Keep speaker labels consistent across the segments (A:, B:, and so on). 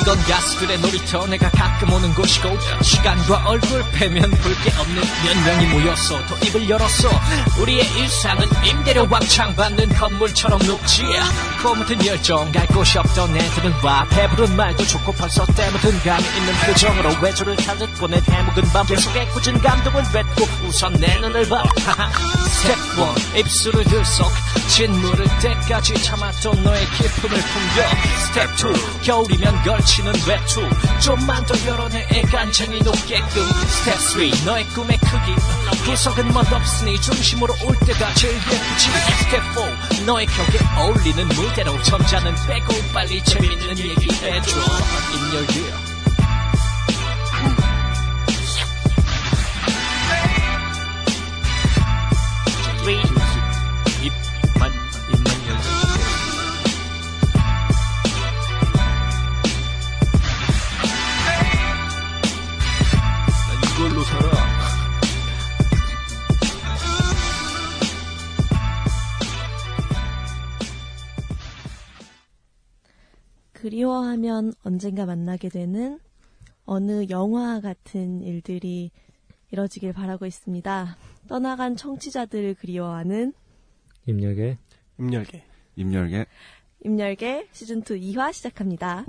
A: 이건 가수들의 놀이터 내가 가끔 오는 곳이고 시간과 얼굴 패면 볼 게 없는 몇 명이 모였어 또 입을 열었어 우리의 일상은 임대료 왕창 받는 건물처럼 녹지 고무튼 열정 갈 곳이 없던 애들은 와 배부른 말도 좋고 벌써 때묻은 감이 있는 표정으로 외조를 찾았고 내 대목은 밤 계속해 꾸준 감동은 뱉고 우선 내 눈을 봐 스텝원 입술을 들썩 짓무를 때까지 참았던 너의 기쁨을 풍겨 스텝2 겨울이면 걸치는 외투 좀만 더 열어내 애간장이 높게끔 스텝 3 너의 꿈의 크기 구석은 멋없으니 중심으로 올 때가 제일 예쁘지 스텝 4 너의 격에 어울리는 무대로 점자는 빼고 빨리 재밌는 얘기 해줘 In your ear Three. 입만 입만 열고 난 이걸로 살아.
B: 그리워하면 언젠가 만나게 되는 어느 영화 같은 일들이 이뤄지길 바라고 있습니다. 떠나간 청취자들을 그리워하는
C: 입력에
D: 임열계.
E: 임열계
B: 임열계 시즌2 2화 시작합니다.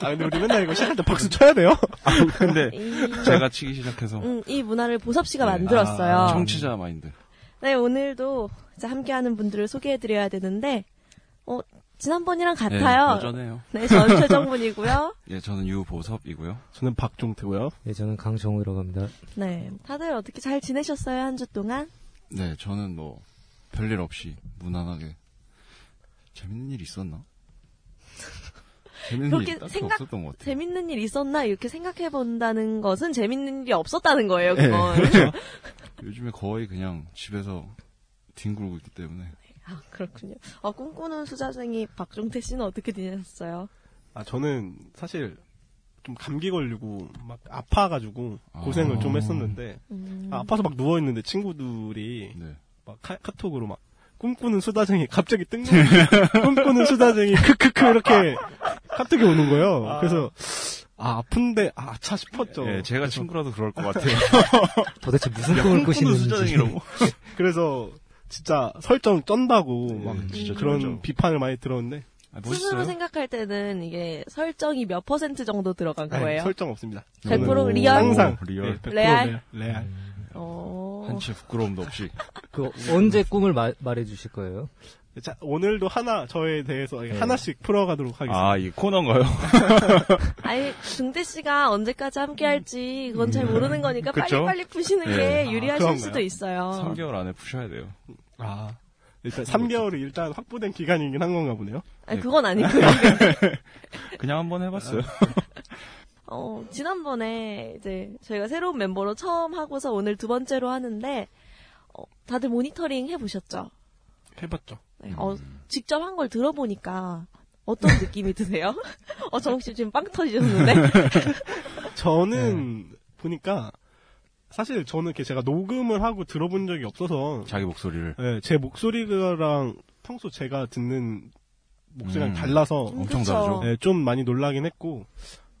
D: 아, 근데 우리 맨날 이거 시작할 때 박수 쳐야 돼요?
E: 근데
B: 이,
E: 제가 치기 시작해서
B: 음, 이 문화를 보섭 씨가
E: 네,
B: 만들었어요.
D: 아,
E: 청취자 마인드.
B: 네, 오늘도 이제 함께하는 분들을 소개해드려야 되는데, 어, 지난번이랑
E: 예,
B: 같아요.
E: 여전해요.
B: 네, 저는 최정분이고요.
E: 예, 저는 유보섭이고요.
D: 저는 박종태고요.
C: 예, 저는 강정우라고 합니다.
B: 네, 다들 어떻게 잘 지내셨어요, 한 주 동안?
E: 네, 저는 뭐 별일 없이 무난하게 재밌는 일 있었나? 재밌는
B: 그렇게
E: 일 딱히
B: 생각-
E: 없었던 것 같아요.
B: 재밌는 일 있었나? 이렇게 생각해본다는 것은 재밌는 일이 없었다는 거예요,
E: 네.
B: 그건.
E: 그렇죠. 요즘에 거의 그냥 집에서 뒹굴고 있기 때문에
B: 아, 그렇군요. 어, 꿈꾸는 수자생이 박종태 씨는 어떻게 지내셨어요?
D: 아, 저는 사실 좀 감기 걸리고 막 아파가지고 고생을
E: 아.
D: 좀 했었는데
B: 음,
D: 아, 아파서 막 누워있는데 친구들이
E: 네.
D: 막 카, 톡으로막 꿈꾸는 수다쟁이 갑자기 뜬금없이 꿈꾸는 수다쟁이 크크크 이렇게 카톡이 오는 거예요. 그래서 아 아픈데 아차 싶었죠.
E: 예, 제가 친구라도 그럴 것 같아요.
C: 도대체 무슨 꿈을 꾸시는지.
E: 수자생이라고.
D: 그래서 진짜 설정 쩐다고 막
E: 음, 진짜
D: 그런
E: 쩐죠.
D: 비판을 많이 들었는데
E: 아,
B: 스스로
E: 멋있어요.
B: 생각할 때는 이게 설정이 몇 퍼센트 정도 들어간
D: 아니,
B: 거예요?
D: 네, 설정 없습니다.
B: 100%
D: 저는
B: 리얼?
D: 항상
E: 음. 오, 리얼. 음.
D: 네, 100%
B: 레알?
D: 레알.
B: 어...
E: 한치 부끄러움도 없이.
C: 그 언제 꿈을 마- 말해주실 거예요?
D: 자 오늘도 하나 저에 대해서 하나씩 풀어가도록 하겠습니다.
E: 네. 아, 이 코너인가요?
B: 아니, 중태 씨가 언제까지 함께 할지 그건 잘 모르는 거니까
E: 음. 그쵸?
B: 빨리빨리 푸시는
E: 네.
B: 게
D: 아,
B: 유리하실
D: 그런가요?
B: 수도 있어요.
E: 3개월 안에 푸셔야 돼요.
D: 아, 일단 3개월이 일단 확보된 기간이긴 한 건가 보네요.
E: 예.
B: 아니, 그건 아니고요.
E: 그냥 한번 해봤어요.
D: 아.
B: 어, 지난번에 이제 저희가 새로운 멤버로 처음 하고서 오늘 두 번째로 하는데, 어, 다들 모니터링 해보셨죠?
D: 해봤죠.
B: 네, 어,
E: 음.
B: 직접 한 걸 들어보니까 어떤 느낌이 드세요? 어, 정욱 씨 지금 빵 터지셨는데?
D: 저는
E: 네.
D: 보니까 사실 저는 이렇게 제가 녹음을 하고 들어본 적이 없어서
E: 자기 목소리를.
D: 예, 제 목소리랑 평소 제가 듣는 목소리랑
E: 음.
D: 달라서
B: 음,
E: 엄청
B: 그쵸.
E: 다르죠? 음.
D: 예, 좀 많이 놀라긴 했고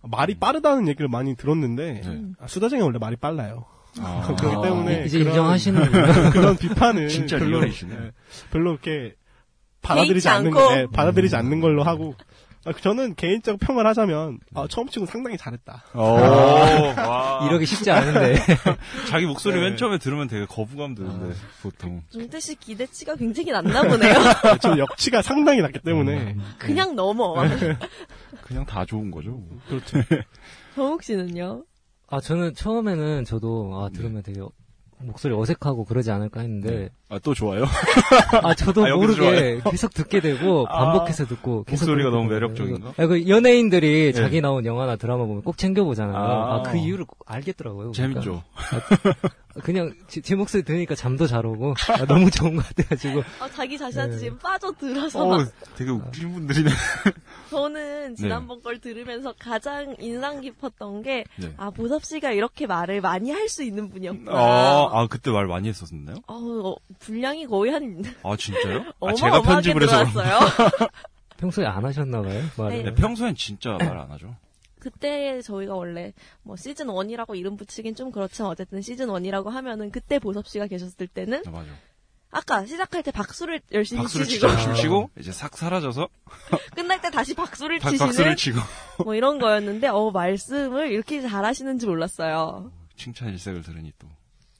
D: 말이 빠르다는 얘기를 많이 들었는데
E: 네.
D: 아, 수다쟁이 원래 말이 빨라요.
E: 아,
D: 그렇기 때문에
C: 이제
D: 그런-
C: 인정하시는군요.
D: 그런 비판을
E: 진짜
D: 별로
E: 리얼이시네.
D: 예, 별로 이렇게 받아들이지
B: 개의치
D: 않는
B: 않고.
D: 예, 받아들이지 않는 걸로 하고 아, 저는 개인적 평을 하자면 아, 처음 치고 상당히 잘했다.
E: 와.
C: 이러기 쉽지 않은데.
E: 자기 목소리
D: 네.
E: 맨 처음에 들으면 되게 거부감 드는데 보통
B: 중태 씨 기대치가
D: 아,
B: 굉장히 낮나 보네요.
E: 음.
D: 저 역치가 상당히 낮기 때문에
E: 네.
B: 그냥 넘어.
E: 그냥 다 좋은 거죠.
D: 그렇죠.
B: 정욱 씨는요?
C: 아, 저는 처음에는 저도,
E: 네.
C: 아, 들으면 되게 어- 목소리 어색하고 그러지 않을까 했는데,
E: 아, 또 좋아요?
C: 아, 저도
E: 아, 여기서 아.
C: 모르게 계속 듣게 되고, 반복해서 듣고, 계속
E: 목소리가
C: 듣게
E: 너무
C: 되더라고요.
E: 매력적인가?
C: 아, 그 연예인들이
E: 예.
C: 자기 나온 영화나 드라마 보면 꼭 챙겨보잖아요.
E: 아.
C: 아, 그 이유를 꼭 알겠더라고요. 그러니까.
E: 재밌죠.
C: 그냥 제, 제 목소리 들으니까 잠도 잘 오고, 아, 너무 좋은 것 같아가지고.
B: 아, 자기 자신한테
C: 네.
B: 지금 빠져들어서
E: 어,
B: 막
E: 되게 웃긴 분들이네.
B: 저는 지난번 걸 들으면서 가장 인상 깊었던 게,
E: 네.
B: 아, 보섭 씨가 이렇게 말을 많이 할 수 있는 분이었구나.
E: 아, 아, 그때 말 많이 했었나요?
B: 어우, 어, 분량이 거의 한,
E: 아, 진짜요? 아, 제가
B: 어마어마하게
E: 편집을 해서. 그런가?
B: 들어왔어요.
C: 평소에 안 하셨나봐요, 말을.
E: 네, 평소엔 진짜 말 안 하죠.
B: 그때 저희가 원래 뭐 시즌 1이라고 이름 붙이긴 좀 그렇지만 어쨌든 시즌 1이라고 하면은 그때 보섭 씨가 계셨을 때는
E: 네, 맞아.
B: 아까 시작할 때 박수를 열심히
E: 박수를 치죠.
B: 치시고
E: 열심히 치고, 이제 싹 사라져서,
B: 끝날 때 다시 박수를
E: 다,
B: 치시는
E: 박수를 치고.
B: 뭐 이런 거였는데 어 말씀을 이렇게 잘하시는지 몰랐어요.
E: 칭찬 일색을 들으니 또,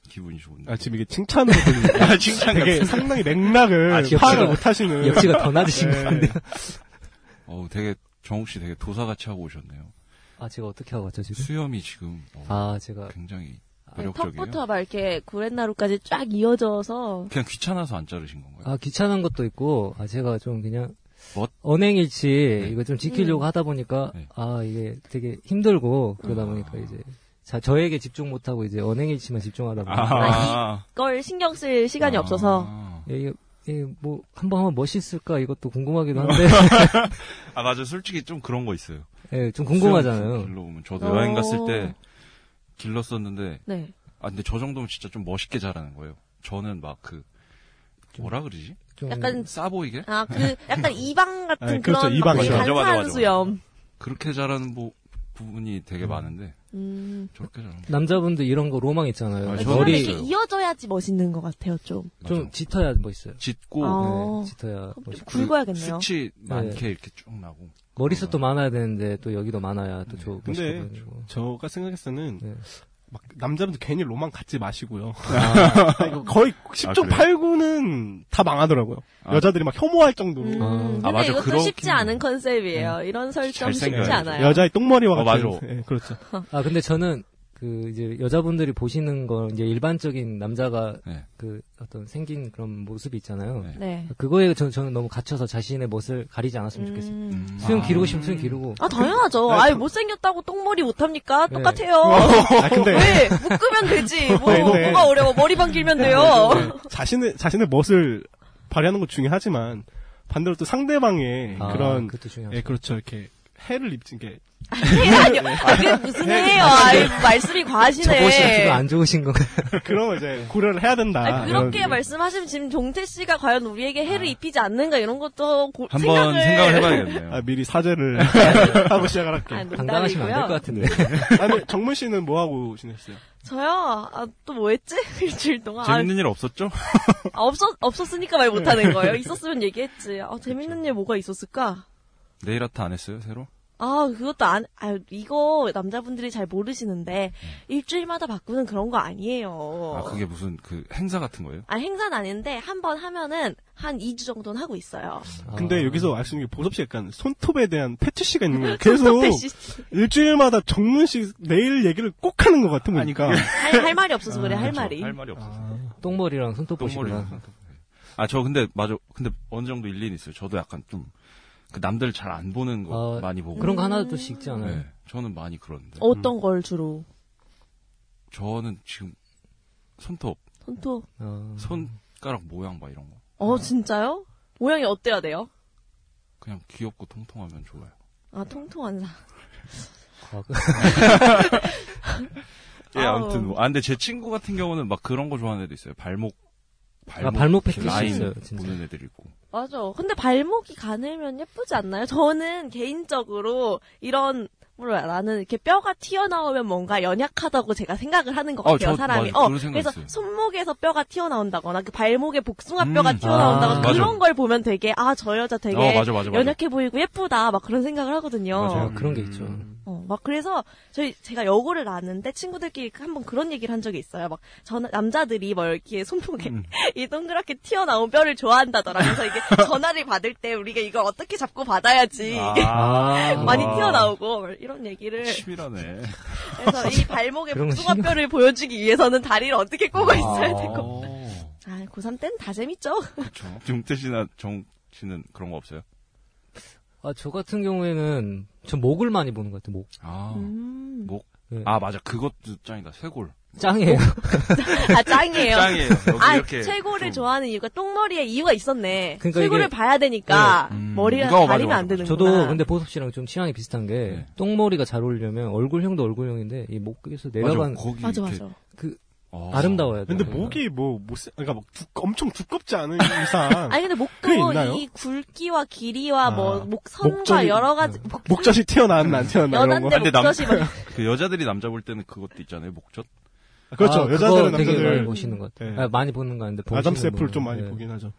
E: 기분이 좋은데.
D: 아, 지금 이게 칭찬으로 들리니까
E: 아, 칭찬
D: 되게
E: 같은.
D: 상당히 맥락을
C: 아, 역시가-
D: 파악을 못하시는.
C: 역시가 더 낮으신 것
D: 네.
C: 같은데.
E: 어우, 되게, 정욱 씨 되게 도사같이 하고 오셨네요.
C: 아, 제가 어떻게 하고 왔죠, 지금?
E: 수염이 지금, 어,
C: 아, 제가.
E: 굉장히 매력적이에요.
B: 턱부터 막 이렇게 구렛나루까지 쫙 이어져서
E: 그냥 귀찮아서 안 자르신 건가요?
C: 아, 귀찮은 것도 있고, 아, 제가 좀 그냥,
E: 멋?
C: 언행일치,
E: 뭐? 네.
C: 이거 좀 지키려고 하다 보니까,
E: 네.
C: 아, 이게 되게 힘들고, 그러다
E: 아.
C: 보니까 이제, 자, 저에게 집중 못하고 이제 언행일치만 집중하다 보니까, 예,
E: 아,
B: 이걸 신경 쓸 시간이
E: 아.
B: 없어서
C: 이게, 이게 뭐, 한번 하면 멋있을까? 이것도 궁금하기도
E: 음.
C: 한데,
E: 아, 맞아. 솔직히 좀 그런 거 있어요.
C: 예, 좀
E: 수염 좀
C: 궁금하잖아요.
E: 길러보면. 저도
B: 어.
E: 여행 갔을 때 길렀었는데,
B: 네.
E: 아, 근데 저 정도면 진짜 좀 멋있게 자라는 거예요. 저는 막 그, 뭐라 그러지?
C: 좀
B: 약간
E: 싸 보이게?
B: 아 그 약간 이방 같은
D: 아니, 그렇죠,
B: 그런 막
D: 이방.
E: 맞아, 맞아, 맞아,
B: 간사한
E: 맞아.
B: 수염.
E: 그렇게 자라는 부, 부분이 되게 많은데,
B: 음.
E: 저렇게 자라는 거.
C: 남자분들 이런 거 로망 있잖아요.
E: 아,
C: 머리
E: 저는
B: 저는 이렇게
E: 머리-
B: 이어져야지 멋있는 것 같아요 좀.
C: 좀
E: 맞아요.
C: 짙어야 뭐 멋있어요.
E: 짙고,
B: 아. 어.
C: 네, 짙어야 멋있고.
E: 그
B: 굵어야겠네요.
E: 수치 많게 이렇게 쭉 나고.
C: 머리숱도 많아야 되는데, 또 여기도 많아야 또 좋고.
D: 근데 저가 생각했을 때는
C: 네.
D: 막 남자분들 괜히 로망 갖지 마시고요.
C: 아,
D: 이거 거의 10종
E: 아, 그래요?
D: 8구는 다 망하더라고요.
E: 아.
D: 여자들이 막 혐오할 정도로.
B: 음,
C: 아,
B: 근데
E: 맞아,
B: 이것도
E: 그렇긴
B: 쉽지
E: 해요.
B: 않은 컨셉이에요. 이런 설정 쉽지
E: 잘생겨야죠.
B: 않아요.
D: 네. 여자의 똥머리와
E: 어,
D: 같은.
E: 맞아.
D: 예, 그렇죠.
C: 아, 근데 저는, 그, 이제, 여자분들이 보시는 건, 이제, 일반적인 남자가,
E: 네.
C: 그, 어떤 생긴 그런 모습이 있잖아요.
E: 네.
B: 네.
C: 그거에 저는, 저는 너무 갇혀서 자신의 멋을 가리지 않았으면 좋겠습니다.
B: 음.
E: 음.
C: 수영 기르고 싶으면 수영 기르고.
B: 아 당연하죠. 아이 못생겼다고 똥머리 못합니까? 똑같아요.
D: 아, 근데
B: 왜 묶으면 되지? 뭐
D: 네, 네.
B: 뭐가 어려워? 머리만 길면 돼요.
D: 자신의, 자신의 멋을 발휘하는 것 중요하지만 반대로 또 상대방의
C: 아,
D: 그런,
C: 그것도 중요하죠.
D: 예, 그렇죠. 이렇게 해를 입진 게.
B: 네, 아니요. 그게 무슨 해요? 아이 말씀이
C: 저것이 지금
B: 과하시네.
C: 안 좋으신 건가요?
D: 그런 이제 고려를 해야 된다.
B: 아, 그렇게
D: 이런-
B: 말씀하시면 지금 종태 씨가 과연 우리에게 해를 입히지 않는가 이런 것도 고,
E: 한번 생각을 해봐야겠네요.
D: 아, 미리 사죄를 하고 시작을 할게요.
B: 아,
C: 당당하시면 안 될 것
B: 농담이고요.
C: 같은데.
D: 네. 아니, 정문 씨는 뭐 하고 지냈어요?
B: 저요. 아, 또 뭐 했지? 일주일 동안. 아,
E: 재밌는 일 없었죠?
B: 아, 없었, 없었으니까 말 못하는 거예요. 있었으면 얘기했지. 아, 재밌는 일 뭐가 있었을까?
E: 네일 아트 안 했어요, 새로?
B: 아, 그것도 안, 아, 이거 남자분들이 잘 모르시는데, 일주일마다 바꾸는 그런 거 아니에요.
E: 아, 그게 무슨 그 행사 같은 거예요?
B: 아, 행사는 아닌데, 한 번 하면은, 한 2주 정도는 하고 있어요.
C: 아.
D: 근데 여기서 알 수 있는 게 보섭 씨 약간 손톱에 대한 패티시가 있는 거예요. 계속
B: 손톱 대시-
D: 일주일마다 정문 씨 내일 얘기를 꼭 하는 것 같은 거니까.
B: 할, 할 말이 없어서 그래, 할
E: 그렇죠.
B: 말이.
E: 할 말이 없어서.
C: 똥머리랑 손톱
E: 똥머리.
C: 보시구나.
E: 아, 저 근데, 맞아. 근데 어느 정도 일리는 있어요. 저도 약간 좀, 그 남들 잘 안 보는 거
C: 아,
E: 많이 보고.
C: 그런 거
B: 음.
C: 하나둘씩 있지 않아요?
E: 네, 저는 많이 그러는데.
B: 어떤 걸 주로?
E: 저는 지금, 손톱,
B: 손톱.
C: 어,
E: 손가락 모양 막 이런 거.
B: 어, 진짜요? 모양이 어때야 돼요?
E: 그냥 귀엽고 통통하면 좋아요.
B: 아, 통통한 사.
C: 아, 그-
E: 예,
B: 아우.
E: 아무튼 뭐. 아, 근데 제 친구 같은 경우는 막 그런 거 좋아하는 애도 있어요. 발목, 발목,
C: 아, 발목 패티시
E: 라인
C: 있어요, 진짜.
E: 보는 애들 있고.
B: 맞아. 근데 발목이 가늘면 예쁘지 않나요? 저는 개인적으로, 이런, 뭐라 나는 이렇게 뼈가 튀어나오면 뭔가 연약하다고 제가 생각을 하는 것
E: 어,
B: 같아요,
E: 저-
B: 사람이.
E: 맞아.
B: 어,
E: 그런 생각
B: 그래서
E: 있어요.
B: 손목에서 뼈가 튀어나온다거나, 그 발목에 복숭아뼈가
E: 음,
C: 아,
B: 튀어나온다거나,
E: 맞아.
B: 그런 걸 보면 되게, 아, 저 여자 되게
E: 어, 맞아, 맞아, 맞아.
B: 연약해 보이고 예쁘다, 막 그런 생각을 하거든요.
C: 아, 그런 게 있죠.
B: 어, 막 그래서 저희 제가 여고를 나왔는데 친구들끼리 한번 그런 얘기를 한 적이 있어요. 막 전화 남자들이 뭐 이렇게 손목에
C: 음.
B: 이 동그랗게 튀어나온 뼈를 좋아한다더라고요. 그래서 이게 전화를 받을 때 우리가 이걸 어떻게 잡고 받아야지 이게
C: 아,
B: 많이 튀어나오고 이런 얘기를
E: 치밀하네.
B: 그래서 이 발목에
C: 그런 거 아.
B: 복숭아뼈를 보여주기 위해서는 다리를 어떻게 꼬고 있어야 되고
E: 아,
B: 아 고3 땐 다 재밌죠.
C: 어.
E: 그렇죠. 정태 씨나 정 씨는 그런 거 없어요?
C: 아, 저 같은 경우에는 전 목을 많이 보는 것 같아요. 목
E: 아,
B: 음.
C: 네.
E: 아 맞아. 그것도 짱이다. 쇄골.
C: 짱이에요.
B: 아 짱이에요.
E: 짱이에요. 여기
B: 아,
E: 이렇게
B: 최고를
E: 좀-
B: 좋아하는 이유가 똥머리에 이유가 있었네.
C: 그러니까
B: 최고를
C: 이게-
B: 봐야 되니까
E: 네. 음.
B: 머리랑
E: 이거 맞아,
B: 다리면
E: 맞아,
B: 안 되는
C: 저도 근데 보섭 씨랑 좀 취향이 비슷한 게
E: 네.
C: 똥머리가 잘 어울리려면 얼굴형도 얼굴형인데 이 목에서 내려간
E: 맞아, 거기
B: 맞아
E: 이렇게-
B: 맞아.
E: 어.
C: 아름다워요.
D: 근데 목이 뭐, 못, 세- 그러니까 막 두, 엄청 두껍지 않은 이상.
B: 아니 근데
D: 그게
B: 목도
D: 있나요?
B: 이 굵기와 길이와
D: 아,
B: 뭐 목선과
D: 목젖이-
B: 여러 가지 목,
D: 목젖이 튀어나왔나 안 튀어나왔나 이런 거.
B: 여잔데
E: 근데 남-
B: 목젖이 막
E: 그 여자들이 남자 볼 때는 그것도 있잖아요. 목젖.
D: 그렇죠.
C: 아,
D: 여자들은
C: 그거 되게 많이
D: 남자들.
C: 보시는 것 같아요.
D: 네.
C: 아, 많이 보는 거 아닌데 보시는
D: 아담 세플
C: 분은,
D: 좀 많이
C: 네.
D: 보긴 하죠.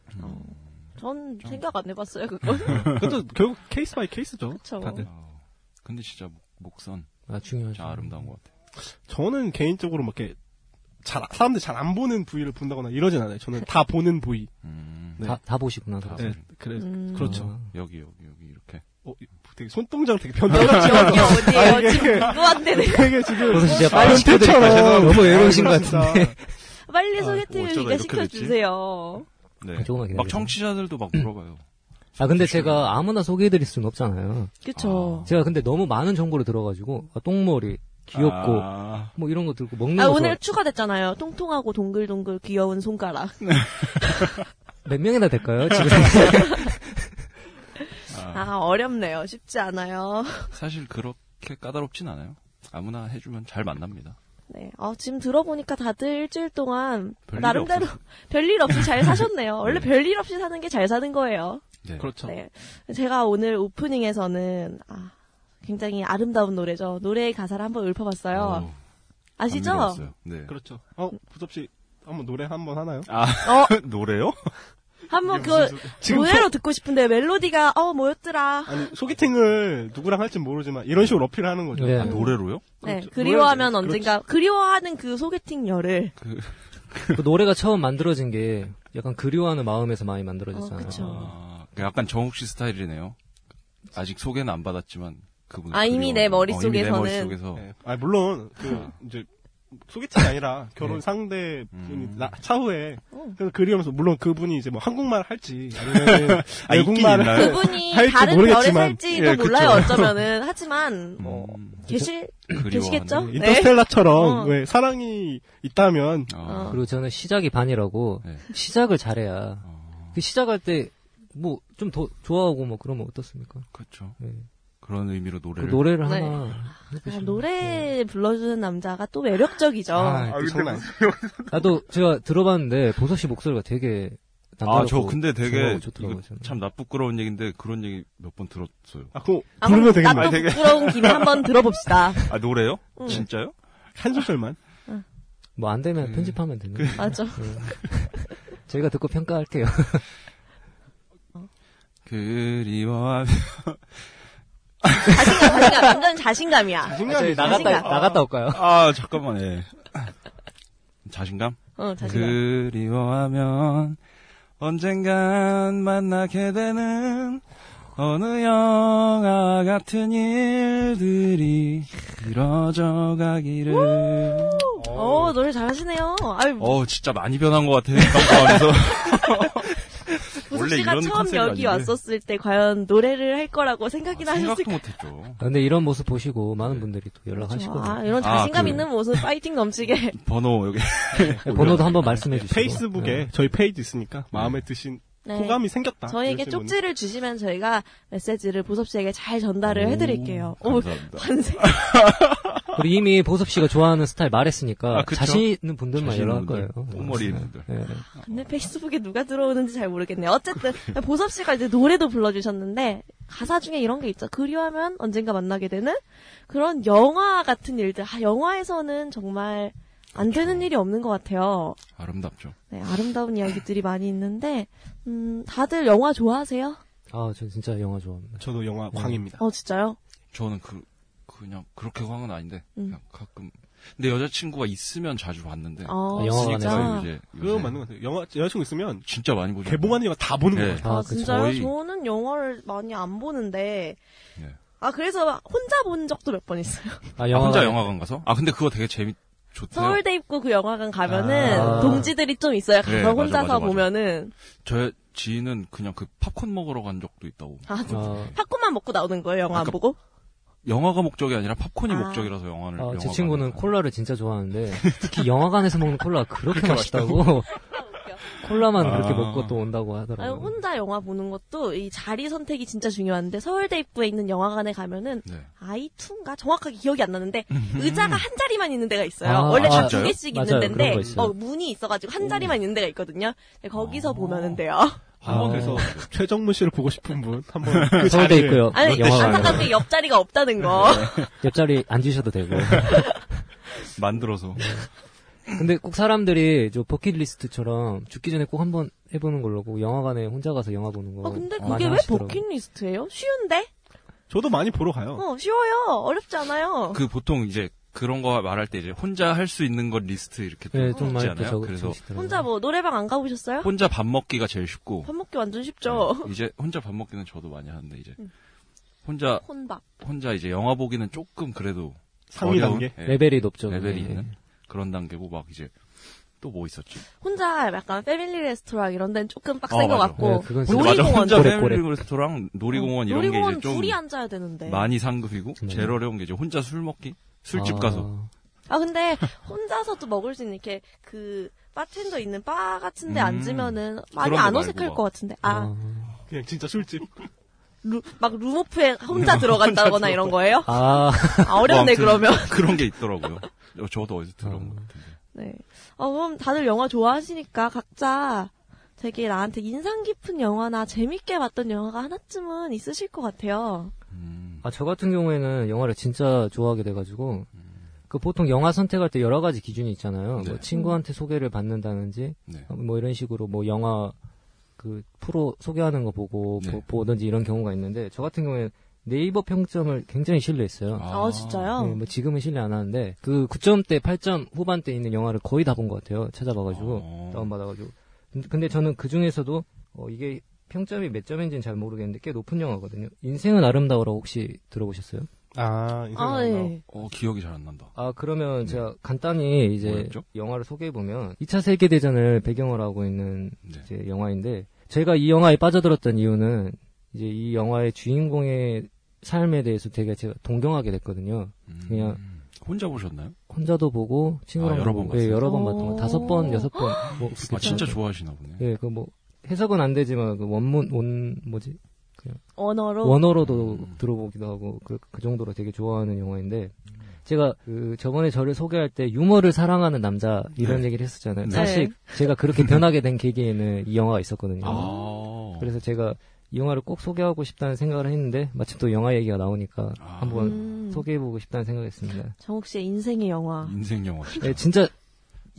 B: 전 생각 안 해봤어요 그건.
D: 그래도 결국 케이스 바이 케이스죠.
B: 그쵸.
D: 다들.
E: 어. 근데 진짜 목- 목선
C: 아 중요하죠.
E: 진짜 아름다운 것 같아요.
D: 저는 개인적으로 막 이렇게 잘 아, 사람들이 잘 안 보는 부위를 본다거나 이러진 않아요. 저는 다 보는 부위.
E: 음.
C: 다, 다 보시구나. 그럼.
E: 다
D: 네,
E: 보는.
D: 그래
B: 음.
D: 그렇죠.
C: 아,
E: 여기 여기 여기 이렇게.
D: 어, 이- 되게 손동작 되게 변태
B: 여기
D: 같아요.
B: 여기
D: 아,
B: 어디에요?
D: 이게-
B: 지금 또안 되네.
D: 되게 지금
C: 보섭 씨 진짜
D: 아,
C: 빨리 시켜드릴까
D: 변태처럼
C: 너무 외로우신 것
D: 진짜.
C: 같은데.
B: 빨리
E: 아,
B: 소개팅을
E: 어쩌다
B: 그러니까
E: 이렇게 됐지?
B: 시켜주세요.
E: 네.
C: 아, 조금만 기다려요.
E: 막 청취자들도 막 물어봐요.
C: 아 근데 제가 아무나 소개해드릴 수는 없잖아요.
B: 그쵸.
C: 제가 근데 너무 많은 정보를 들어가지고 아, 똥머리 귀엽고
E: 아,
C: 뭐 이런 거 들고 먹는
B: 아,
C: 거
B: 오늘
C: 오늘...
B: 추가됐잖아요. 통통하고 동글동글 귀여운 손가락.
C: 몇 명이나 될까요? 지금
B: 아, 어렵네요. 쉽지 않아요.
E: 사실 그렇게 까다롭진 않아요. 아무나 해주면 잘 만납니다.
B: 네. 어, 지금 들어보니까 다들 일주일 동안
E: 별일
B: 나름대로 별일 없이 잘 사셨네요. 원래
E: 네.
B: 별일 없이 사는 게 잘 사는 거예요.
E: 네.
D: 그렇죠.
B: 네. 제가 오늘 오프닝에서는 아, 굉장히 아름다운 노래죠. 노래의 가사를 한번 읊어봤어요.
E: 어우,
B: 아시죠?
E: 감미로웠어요. 네.
D: 그렇죠. 어, 부섭 씨 한번 노래 한번 하나요?
E: 아 노래요?
B: 한번 그
D: 지금
B: 노래로 듣고 싶은데 멜로디가 어 뭐였더라.
D: 아니, 소개팅을 누구랑 할지 모르지만 이런 식으로 어필을 하는 거죠.
C: 네.
E: 아, 노래로요?
B: 네,
D: 그렇죠.
B: 그리워하면
D: 노래죠.
B: 언젠가 그리워하는그 소개팅 열을
C: 그 노래가 처음 만들어진 게 약간 그리워하는 마음에서 많이 만들어졌잖아요. 그렇죠.
B: 어, 그쵸.
E: 아, 약간 정욱 씨 스타일이네요. 아직 소개는 안 받았지만 어, 그분.
B: 아, 이미 내 머릿속에서는.
D: 네. 아 물론 그 이제 소개팅이 아니라 결혼
C: 네.
D: 상대 분이
E: 음.
D: 나- 차후에
B: 어.
D: 그래서 그리우면서 물론 그분이 이제 뭐 한국말 할지 아니면
E: 아, 있긴
D: 외국말
E: 있나요?
B: 그분이
D: 할지
B: 다른 별에
D: 네. 모르겠지만.
B: 살지도
E: 예, 그쵸.
B: 몰라요 어쩌면은 하지만 뭐 계실 계시겠죠?
E: 음, 그리워하는.
D: 인터스텔라처럼
B: 네. 어.
D: 왜 사랑이 있다면
E: 아,
C: 그리고 저는 시작이 반이라고
E: 네. 아,
C: 시작을 잘해야 그 시작할 때 뭐 좀 더 좋아하고 뭐 그러면 어떻습니까?
E: 그렇죠.
C: 네.
E: 그런 의미로
C: 그
E: 노래를.
C: 노래를
B: 네.
C: 하나 네.
B: 아, 노래 불러주는 남자가 또 매력적이죠.
C: 아,
D: 아,
E: 뭐
D: 장난 아니죠.
E: 그
C: 나도 제가 들어봤는데 보석 씨 목소리가 되게 남자롭고
E: 아, 저 근데 되게
C: 중요하고 좋더라고요.
E: 이거
C: 저는.
E: 참 나 부끄러운 얘기인데 그런 얘기 몇 번 들었어요.
D: 아 그거
B: 아,
D: 부르면
B: 그럼
D: 되겠네.
B: 나도 부끄러운 김에 한번 들어봅시다.
E: 아, 노래요?
B: 응.
E: 진짜요?
D: 한
E: 아,
D: 소절만.
C: 뭐 안
E: 네.
C: 되면 편집하면
E: 그
C: 되는. 데
B: 맞아.
C: 저희가 듣고 평가할게요.
E: 그리워.
B: 자신감, 자신감. 완전 자신감이야.
D: 자신감이
B: 네, 나갔다-
C: 나갔다 올까요?
E: 아, 잠깐만, 예. 자신감?
B: 어, 자신감.
E: 그리워하면 언젠간 만나게 되는 어느 영화 같은 일들이 이뤄져 가기를.
B: 어, 노래 잘하시네요. 아유,
E: 그, 어, 진짜 많이 변한 것 같아. 방송하면서.
B: 부수 씨가 처음 여기 왔었을 때 과연 노래를 할 거라고 생각이나
E: 아, 생각도
B: 하셨을까?
E: 못했죠.
C: 아, 근데 이런 모습 보시고 많은 분들이 또 연락하시거든요.
B: 아, 이런
E: 아,
B: 자신감
E: 그-
B: 있는 모습 파이팅 넘치게.
E: 번호 여기.
B: 예.
C: 네, 번호도 한번 말씀해 주시고.
D: 페이스북에
C: 네.
D: 저희 페이지 있으니까 마음에 드신
B: 네.
D: 호감이 생겼다.
B: 저희에게
D: 이러신 분은.
B: 쪽지를 주시면 저희가 메시지를 보섭 씨에게 잘 전달을 해드릴게요. 오,
E: 감사합니다.
B: 반세.
C: 그리고 이미 보섭 씨가 좋아하는 스타일 말했으니까
E: 아, 그쵸? 뭐
C: 자신 있는 분들만
E: 자신 있는
C: 연락할 거예요.
E: 분들, 똥머리 있는 분들.
C: 네.
B: 근데 페이스북에 누가 들어오는지 잘 모르겠네요. 어쨌든 보섭 씨가 이제 노래도 불러주셨는데 가사 중에 이런 게 있죠. 그리워하면 언젠가 만나게 되는 그런 영화 같은 일들. 아, 영화에서는 정말 안
E: 그렇죠.
B: 되는 일이 없는 것 같아요.
E: 아름답죠.
B: 네, 아름다운 이야기들이 많이 있는데 음, 다들 영화 좋아하세요?
C: 아, 저 진짜 영화 좋아합니다.
E: 네.
D: 저도 영화 광입니다.
B: 어 진짜요?
E: 저는 그, 그 그냥 그렇게 황은 아닌데
B: 음.
E: 그냥 가끔 근데 여자친구가 있으면 자주 아, 봤는데
B: 어,
C: 영화관에서.
E: 없으니까
B: 진짜.
E: 이제
D: 그거
E: 요새
D: 맞는 것 같아요. 영화 여자친구 있으면
E: 진짜 많이 보죠.
D: 개봉하는 영화 다 보는
E: 네.
D: 거예요.
C: 아,
B: 아,
C: 그쵸.
B: 진짜요?
E: 거의-
B: 저는 영화를 많이 안 보는데.
E: 네.
B: 아, 그래서 막 혼자 본 적도 몇 번 있어요.
C: 아,
E: 아,
C: 영화관.
E: 혼자 영화관 가서? 아 근데 그거 되게 재미 좋대요.
B: 서울대 입구 그 영화관 가면은
C: 아.
B: 동지들이 좀 있어요. 가면
E: 네, 맞아,
B: 혼자서
E: 맞아, 맞아.
B: 보면은.
E: 저 지인은 그냥 그 팝콘 먹으러 간 적도 있다고.
B: 아, 진짜.
C: 아,
B: 팝콘만 먹고 나오는 거예요, 영화 안
E: 아까-
B: 보고?
E: 영화가 목적이 아니라 팝콘이
B: 아.
E: 목적이라서 영화를.
C: 아, 제
E: 영화관에
C: 친구는
E: 가요.
C: 콜라를 진짜 좋아하는데 특히 영화관에서 먹는 콜라가 그렇게 맛있다고 콜라만 그렇게
E: 아.
C: 먹고 또 온다고
B: 아,
C: 하더라고요.
B: 혼자 영화 보는 것도 이 자리 선택이 진짜 중요한데 서울대 입구에 있는 영화관에 가면은
E: 네.
B: 아이툰가 정확하게 기억이 안 나는데 의자가 한 자리만 있는 데가 있어요.
C: 음. 아,
B: 원래 다 두
E: 진짜요?
B: 개씩
C: 맞아요.
B: 있는
C: 그런 거
B: 데인데
C: 있어요. 음.
B: 어, 문이 있어가지고 한 자리만 있는 데가 있거든요. 근데 거기서
E: 아.
B: 보면은 돼요.
D: 한
C: 아.
D: 번 해서 최정문 씨를 보고 싶은 분 한번
C: 서울대
D: 그 자리에
C: 있고요.
B: 아니
C: 영화관.
B: 안타깝게 옆자리가 없다는 거.
C: 네. 옆자리 앉으셔도 되고.
E: 만들어서.
C: 네. 근데 꼭 사람들이 저 버킷리스트처럼 죽기 전에 꼭 한번 해보는 걸로 고 영화관에 혼자 가서 영화 보는 거.
B: 어, 근데
C: 많이
B: 그게 왜
C: 하시더라고요.
B: 버킷리스트예요? 쉬운데?
D: 저도 많이 보러 가요.
B: 어, 쉬워요. 어렵지 않아요.
E: 그 보통 이제 그런 거 말할 때 이제 혼자 할 수 있는 것 리스트 이렇게
C: 네,
E: 있지
C: 좀 많이
E: 않아요?
C: 적-
E: 그래서
C: 적으시더라고요.
B: 혼자 뭐 노래방 안 가보셨어요?
E: 혼자 밥 먹기가 제일 쉽고.
B: 밥 먹기 완전 쉽죠. 음.
E: 네, 이제 혼자 밥 먹기는 저도 많이 하는데 이제 혼자
B: 혼밥.
E: 혼자 이제 영화 보기는 조금 그래도
D: 상위
E: 어려운,
D: 단계.
E: 예,
C: 레벨이 높죠. 네.
E: 레벨이
C: 그게.
E: 있는 그런 단계고 막 이제 또 뭐 있었지?
B: 혼자 약간 패밀리 레스토랑 이런 데는 조금 빡센
E: 어,
B: 것
E: 맞아.
B: 같고
C: 네, 그건 진짜
E: 맞아
B: 놀이공원
E: 혼자
C: 고래,
E: 패밀리 레스토랑 놀이공원 이런 게
B: 놀이공원
E: 이제 좀
B: 둘이 앉아야 되는데.
E: 많이 상급이고 제일 어려운 게 이제 혼자 술 먹기 술집
C: 아,
E: 가서
B: 아 근데 혼자서도 먹을 수 있는 이렇게 그 바텐더 있는 바 같은데
E: 음,
B: 앉으면은 많이
E: 그런 거
B: 안
E: 말고
B: 어색할
E: 막.
B: 것 같은데.
C: 아,
B: 아,
D: 그냥 진짜 술집.
B: 루- 막 루모프에 혼자 들어간다거나 이런 거예요?
C: 아,
B: 아, 어렵네
E: 뭐 아무튼
B: 그러면.
E: 그런 게 있더라고요. 저도 어디서 들어온 것
C: 아.
E: 같은데.
B: 네. 어, 그럼 다들 영화 좋아하시니까 각자 되게 나한테 인상 깊은 영화나 재밌게 봤던 영화가 하나쯤은 있으실 것 같아요.
E: 음,
C: 아, 저 같은 경우에는 영화를 진짜 좋아하게 돼가지고 그 보통 영화 선택할 때 여러 가지 기준이 있잖아요.
E: 음. 네.
C: 뭐 친구한테 소개를 받는다든지
E: 네.
C: 뭐 이런 식으로 뭐 영화 그 프로 소개하는 거 보고
E: 네.
C: 보, 든지 이런 경우가 있는데 저 같은 경우에 네이버 평점을 굉장히 신뢰했어요.
B: 아, 진짜요?
C: 네, 뭐 지금은 신뢰 안 하는데 그 9점대, 8점 후반대 있는 영화를 거의 다 본 것 같아요. 찾아봐가지고
E: 어.
C: 다운받아가지고. 근- 근데 저는 그 중에서도 어, 이게 평점이 몇 점인지는 잘 모르겠는데 꽤 높은 영화거든요. 인생은 아름다워라 혹시 들어보셨어요?
D: 아, 인생
B: 아, 예.
E: 어, 기억이 잘 안 난다.
C: 아 그러면
E: 네.
C: 제가 간단히 이제
E: 뭐였죠?
C: 영화를 소개해 보면 2차 세계 대전을 배경으로 하고 있는
E: 네.
C: 이제 영화인데 제가 이 영화에 빠져들었던 이유는 이제 이 영화의 주인공의 삶에 대해서 되게 제가 동경하게 됐거든요.
E: 음,
C: 그냥-
E: 혼자 보셨나요?
C: 혼자도 보고 친구랑
E: 아, 여러 번
C: 보고, 예,
E: 봤어요?
C: 여러 번 봤던 거
B: 오.
C: 다섯 번 여섯 번뭐
E: 아, 진짜 좋아하시나 보네.
C: 예, 그 뭐 해석은 안 되지만 그 원문 원 뭐지
B: 언어로
C: 원어로도
E: 음.
C: 들어보기도 하고 그, 그 정도로 되게 좋아하는 영화인데 제가 그 저번에 저를 소개할 때 유머를 사랑하는 남자 이런
E: 네.
C: 얘기를 했었잖아요.
E: 네.
C: 사실 제가 그렇게 변하게 된 계기에는 이 영화가 있었거든요.
E: 아.
C: 그래서 제가 이 영화를 꼭 소개하고 싶다는 생각을 했는데 마침 또 영화 얘기가 나오니까
E: 아.
C: 한번
B: 음.
C: 소개해보고 싶다는 생각했습니다.
B: 정욱 씨의 인생의 영화.
E: 인생 영화. 진짜.
C: 네, 진짜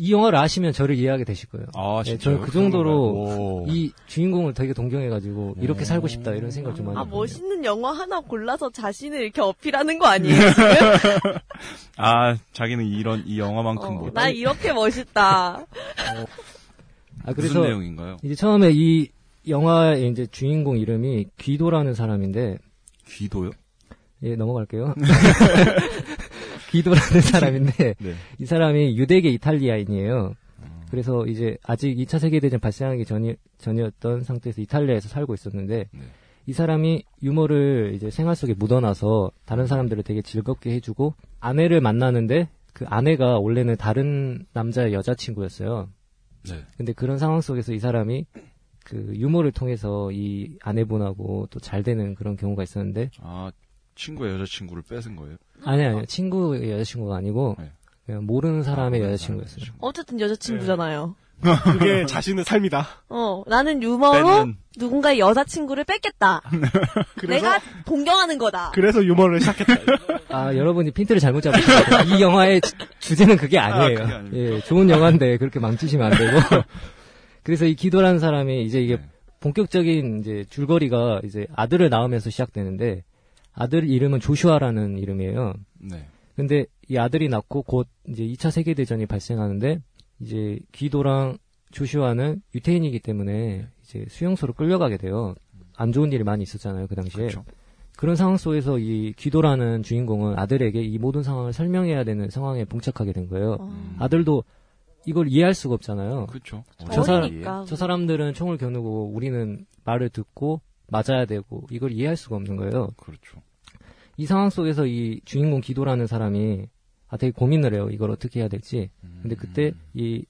C: 이 영화를 아시면 저를 이해하게 되실 거예요.
E: 아,
C: 네,
E: 진짜요?
C: 저는 그 정도로
E: 오. 네.
C: 이 주인공을 되게 동경해가지고 이렇게 살고 싶다 이런 생각 좀 많이
B: 아
C: 했거든요.
B: 멋있는 영화 하나 골라서 자신을 이렇게 어필하는 거 아니에요?
C: 네,
E: 아, 자기는 이런 이 영화만큼
B: 어,
E: 뭐
B: 나 이렇게 멋있다.
C: 아,
E: 무슨 내용인가요?
C: 이제 처음에 이 영화의 이제 주인공 이름이 귀도라는 사람인데
E: 귀도요?
C: 예 넘어갈게요. 귀도라는 사람인데
E: 네.
C: 이 사람이 유대계 이탈리아인이에요. 그래서 이제 아직 2차 세계대전 발생하기 전이, 전이었던 상태에서 이탈리아에서 살고 있었는데
E: 네.
C: 이 사람이 유머를 이제 생활 속에 묻어놔서 다른 사람들을 되게 즐겁게 해주고 아내를 만나는데 그 아내가 원래는 다른 남자의 여자친구였어요.
E: 네.
C: 근데 그런 상황 속에서 이 사람이 그 유머를 통해서 이 아내분하고 또 잘 되는 그런 경우가 있었는데
E: 아, 친구의 여자친구를 뺏은 거예요?
C: 아니 아니 친구의 여자친구가 아니고
E: 네.
C: 그냥 모르는 사람의
E: 아,
C: 여자친구였어요.
E: 여자친구.
B: 어쨌든 여자친구잖아요.
C: 네.
D: 그게 자신의 삶이다.
B: 어, 나는 유머로
E: 뺏는.
B: 누군가의 여자친구를 뺏겠다. 내가 동경하는 거다.
D: 그래서 유머를 시작했다.
C: 아 여러분이 핀트를 잘못 잡으셨어요. 이 영화의 주- 주제는 그게 아니에요.
E: 아, 그게 아닙니다.
C: 예, 좋은 영화인데 그렇게 망치시면 안 되고. 그래서 이 기도라는 사람이 이제 이게
E: 네.
C: 본격적인 이제 줄거리가 이제 아들을 낳으면서 시작되는데 아들 이름은 조슈아라는 이름이에요.
E: 네.
C: 근데 이 아들이 낳고 곧 이제 2차 세계대전이 발생하는데 이제 귀도랑 조슈아는 유태인이기 때문에 이제 수용소로 끌려가게 돼요. 안 좋은 일이 많이 있었잖아요, 그 당시에.
E: 그렇죠.
C: 그런 상황 속에서 이 귀도라는 주인공은 아들에게 이 모든 상황을 설명해야 되는 상황에 봉착하게 된 거예요.
B: 어.
C: 음. 아들도 이걸 이해할 수가 없잖아요.
E: 음. 그렇죠.
C: 저 사람- 그러니까.
B: 어리니까.
C: 저 사람들은 총을 겨누고 우리는 말을 듣고 맞아야 되고 이걸 이해할 수가 없는 거예요.
E: 그렇죠.
C: 이 상황 속에서 이 주인공 기도라는 사람이 아 되게 고민을 해요. 이걸 어떻게 해야 될지.
E: 음.
C: 근데 그때 이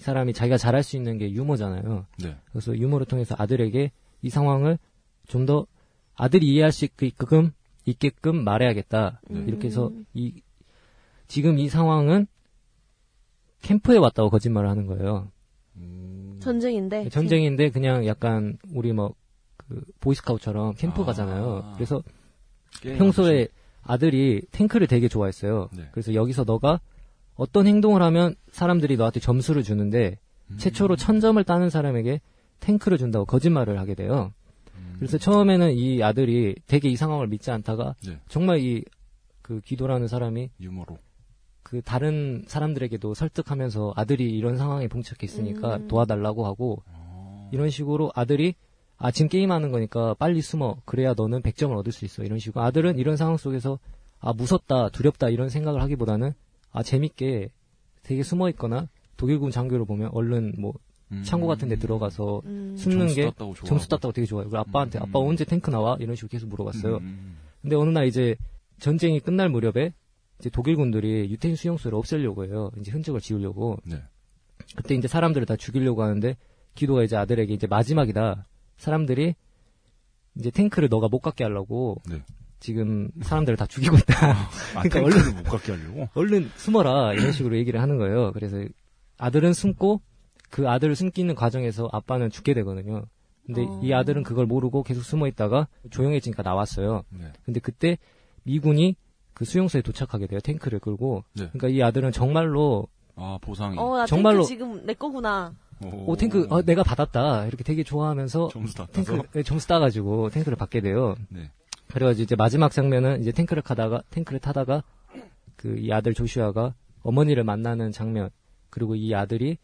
C: 사람이 자기가 잘할 수 있는 게 유머잖아요.
E: 네.
C: 그래서 유머를 통해서 아들에게 이 상황을 좀 더 아들이 이해할 수 있게끔 있게끔 말해야겠다.
E: 네.
B: 음.
C: 이렇게 해서 이 지금 이 상황은 캠프에 왔다고 거짓말을 하는 거예요.
E: 음.
B: 전쟁인데.
C: 네, 전쟁인데 그냥 약간 우리 뭐그 보이스카우처럼 캠프
E: 아.
C: 가잖아요. 그래서
E: 게임
C: 평소에 아들이 탱크를 되게 좋아했어요.
E: 네.
C: 그래서 여기서 너가 어떤 행동을 하면 사람들이 너한테 점수를 주는데
E: 음.
C: 최초로 천 점을 따는 사람에게 탱크를 준다고 거짓말을 하게 돼요.
E: 음.
C: 그래서 처음에는 이 아들이 되게 이 상황을 믿지 않다가
E: 네.
C: 정말 이 그 기도라는 사람이
E: 유머로
C: 그 다른 사람들에게도 설득하면서 아들이 이런 상황에 봉착했으니까
B: 음.
C: 도와달라고 하고
E: 아.
C: 이런 식으로 아들이 아 지금 게임하는 거니까 빨리 숨어 그래야 너는 100점을 얻을 수 있어 이런 식으로 아들은 이런 상황 속에서 아 무섭다 두렵다 이런 생각을 하기보다는 아 재밌게 되게 숨어 있거나 독일군 장교를 보면 얼른 뭐
E: 음.
C: 창고 같은 데 들어가서
B: 음.
C: 숨는
E: 점수
C: 게
E: 땄다고 좋아하고.
C: 점수 땄다고 되게 좋아요. 그리고 아빠한테
E: 음.
C: 아빠 언제 탱크 나와 이런 식으로 계속 물어봤어요.
E: 음.
C: 근데 어느 날 이제 전쟁이 끝날 무렵에 이제 독일군들이 유태인 수용소를 없애려고 해요. 이제 흔적을 지우려고.
E: 네.
C: 그때 이제 사람들을 다 죽이려고 하는데 기도가 이제 아들에게 이제 마지막이다. 사람들이 이제 탱크를 너가 못 갖게 하려고
E: 네.
C: 지금 사람들을 다 죽이고 있다.
E: 아,
C: 그러니까
E: 탱크를못 갖게 하려고.
C: 얼른 숨어라 이런 식으로 얘기를 하는 거예요. 그래서 아들은 숨고 그 아들을 숨기는 과정에서 아빠는 죽게 되거든요. 근데
B: 어.
C: 이 아들은 그걸 모르고 계속 숨어 있다가 조용해지니까 나왔어요.
E: 네.
C: 근데 그때 미군이 그 수용소에 도착하게 돼요. 탱크를 끌고.
E: 네.
C: 그러니까 이 아들은 정말로
E: 아, 보상이.
B: 어, 나
C: 정말로-
B: 탱크 지금 내 거구나.
C: 오, 탱크 어, 내가 받았다 이렇게 되게 좋아하면서
E: 점수 땄다서.
C: 탱크 네, 점수 따가지고 탱크를 받게 돼요.
E: 네.
C: 그래가지고 이제 마지막 장면은 이제 탱크를 가다가 탱크를 타다가 그 이 아들 조슈아가 어머니를 만나는 장면 그리고 이 아들이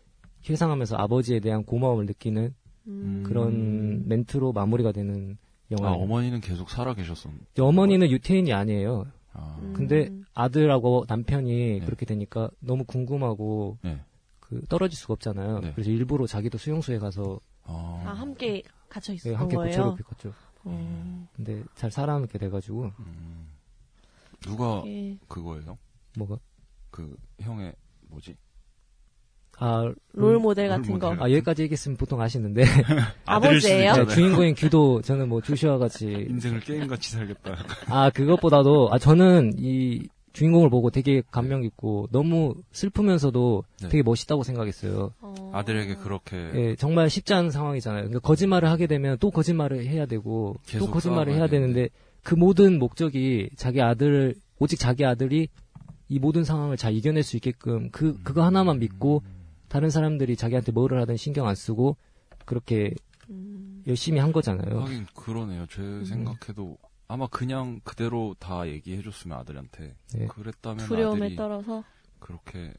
C: 회상하면서 아버지에 대한 고마움을 느끼는
B: 음.
C: 그런 멘트로 마무리가 되는
E: 아,
C: 영화예요.
E: 어머니는 계속 살아 계셨었.
C: 어머니는 유태인이 아니에요.
E: 아.
B: 음.
C: 근데 아들하고 남편이
E: 네.
C: 그렇게 되니까 너무 궁금하고
E: 네.
C: 그 떨어질 수가 없잖아요.
E: 네.
C: 그래서 일부러 자기도 수용소에 가서
E: 아.
B: 아, 함께 갇혀
C: 네,
B: 있었던
C: 함께
B: 거예요.
C: 고초를 겪었죠.
B: 어.
C: 근데 잘 살아남게 돼가지고
E: 음. 누가
B: 예.
E: 그거예요?
C: 뭐가
E: 그 형의 뭐지?
C: 아,
B: 롤
C: 음,
B: 모델
E: 롤
B: 같은 거.
E: 모델.
C: 아 여기까지 얘기했으면 보통 아시는데
E: 아들일 수도
B: 아버지예요?
C: 네,
E: 있잖아요.
C: 주인공인 귀도 저는 뭐 조슈아 같이
E: 인생을 게임 같이 살겠다.
C: 아 그것보다도 아 저는 이 주인공을 보고 되게 감명 깊고 너무 슬프면서도
E: 네.
C: 되게 멋있다고 생각했어요.
B: 어.
E: 아들에게 그렇게
C: 예, 정말 쉽지 않은 상황이잖아요. 그러니까 거짓말을 하게 되면 또 거짓말을 해야 되고 또
E: 계속
C: 거짓말을 해야
E: 싸워야
C: 되는데 그 모든 목적이 자기 아들을 오직 자기 아들이 이 모든 상황을 잘 이겨낼 수 있게끔 그 그거 하나만 믿고
E: 음.
C: 다른 사람들이 자기한테 뭐를 하든 신경 안 쓰고 그렇게
B: 음.
C: 열심히 한 거잖아요.
E: 하긴 그러네요. 제 생각해도 아마 그냥 그대로 다 얘기해줬으면 아들한테
C: 네.
E: 그랬다면
B: 두려움에
E: 아들이
B: 떨어서.
E: 그렇게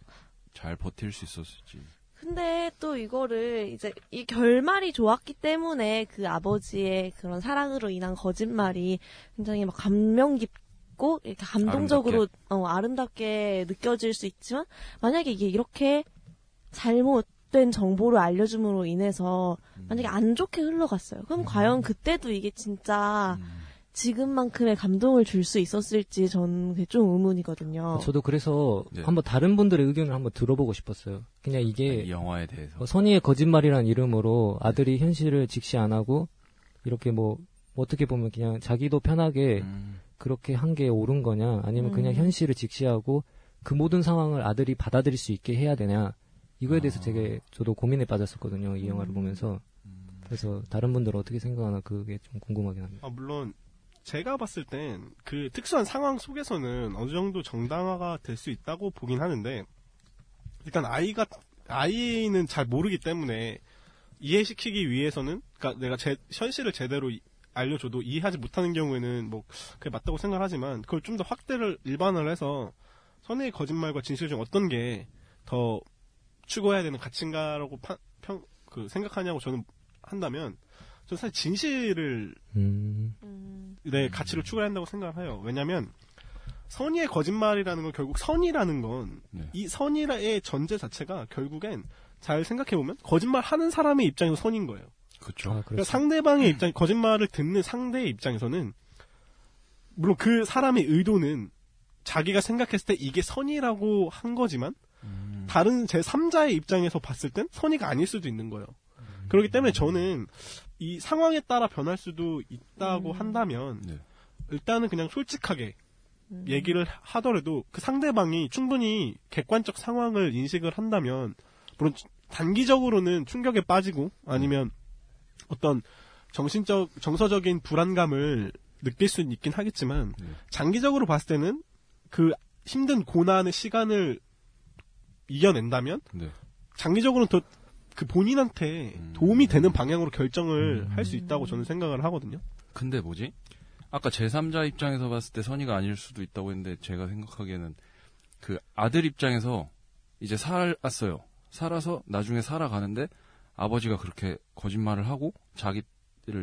E: 잘 버틸 수 있었을지.
B: 근데 또 이거를 이제 이 결말이 좋았기 때문에 그 아버지의 그런 사랑으로 인한 거짓말이 굉장히 막 감명 깊고 이렇게 감동적으로 어, 아름답게 느껴질 수 있지만 만약에 이게 이렇게 잘못된 정보를 알려줌으로 인해서
E: 음.
B: 만약에 안 좋게 흘러갔어요. 그럼 과연 그때도 이게 진짜
E: 음.
B: 지금만큼의 감동을 줄 수 있었을지 저는 그게 좀 의문이거든요.
C: 아, 저도 그래서
E: 네.
C: 한번 다른 분들의 의견을 한번 들어보고 싶었어요. 그냥
B: 예.
C: 이게
E: 이 영화에 대해서
C: 어, 선의의 거짓말이란 이름으로 아들이 현실을 직시 안 하고 이렇게 뭐 어떻게 보면 그냥 자기도
B: 네.
C: 편하게
E: 음.
C: 그렇게 한 게 옳은 거냐 아니면 그냥
B: 음.
C: 현실을 직시하고 그 모든 상황을 아들이 받아들일 수 있게 해야 되냐 이거에 대해서
E: 아.
C: 되게 저도 고민에 빠졌었거든요 이 영화를 보면서
E: 음.
C: 그래서 다른 분들은 어떻게 생각하나 그게 좀 궁금하긴 합니다.
D: 아, 물론 제가 봤을 땐 그 특수한 상황 속에서는 어느 정도 정당화가 될 수 있다고 보긴 하는데 일단 아이가 아이는 잘 모르기 때문에 이해시키기 위해서는 그러니까 내가 제 현실을 제대로 이- 알려줘도 이해하지 못하는 경우에는 뭐 그게 맞다고 생각하지만 그걸 좀 더 확대를 일반화를 해서 선의의 거짓말과 진실 중 어떤 게 더 추구해야 되는 가치인가라고 파- 평, 그 생각하냐고 저는 한다면 저는 사실 진실을
C: 음,
B: 음,
D: 내 네, 가치를 추구해야 한다고 생각을 해요. 왜냐하면 선의의 거짓말이라는 건 결국 선이라는 건 이
E: 네.
D: 선의의 전제 자체가 결국엔 잘 생각해 보면 거짓말 하는 사람의 입장에서 선인 거예요.
E: 그렇죠.
C: 아,
D: 그러니까
C: 그렇죠.
D: 상대방의 입장, 거짓말을 듣는 상대의 입장에서는 물론 그 사람의 의도는 자기가 생각했을 때 이게 선이라고 한 거지만 다른 제 3자의 입장에서 봤을 땐 선의가 아닐 수도 있는 거예요. 그렇기 때문에 저는 이 상황에 따라 변할 수도 있다고 한다면
E: 네.
D: 일단은 그냥 솔직하게 얘기를 하더라도 그 상대방이 충분히 객관적 상황을 인식을 한다면 물론 단기적으로는 충격에 빠지고 아니면 어떤 정신적 정서적인 불안감을 느낄 수는 있긴 하겠지만
E: 네.
D: 장기적으로 봤을 때는 그 힘든 고난의 시간을 이겨낸다면
E: 네.
D: 장기적으로는 더 그 본인한테
E: 음.
D: 도움이 되는 방향으로 결정을 할 수 있다고 저는 생각을 하거든요.
E: 근데 뭐지? 아까 제3자 입장에서 봤을 때 선의가 아닐 수도 있다고 했는데 제가 생각하기에는 그 아들 입장에서 이제 살았어요. 살아서 나중에 살아가는데 아버지가 그렇게 거짓말을 하고 자기를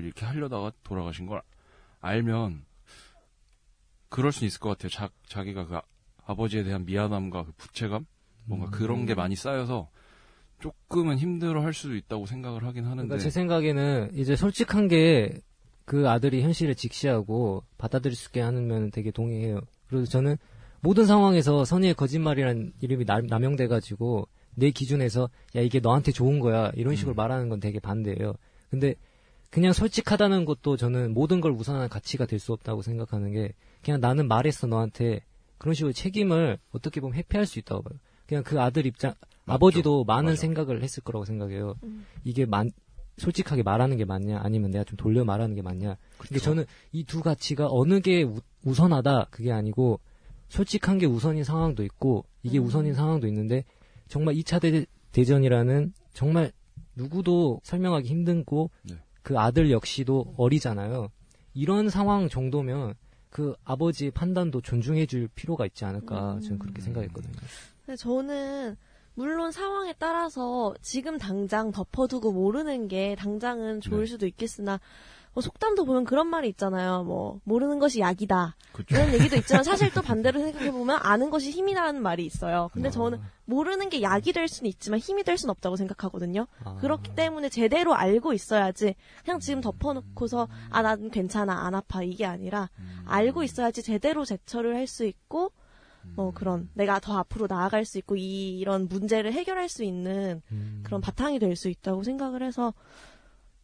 E: 이렇게 하려다가 돌아가신 걸 알면 그럴 수 있을 것 같아요. 자, 자기가 그 아, 버지에 대한 미안함과 그 부채감 뭔가 그런 게
C: 음.
E: 많이 쌓여서 조금은 힘들어 할 수도 있다고 생각을 하긴 하는데
C: 그러니까 제 생각에는 이제 솔직한 게 그 아들이 현실을 직시하고 받아들일 수 있게 하는 면 되게 동의해요. 그리고 저는 모든 상황에서 선의의 거짓말이라는 이름이 나- 남용돼가지고 내 기준에서 야 이게 너한테 좋은 거야 이런 식으로
E: 음.
C: 말하는 건 되게 반대예요. 근데 그냥 솔직하다는 것도 저는 모든 걸 우선하는 가치가 될 수 없다고 생각하는 게 그냥 나는 말했어 너한테 그런 식으로 책임을 어떻게 보면 회피할 수 있다고 봐요. 그냥 그 아들 입장 아버지도 많은
E: 맞아.
C: 생각을 했을 거라고 생각해요. 이게 만- 솔직하게 말하는 게 맞냐 아니면 내가 좀 돌려 말하는 게 맞냐. 근데 저는 이 두 가치가 어느 게 우, 우선하다 그게 아니고 솔직한 게 우선인 상황도 있고 이게 우선인 상황도 있는데 정말 2차 대, 대전이라는 정말 누구도 설명하기 힘든고
E: 네.
C: 그 아들 역시도 어리잖아요. 이런 상황 정도면 그 아버지의 판단도 존중해 줄 필요가 있지 않을까 저는 그렇게 생각했거든요.
B: 근데 저는 물론 상황에 따라서 지금 당장 덮어두고 모르는 게 당장은 좋을
E: 네.
B: 수도 있겠으나 뭐 속담도 보면 그런 말이 있잖아요. 뭐 모르는 것이 약이다
E: 그쵸.
B: 이런 얘기도 있지만 사실 또 반대로 생각해 보면 아는 것이 힘이라는 말이 있어요.
E: 아.
B: 근데 저는 모르는 게 약이 될 수는 있지만 힘이 될 수는 없다고 생각하거든요.
C: 아.
B: 그렇기 때문에 제대로 알고 있어야지 그냥
E: 음.
B: 지금 덮어놓고서 아 난 괜찮아 안 아파 이게 아니라
E: 음.
B: 알고 있어야지 제대로 제처를 할 수 있고
C: 어,
E: 음.
B: 뭐 그런 내가 더 앞으로 나아갈 수 있고 이, 이런 문제를 해결할 수 있는 그런 바탕이 될 수 있다고 생각을 해서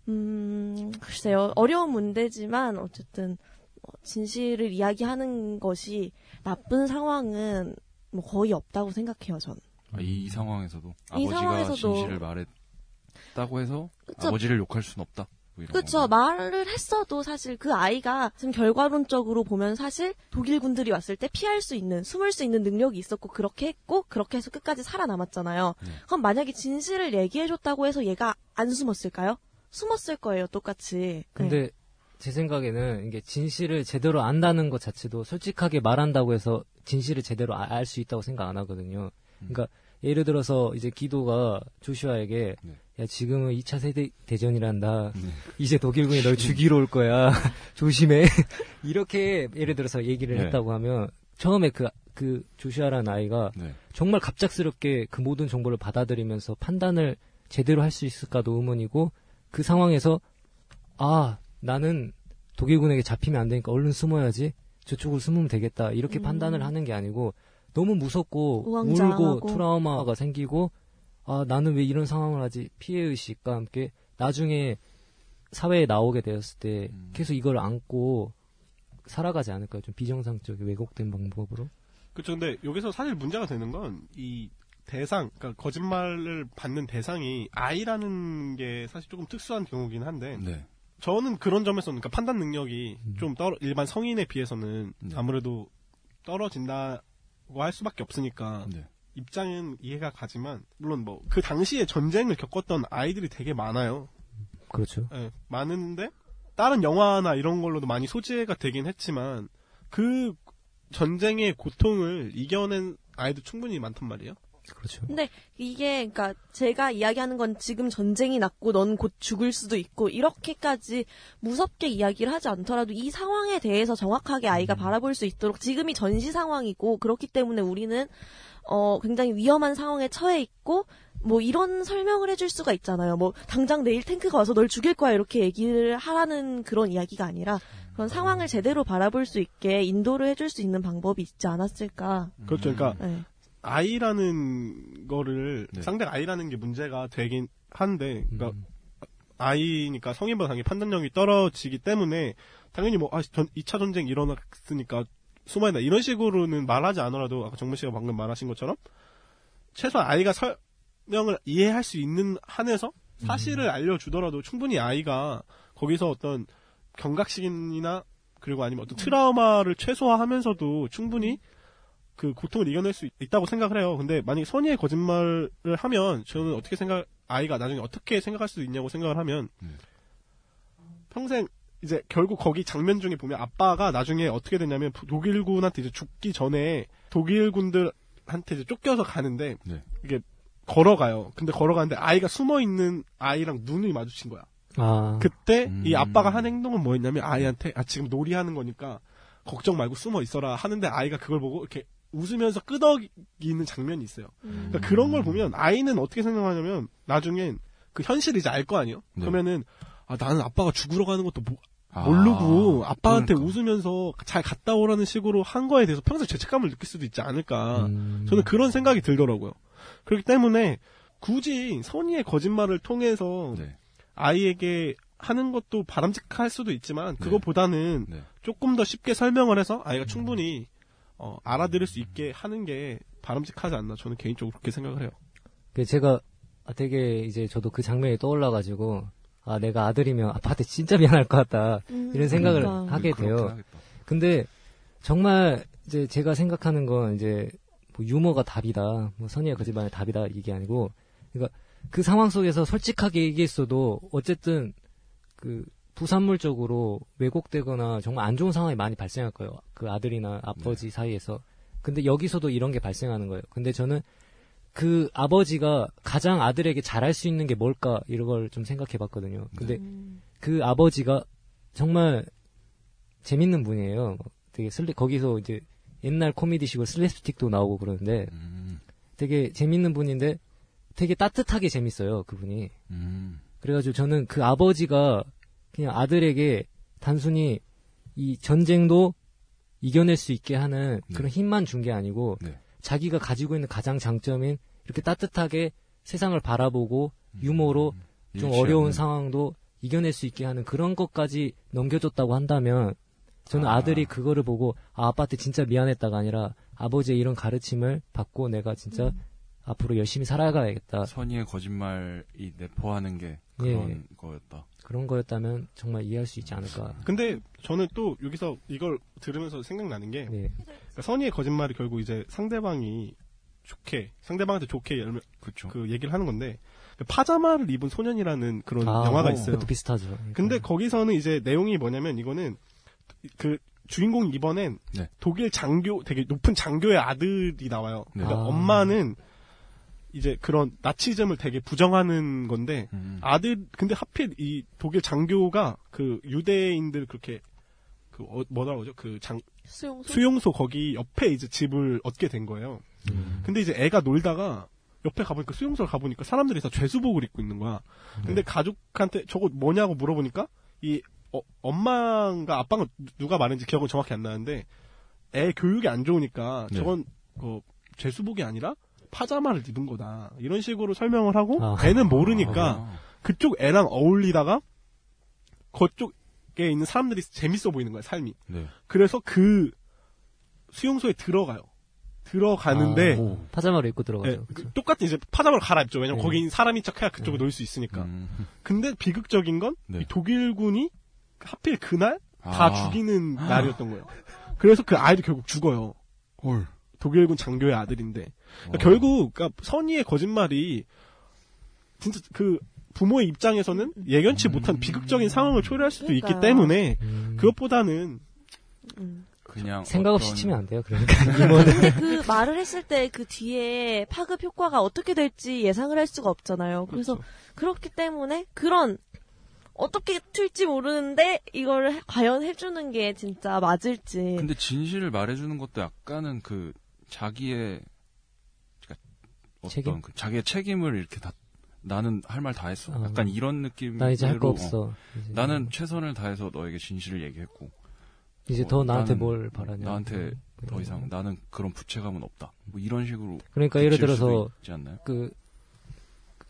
B: 음 글쎄요 어려운 문제지만 어쨌든 뭐 진실을 이야기하는 것이 나쁜 상황은 뭐 거의 없다고 생각해요 전.
E: 아, 이 상황에서도 아버지가
B: 상황에서도-
E: 진실을 말했다고 해서
B: 그쵸.
E: 아버지를 욕할 수는 없다. 뭐 이런
B: 그쵸.
E: 건가?
B: 그렇죠. 말을 했어도 사실 그 아이가 지금 결과론적으로 보면 사실 독일 군들이 왔을 때 피할 수 있는, 숨을 수 있는 능력이 있었고 그렇게 했고 그렇게 해서 끝까지 살아남았잖아요.
E: 네.
B: 그럼 만약에 진실을 얘기해줬다고 해서 얘가 안 숨었을까요? 숨었을 거예요, 똑같이.
C: 근데 제 생각에는 이게 진실을 제대로 안다는 것 자체도 솔직하게 말한다고 해서 진실을 제대로 아, 알 수 있다고 생각 안 하거든요.
E: 음.
C: 그러니까 예를 들어서 이제 기도가 조슈아에게
E: 네.
C: 야 지금은 2차 세대 대전이란다. 이제 독일군이 널 죽이러 올 거야. 조심해. 이렇게 예를 들어서 얘기를
E: 네.
C: 했다고 하면 처음에 그, 그 조슈아라는 아이가
E: 네.
C: 정말 갑작스럽게 그 모든 정보를 받아들이면서 판단을 제대로 할 수 있을까도 의문이고 그 상황에서 아 나는 독일군에게 잡히면 안 되니까 얼른 숨어야지 저쪽으로 숨으면 되겠다 이렇게 판단을 하는 게 아니고 너무 무섭고
B: 음. 우왕좌왕하고.
C: 울고 트라우마가 생기고 아 나는 왜 이런 상황을 하지 피해 의식과 함께 나중에 사회에 나오게 되었을 때 계속 이걸 안고 살아가지 않을까요 좀 비정상적인 왜곡된 방법으로
D: 그렇죠. 근데 여기서 사실 문제가 되는 건 이 대상, 그러니까 거짓말을 받는 대상이 아이라는 게 사실 조금 특수한 경우긴 한데
E: 네.
D: 저는 그런 점에서는 그러니까 판단 능력이 좀 떨어 일반 성인에 비해서는
E: 네.
D: 아무래도 떨어진다고 할 수밖에 없으니까
E: 네.
D: 입장은 이해가 가지만 물론 뭐 그 당시에 전쟁을 겪었던 아이들이 되게 많아요.
C: 그렇죠
D: 예, 많은데 다른 영화나 이런 걸로도 많이 소재가 되긴 했지만 그 전쟁의 고통을 이겨낸 아이도 충분히 많단 말이에요.
C: 그렇죠.
B: 근데 이게 그러니까 제가 이야기하는 건 지금 전쟁이 났고 넌 곧 죽을 수도 있고 이렇게까지 무섭게 이야기를 하지 않더라도 이 상황에 대해서 정확하게 아이가 바라볼 수 있도록 지금이 전시 상황이고 그렇기 때문에 우리는 어 굉장히 위험한 상황에 처해 있고 뭐 이런 설명을 해줄 수가 있잖아요. 뭐 당장 내일 탱크가 와서 널 죽일 거야 이렇게 얘기를 하라는 그런 이야기가 아니라 그런 상황을 제대로 바라볼 수 있게 인도를 해줄 수 있는 방법이 있지 않았을까.
D: 그렇죠. 그러니까
B: 네.
D: 아이라는 거를
E: 네.
D: 상대가 아이라는 게 문제가 되긴 한데 그러니까
C: 음.
D: 아이니까 성인보다 당연히 판단력이 떨어지기 때문에 당연히 뭐 아, 전 2차 전쟁 일어났으니까 숨어야 다 이런 식으로는 말하지 않으라도 아까 정문 씨가 방금 말하신 것처럼 최소한 아이가 설명을 이해할 수 있는 한에서 사실을 알려주더라도 충분히 아이가 거기서 어떤 경각심이나 그리고 아니면 어떤 트라우마를 최소화하면서도 충분히 그 고통을 이겨낼 수 있- 있다고 생각을 해요. 근데 만약에 선의의 거짓말을 하면 저는 어떻게 생각 아이가 나중에 어떻게 생각할 수 있냐고 생각을 하면
E: 음.
D: 평생 이제 결국 거기 장면 중에 보면 아빠가 나중에 어떻게 되냐면 부- 독일군한테 이제 죽기 전에 독일군들한테 이제 쫓겨서 가는데
E: 네.
D: 이게 걸어가요. 근데 걸어가는데 아이가 숨어 있는 아이랑 눈이 마주친 거야.
C: 아,
D: 그때
E: 음.
D: 이 아빠가 한 행동은 뭐였냐면 아이한테 아 지금 놀이하는 거니까 걱정 말고 숨어 있어라 하는데 아이가 그걸 보고 이렇게 웃으면서 끄덕이는 장면이 있어요.
B: 음.
D: 그러니까 그런 걸 보면 아이는 어떻게 생각하냐면 나중엔 그 현실 이제 알 거 아니에요.
E: 네.
D: 그러면은 아 나는 아빠가 죽으러 가는 것도 모,
E: 아,
D: 모르고 아빠한테
E: 그러니까.
D: 웃으면서 잘 갔다 오라는 식으로 한 거에 대해서 평생 죄책감을 느낄 수도 있지 않을까.
C: 음.
D: 저는 그런 생각이 들더라고요. 그렇기 때문에 굳이 선의의 거짓말을 통해서
E: 네.
D: 아이에게 하는 것도 바람직할 수도 있지만 그거보다는
E: 네.
D: 조금 더 쉽게 설명을 해서
C: 음.
D: 아이가 충분히 어, 알아들을 수 있게 하는 게 바람직하지 않나 저는 개인적으로 그렇게 생각을 해요.
C: 그 제가 아, 되게 이제 저도 그 장면이 떠올라가지고 아 내가 아들이면 아빠한테 진짜 미안할 것 같다
B: 음,
C: 이런 생각을
B: 그러니까.
C: 하게
E: 네, 그렇긴
C: 돼요.
E: 하겠다.
C: 근데 정말 이제 제가 생각하는 건 이제 뭐 유머가 답이다, 뭐 선의의 거짓말이 답이다 이게 아니고, 그러니까 그 상황 속에서 솔직하게 얘기했어도 어쨌든 그 부산물적으로 왜곡되거나 정말 안 좋은 상황이 많이 발생할 거예요. 그 아들이나 아버지 사이에서. 근데 여기서도 이런 게 발생하는 거예요. 근데 저는 그 아버지가 가장 아들에게 잘할 수 있는 게 뭘까 이런 걸 좀 생각해 봤거든요. 근데
B: 음.
C: 그 아버지가 정말 재밌는 분이에요. 되게 슬리 거기서 이제 옛날 코미디식으로 슬랩스틱도 나오고 그러는데
E: 음,
C: 되게 재밌는 분인데 되게 따뜻하게 재밌어요 그분이.
E: 음.
C: 그래가지고 저는 그 아버지가 그냥 아들에게 단순히 이 전쟁도 이겨낼 수 있게 하는 그런
E: 네.
C: 힘만 준 게 아니고
E: 네.
C: 자기가 가지고 있는 가장 장점인 이렇게 따뜻하게 세상을 바라보고
E: 음.
C: 유머로 좀
E: 일치
C: 어려운
E: 않는.
C: 상황도 이겨낼 수 있게 하는 그런 것까지 넘겨줬다고 한다면 저는
E: 아.
C: 아. 들이 그거를 보고 아, 아빠한테 진짜 미안했다가 아니라 아버지의 이런 가르침을 받고 내가 진짜 앞으로 열심히 살아가야겠다
E: 선의의 거짓말이 내포하는 게
C: 예.
E: 그런 거였다.
C: 그런 거였다면 정말 이해할 수 있지 않을까.
D: 근데 저는 또 여기서 이걸 들으면서 생각나는 게
C: 네.
D: 그러니까 선의의 거짓말이 결국 이제 상대방이 좋게 상대방한테 좋게 열면
E: 그렇죠.
D: 그 얘기를 하는 건데 그 파자마를 입은 소년이라는 그런
C: 아,
D: 영화가
C: 어,
D: 있어요.
C: 그것도 비슷하죠.
E: 음.
C: 그러니까
D: 근데 거기서는 이제 내용이 뭐냐면 이거는 그 주인공 이번엔
E: 네.
D: 독일 장교 되게 높은 장교의 아들이 나와요.
E: 네.
D: 그러니까
C: 아.
D: 엄마는 이제 그런 나치즘을 되게 부정하는 건데
E: 음.
D: 아들 근데 하필 이 독일 장교가 그 유대인들 그렇게 그 어, 뭐라 그러죠? 그 장
B: 수용 소
D: 수용소 거기 옆에 이제 집을 얻게 된 거예요. 근데 이제 애가 놀다가 옆에 가보니까 수용소를 가보니까 사람들이 다 죄수복을 입고 있는 거야.
C: 네.
D: 근데 가족한테 저거 뭐냐고 물어보니까 이 어, 엄마가 아빠가 누가 말했는지 기억은 정확히 안 나는데 애 교육이 안 좋으니까
E: 네.
D: 저건 어, 죄수복이 아니라 파자마를 입은 거다. 이런 식으로 설명을 하고
C: 아.
D: 애는 모르니까
E: 아,
D: 그쪽 애랑 어울리다가 그쪽에 있는 사람들이 재밌어 보이는 거야 삶이.
E: 네.
D: 그래서 그 수용소에 들어가요. 들어가는데
C: 아, 파자마를 입고 들어가죠.
D: 네,
C: 그쵸?
D: 그 똑같은 이제 파자마를 갈아입죠. 왜냐면
C: 네.
D: 거기 있는 사람인 척해야 그쪽에 놓일 수 있으니까.
E: 예. 음.
D: 근데 비극적인 건
E: 네.
D: 이 독일군이 하필 그날 다
E: 아.
D: 죽이는 날이었던 거예요. 그래서 그 아이도 결국 죽어요.
E: 헐.
D: 독일군 장교의 아들인데 그러니까
E: 어.
D: 결국 그러니까 선의의 거짓말이 진짜 그 부모의 입장에서는 예견치 못한 비극적인
E: 음.
D: 상황을 초래할 수도 있기
B: 그러니까요.
D: 때문에
C: 음,
D: 그것보다는
B: 음.
E: 그냥
C: 생각 없이
E: 어떤-
C: 치면 안 돼요. 그러니까
B: 근데 그 말을 했을 때 그 뒤에 파급 효과가 어떻게 될지 예상을 할 수가 없잖아요. 그래서
D: 그렇죠.
B: 그렇기 때문에 그런 어떻게 튈지 모르는데 이걸 해- 과연 해주는 게 진짜
C: 예.
B: 맞을지.
E: 근데 진실을 말해주는 것도 약간은 그 자기의 그러니까 어떤
C: 책임?
E: 그 자기의 책임을 이렇게 다 나는 할 말 다 했어.
C: 아.
E: 약간 이런 느낌.
C: 나 이제 할 거 없어. 이제
E: 나는 최선을 다해서 너에게 진실을 얘기했고
C: 이제
E: 뭐,
C: 더 나한테
E: 나는-
C: 뭘 바라냐?
E: 나한테
C: 음,
E: 더 이상 나는 그런 부채감은 없다. 뭐 이런 식으로
C: 그러니까 예를
E: 그칠 수도
C: 들어서
E: 있지 않나요?
C: 그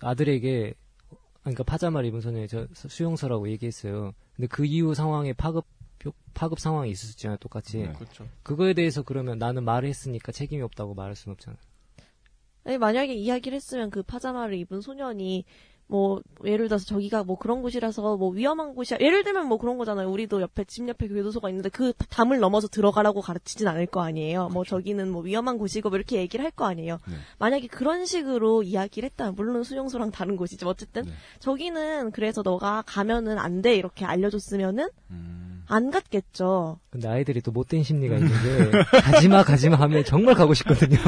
C: 아들에게 그러니까 파자마를 입은 소녀의 저 수용소라고 얘기했어요. 근데 그 이후 상황에 파급 파급 상황이 있을 수 있잖아요. 똑같이
E: 네.
D: 그렇죠.
C: 그거에 대해서 그러면 나는 말을 했으니까 책임이 없다고 말할 수는 없잖아요.
B: 아니, 네, 만약에 이야기를 했으면 그 파자마를 입은 소년이 뭐 예를 들어서 저기가 뭐 그런 곳이라서 뭐 위험한 곳이야 예를 들면 뭐 그런 거잖아요 우리도 옆에 집 옆에 교도소가 있는데 그 담을 넘어서 들어가라고 가르치진 않을 거 아니에요 뭐 저기는 뭐 위험한 곳이고 뭐 이렇게 얘기를 할 거 아니에요
E: 네.
B: 만약에 그런 식으로 이야기를 했다면 물론 수용소랑 다른 곳이지 뭐 어쨌든
E: 네.
B: 저기는 그래서 너가 가면은 안 돼 이렇게 알려줬으면은
E: 음,
B: 안 갔겠죠
C: 근데 아이들이 또 못된 심리가 있는 게 가지마 가지마 하면 정말 가고 싶거든요.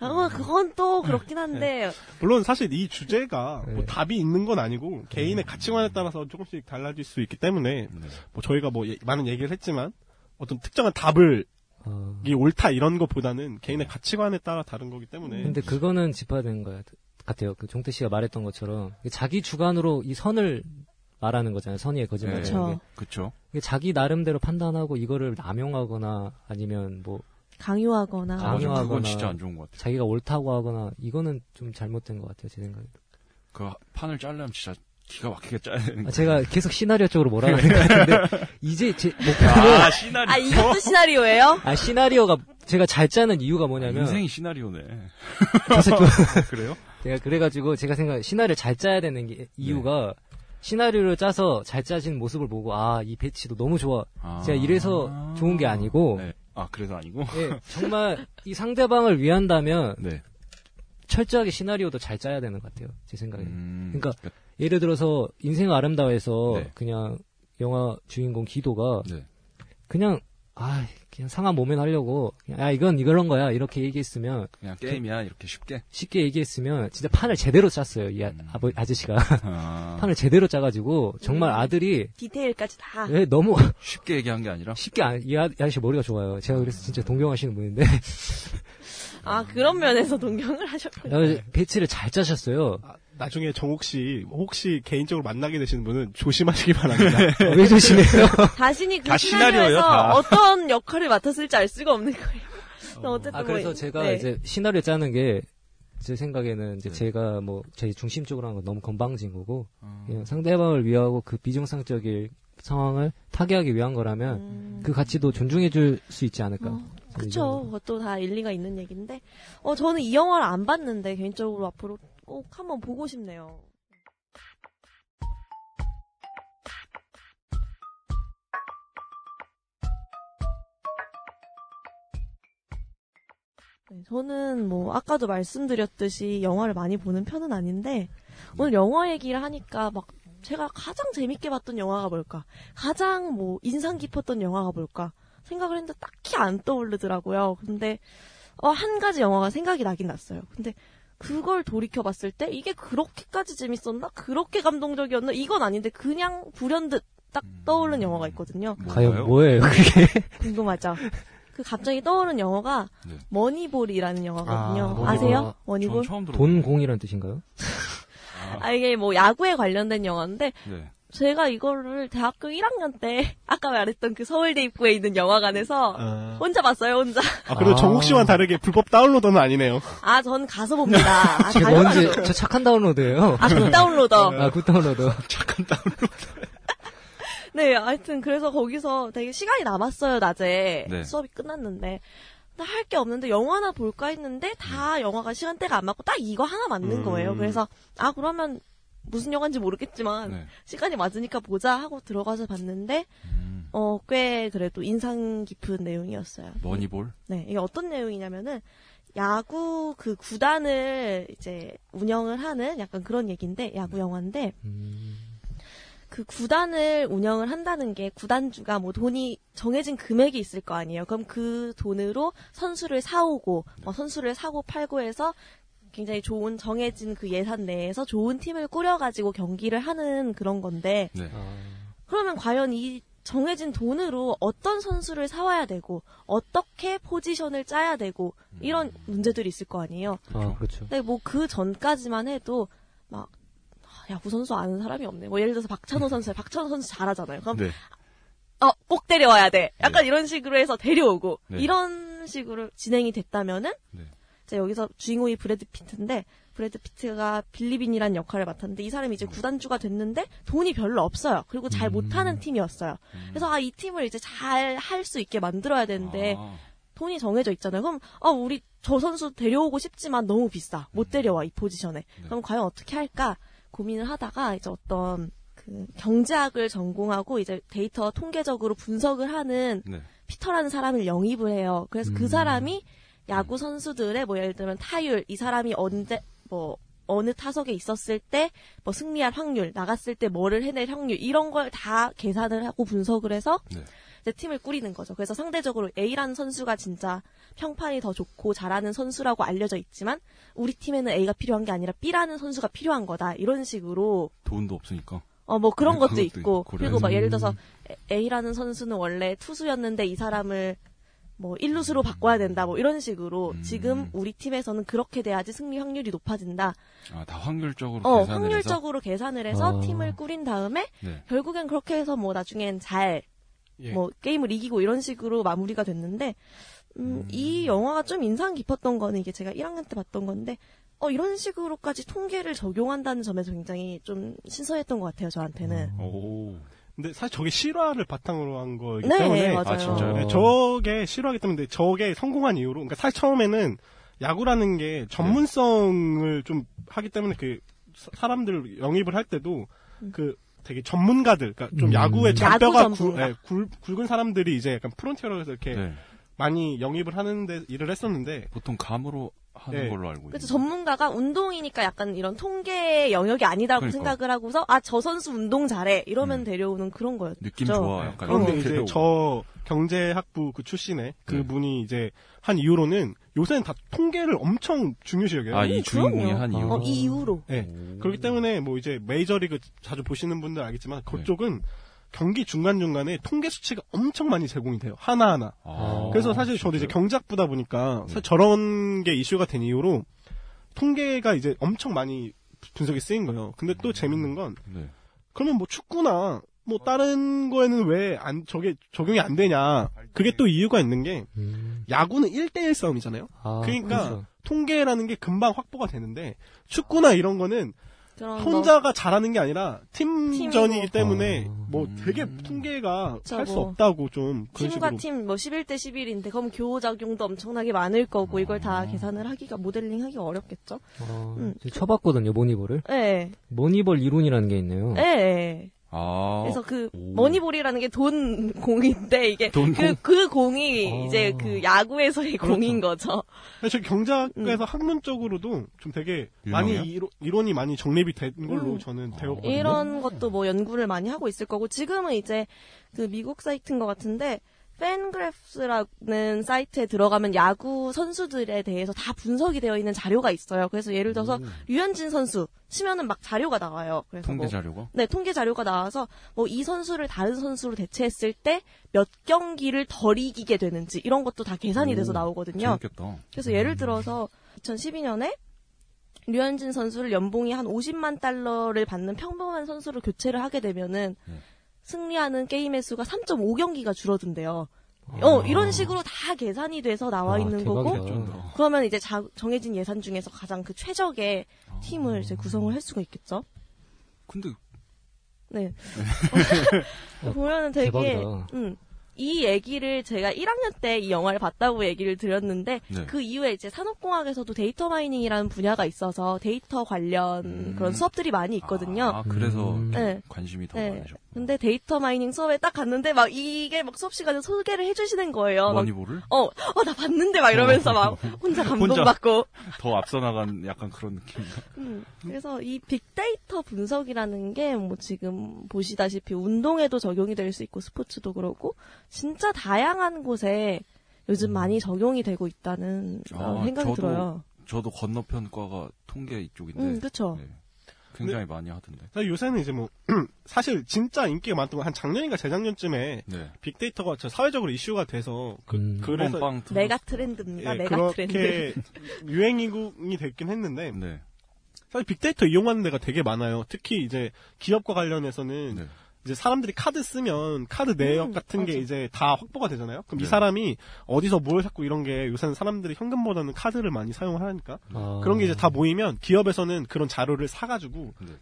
B: 어 그건 또 그렇긴 한데
D: 물론 사실 이 주제가 뭐
C: 네.
D: 답이 있는 건 아니고
E: 음.
D: 개인의 가치관에 따라서 조금씩 달라질 수 있기 때문에
E: 네.
D: 뭐 저희가 뭐 예- 많은 얘기를 했지만 어떤 특정한 답을
C: 어,
D: 이 옳다 이런 것보다는 개인의 가치관에 따라 다른 거기 때문에
C: 네. 근데 그거는 짚어야 되는 거 같아요. 그 종태 씨가 말했던 것처럼 자기 주관으로 이 선을 말하는 거잖아요. 선의의 거짓말이라는
E: 네.
C: 게.
B: 그렇죠
E: 그쵸.
C: 이게 자기 나름대로 판단하고 이거를 남용하거나 아니면 뭐
B: 강요하거나
E: 아, 맞아. 그건
C: 강요하거나
E: 진짜 안 좋은 것 같아요.
C: 자기가 옳다고 하거나 이거는 좀 잘못된 것 같아요 제 생각에.
E: 그 판을 짜려면 진짜 기가 막히게 짜야 되는
C: 아,
E: 거.
C: 제가 계속 시나리오 쪽으로 몰아가는 것 같은데 이제 제 목표는
E: 아 시나리오.
B: 아 이것도 시나리오예요?
C: 아 시나리오가 제가 잘 짜는 이유가 뭐냐면
E: 아, 인생이 시나리오네.
C: 저 새끼
E: 그래요?
C: 제가 그래가지고 제가 생각 시나리오 를잘 짜야 되는
E: 네.
C: 게- 이유가 시나리오를 짜서 잘 짜진 모습을 보고 아 이 배치도 너무 좋아
E: 아.
C: 제가 이래서 좋은 게
B: 어.
C: 아니고
E: 네. 아 그래서 아니고.
C: 예, 정말 이 상대방을 위한다면
E: 네.
C: 철저하게 시나리오도 잘 짜야 되는 것 같아요 제 생각에
E: 음,
C: 그러니까 예를 들어서 인생 아름다워에서
E: 네.
C: 그냥 영화 주인공 기도가
E: 네.
C: 그냥 아 그냥 상하 모면 하려고 그냥 아 이건 이런 거야 이렇게 얘기했으면
E: 그냥 게임이야 이렇게 쉽게.
C: 쉽게 얘기했으면 진짜 판을 제대로 짰어요 이 아,
E: 음.
C: 아버, 아저씨가
E: 아,
C: 판을 제대로 짜가지고 정말
B: 음.
C: 아들이
B: 디테일까지 다.
C: 예, 너무
E: 쉽게 얘기한 게 아니라.
C: 쉽게 안, 이 아- 이 아저씨 머리가 좋아요 제가 그래서 진짜 동경하시는 분인데
B: 아, 그런 면에서 동경을 하셨군요.
C: 아, 배치를 잘 짜셨어요
D: 아, 나중에 정옥 씨 혹시 개인적으로 만나게 되시는 분은 조심하시기 바랍니다.
B: 네.
C: 아, 왜 조심해요
B: 자신이 그
D: 다 시나리오예요,
B: 시나리오에서
D: 다.
B: 어떤 역할을 맡았을지 알 수가 없는 거예요. 어쨌든
C: 아, 그래서
B: 뭐,
C: 제가
B: 네.
C: 이제 시나리오 짜는 게, 제 생각에는 이제
E: 네.
C: 제가 뭐, 제 중심적으로 하는 건 너무 건방진 거고,
E: 아,
B: 예.
C: 그냥 예, 상대방을 위하고 그 비정상적인 상황을 타개하기 위한 거라면,
B: 음,
C: 그 그러니까. 가치도 존중해줄 수 있지 않을까.
B: 어, 그쵸. 그것도 다 일리가 있는 얘기인데. 어, 저는 이 영화를 안 봤는데, 개인적으로 앞으로 꼭 한번 보고 싶네요. 네, 저는 뭐, 아까도 말씀드렸듯이 영화를 많이 보는 편은 아닌데, 오늘 영화 얘기를 하니까 막, 제가 가장 재밌게 봤던 영화가 뭘까? 가장 뭐, 인상 깊었던 영화가 뭘까? 생각을 했는데 딱히 안 떠오르더라고요. 근데 어, 한 가지 영화가 생각이 나긴 났어요. 근데 그걸 돌이켜 봤을 때 이게 그렇게까지 재밌었나? 그렇게 감동적이었나? 이건 아닌데 그냥 불현듯 딱 떠오른 영화가 있거든요.
C: 과연
E: 뭔가요?
C: 뭐예요, 그게?
B: 궁금하죠? 그 갑자기 떠오른 영화가
E: 네.
B: 머니볼이라는
D: 아,
B: 영화거든요.
D: 머니볼.
B: 아, 세요
E: 전
B: 머니볼?
E: 처음 들어.
C: 돈 공이란 뜻인가요?
B: 아, 이게 뭐 야구에 관련된 영화인데
E: 네.
B: 제가 이거를 대학교 1학년 때 아까 말했던 그 서울대 입구에 있는 영화관에서
D: 아,
B: 혼자 어, 봤어요, 혼자.
D: 아, 그리고
C: 아.
D: 정옥 씨와 다르게 불법 다운로더는 아니네요.
B: 아, 전 가서 봅니다. 아,
C: 제가
B: 당연하죠.
C: 언제, 저 착한 다운로드예요
B: 아, 그 다운로더.
C: 아, 굿 다운로드.
B: 네, 하여튼 그래서 거기서 되게 시간이 남았어요, 낮에.
E: 네.
B: 수업이 끝났는데. 근데 할 게 없는데 영화나 볼까 했는데 다 영화가 시간대가 안 맞고 딱 이거 하나 맞는
D: 음.
B: 거예요. 그래서 아, 그러면 무슨 영화인지 모르겠지만
E: 네.
B: 시간이 맞으니까 보자 하고 들어가서 봤는데
E: 음,
B: 어, 꽤 그래도 인상 깊은 내용이었어요.
E: 머니볼.
B: 네, 이게 어떤 내용이냐면은 야구 그 구단을 이제 운영을 하는 약간 그런 얘기인데 야구 영화인데
C: 음,
B: 그 구단을 운영을 한다는 게 구단주가 뭐 돈이 정해진 금액이 있을 거 아니에요. 그럼 그 돈으로 선수를 사오고 뭐 선수를 사고 팔고 해서 굉장히 좋은 정해진 그 예산 내에서 좋은 팀을 꾸려가지고 경기를 하는 그런 건데
E: 네.
C: 아,
B: 그러면 과연 이 정해진 돈으로 어떤 선수를 사와야 되고 어떻게 포지션을 짜야 되고 이런 문제들이 있을 거 아니에요.
C: 아, 그렇죠.
B: 근데 뭐 그 전까지만 해도 막 아, 야구 선수 아는 사람이 없네. 뭐 예를 들어서 박찬호 선수, 박찬호 선수 잘하잖아요. 그럼
E: 네.
B: 어 꼭 데려와야 돼. 약간 이런 식으로 해서 데려오고
E: 네.
B: 이런 식으로 진행이 됐다면은
E: 네.
B: 이제 여기서 주인공이 브래드 피트인데 브래드 피트가 빌리빈이라는 역할을 맡았는데 이 사람이
E: 음.
B: 이제 구단주가 됐는데 돈이 별로 없어요. 그리고 잘 못하는 팀이었어요. 그래서 아 이 팀을 이제 잘 할 수 있게 만들어야 되는데
E: 음. 아,
B: 돈이 정해져 있잖아요. 그럼 아 우리 저 선수 데려오고 싶지만 너무 비싸. 못 데려와 이 포지션에. 그럼 과연 어떻게 할까 고민을 하다가 이제 어떤 그 경제학을 전공하고 이제 데이터 통계적으로 분석을 하는
E: 네.
B: 피터라는 사람을 영입을 해요. 그래서 그 사람이 야구 선수들의 뭐 예를 들면 타율, 이 사람이 언제 뭐 어느 타석에 있었을 때 뭐 승리할 확률, 나갔을 때 뭐를 해낼 확률 이런 걸 다 계산을 하고 분석을 해서
E: 네.
B: 이제 팀을 꾸리는 거죠. 그래서 상대적으로 A라는 선수가 진짜 평판이 더 좋고 잘하는 선수라고 알려져 있지만 우리 팀에는 A가 필요한 게 아니라 B라는 선수가 필요한 거다 이런 식으로
E: 돈도 없으니까.
B: 어, 뭐 그런
E: 네,
B: 것도
E: 그것도
B: 있고.
E: 있고, 그래요.
B: 그리고 막
C: 음.
B: 예를 들어서 A- A라는 선수는 원래 투수였는데 이 사람을 뭐 일루수로 바꿔야 된다. 뭐 이런 식으로
E: 음.
B: 지금 우리 팀에서는 그렇게 돼야지 승리 확률이 높아진다.
E: 아, 다 확률적으로
B: 어,
E: 계산을 해서.
B: 확률적으로 계산을 해서
C: 어.
B: 팀을 꾸린 다음에
E: 네.
B: 결국엔 그렇게 해서 뭐 나중엔 잘
D: 예.
B: 뭐 게임을 이기고 이런 식으로 마무리가 됐는데 음, 이 영화가 좀 인상 깊었던 거는 이게 제가 1학년 때 봤던 건데 어 이런 식으로까지 통계를 적용한다는 점에서 굉장히 좀 신선했던 것 같아요
E: 음,
B: 저한테는
E: 오.
D: 예. 근데 사실 저게 실화를 바탕으로 한 거이기
B: 네,
D: 때문에
B: 맞아요.
E: 아, 진짜요?
D: 네, 저게 싫어하기 때문에 저게 성공한 이유로 그러니까 사실 처음에는 야구라는 게 전문성을
E: 네.
D: 좀 하기 때문에 그 사- 사람들 영입을 할 때도 그 되게 전문가들 그러니까 좀
C: 음.
D: 야구의 잔뼈가
B: 야구
D: 굵-
B: 음. 전문가.
D: 예, 굵- 굵은 사람들이 이제 약간 프론티어로 해서 이렇게
E: 네.
D: 많이 영입을 하는데 일을 했었는데
E: 보통 감으로 하는
D: 네.
E: 걸로 알고 있는.
B: 그래서 전문가가 운동이니까 약간 이런 통계의 영역이 아니라고
E: 그러니까.
B: 생각을 하고서 아 저 선수 운동 잘해 이러면
E: 음.
B: 데려오는 그런 거였죠. 네.
E: 느낌 좋아. 약간
D: 그런데
E: 이런
D: 이제
E: 데도. 네.
D: 저 경제학부 그 출신의 그분이 이제 한 이후로는 요새는 다 통계를 엄청 중요시 여겨요.
E: 아, 이 주인공이
B: 그럼요.
E: 한 이유.
B: 어, 이 이후로
D: 예. 그렇기 때문에 뭐 이제 메이저리그 자주 보시는 분들
C: 네.
D: 알겠지만 그쪽은 경기 중간중간에 통계 수치가 엄청 많이 제공이 돼요. 하나하나.
B: 어.
E: 아,
D: 그래서 사실 저도 이제 경작부다 보니까
C: 네.
D: 사실 저런 게 이슈가 된 이후로 통계가 이제 엄청 많이 분석이 쓰인 거예요. 근데
C: 음.
D: 또 재밌는 건
E: 네.
D: 그러면 뭐 축구나 뭐 다른 거에는 왜 안 저게 적용이 안 되냐.
C: 아, 네.
D: 그게 또 이유가 있는 게
C: 음,
D: 야구는 1대1 싸움이잖아요.
C: 아,
D: 그러니까
C: 그렇죠.
D: 통계라는 게 금방 확보가 되는데 축구나 이런 거는
B: 그런 거.
D: 혼자가 잘하는 게 아니라 팀전이기
B: 팀이고.
D: 때문에
C: 아.
D: 뭐 되게 통계가
B: 그쵸,
D: 할 수
B: 뭐.
D: 없다고 좀 그런
B: 팀과
D: 식으로
B: 팀 뭐 11대 11인데 그럼 교호 작용도 엄청나게 많을 거고 이걸 다 계산을 하기가 모델링 하기가 어렵겠죠.
C: 아,
B: 음.
C: 제가 쳐봤거든요, 모니볼을.
B: 예.
C: 모니볼 이론이라는 게 있네요.
B: 예. 예.
E: 아.
B: 그래서 그
E: 오.
B: 머니볼이라는 게 돈 공인데 이게
E: 돈
B: 그,
E: 공?
B: 그 공이
C: 아.
B: 이제 그 야구에서의 공인 거죠.
D: 근데 저 경제학에서 학문적으로 좀 되게
E: 유명해요?
D: 많이 이론, 이 많이 정립이 된 걸로
B: 음.
D: 저는
E: 아.
D: 되었거든요.
B: 이런 것도 뭐 연구를 많이 하고 있을 거고 지금은 이제 그 미국 사이트인 것 같은데 팬그래프스라는 사이트에 들어가면 야구 선수들에 대해서 다 분석이 되어 있는 자료가 있어요. 그래서 예를 들어서 류현진 선수 치면은 막 자료가 나와요. 그래서
E: 음. 통계
B: 뭐
E: 자료가?
B: 네, 통계 자료가 나와서 뭐 이 선수를 다른 선수로 대체했을 때 몇 경기를 덜 이기게 되는지 이런 것도 다 계산이 돼서
E: 오,
B: 나오거든요.
E: 재밌겠다.
B: 그래서 예를 들어서 2012년에 류현진 선수를 연봉이 한 50만 달러를 받는 평범한 선수로 교체를 하게 되면은
E: 네.
B: 승리하는 게임의 수가 3.5경기가 줄어든대요. 어, 이런 식으로 다 계산이 돼서 나와
C: 아,
B: 있는 거고
C: 대박이다.
B: 그러면 이제 자- 정해진 예산 중에서 가장 그 최적의
C: 아.
B: 팀을 이제 구성을 할 수가 있겠죠.
E: 근데
B: 그 네. 보면은 되게
C: 대박이다.
B: 음. 이 얘기를 제가 1학년 때 이 영화를 봤다고 얘기를 드렸는데
E: 네.
B: 그 이후에 이제 산업공학에서도 데이터 마이닝이라는 분야가 있어서 데이터 관련
E: 음.
B: 그런 수업들이 많이 있거든요.
E: 아, 그래서
C: 음.
E: 이렇게
B: 네.
E: 관심이 더
B: 네.
E: 많으셨고.
B: 근데 데이터 마이닝 수업에 딱 갔는데 막 이게 막 수업 시간에 소개를 해주시는
E: 뭐
B: 거예요. 막,
E: 머니볼을
B: 어, 어, 나 봤는데 막 이러면서 막 혼자 감동받고.
E: 더 앞서 나간 약간 그런 느낌.
B: 음, 그래서 이 빅데이터 분석이라는 게 뭐 지금 보시다시피 운동에도 적용이 될 수 있고 스포츠도 그렇고 진짜 다양한 곳에 요즘 많이 적용이 되고 있다는
E: 음. 아,
B: 생각이
E: 저도
B: 들어요.
E: 저도 건너편과가 통계 이쪽인데
B: 음, 그쵸.
E: 네. 굉장히 많이 하던데.
D: 사실 요새는 이제 뭐 사실 진짜 인기가 많던 건 한 작년인가 재작년쯤에
E: 네.
D: 빅데이터가 저 사회적으로 이슈가 돼서 그,
C: 음.
D: 그래서
E: 빵빵 터졌-
B: 메가 트렌드입니다.
D: 예,
B: 메가 트렌드.
D: 그렇게 유행이군이 됐긴 했는데
E: 네.
D: 사실 빅데이터 이용하는 데가 되게 많아요. 특히 이제 기업과 관련해서는
E: 네.
D: 이제 사람들이 카드 쓰면 카드 내역
B: 음,
D: 같은 게
B: 맞아.
D: 이제 다 확보가 되잖아요. 그럼 이
E: 네.
D: 사람이 어디서 뭘 샀고 이런 게 요새는 사람들이 현금보다는 카드를 많이 사용을 하니까
C: 아.
D: 그런 게 이제 다 모이면 기업에서는 그런 자료를 사가지고
E: 네.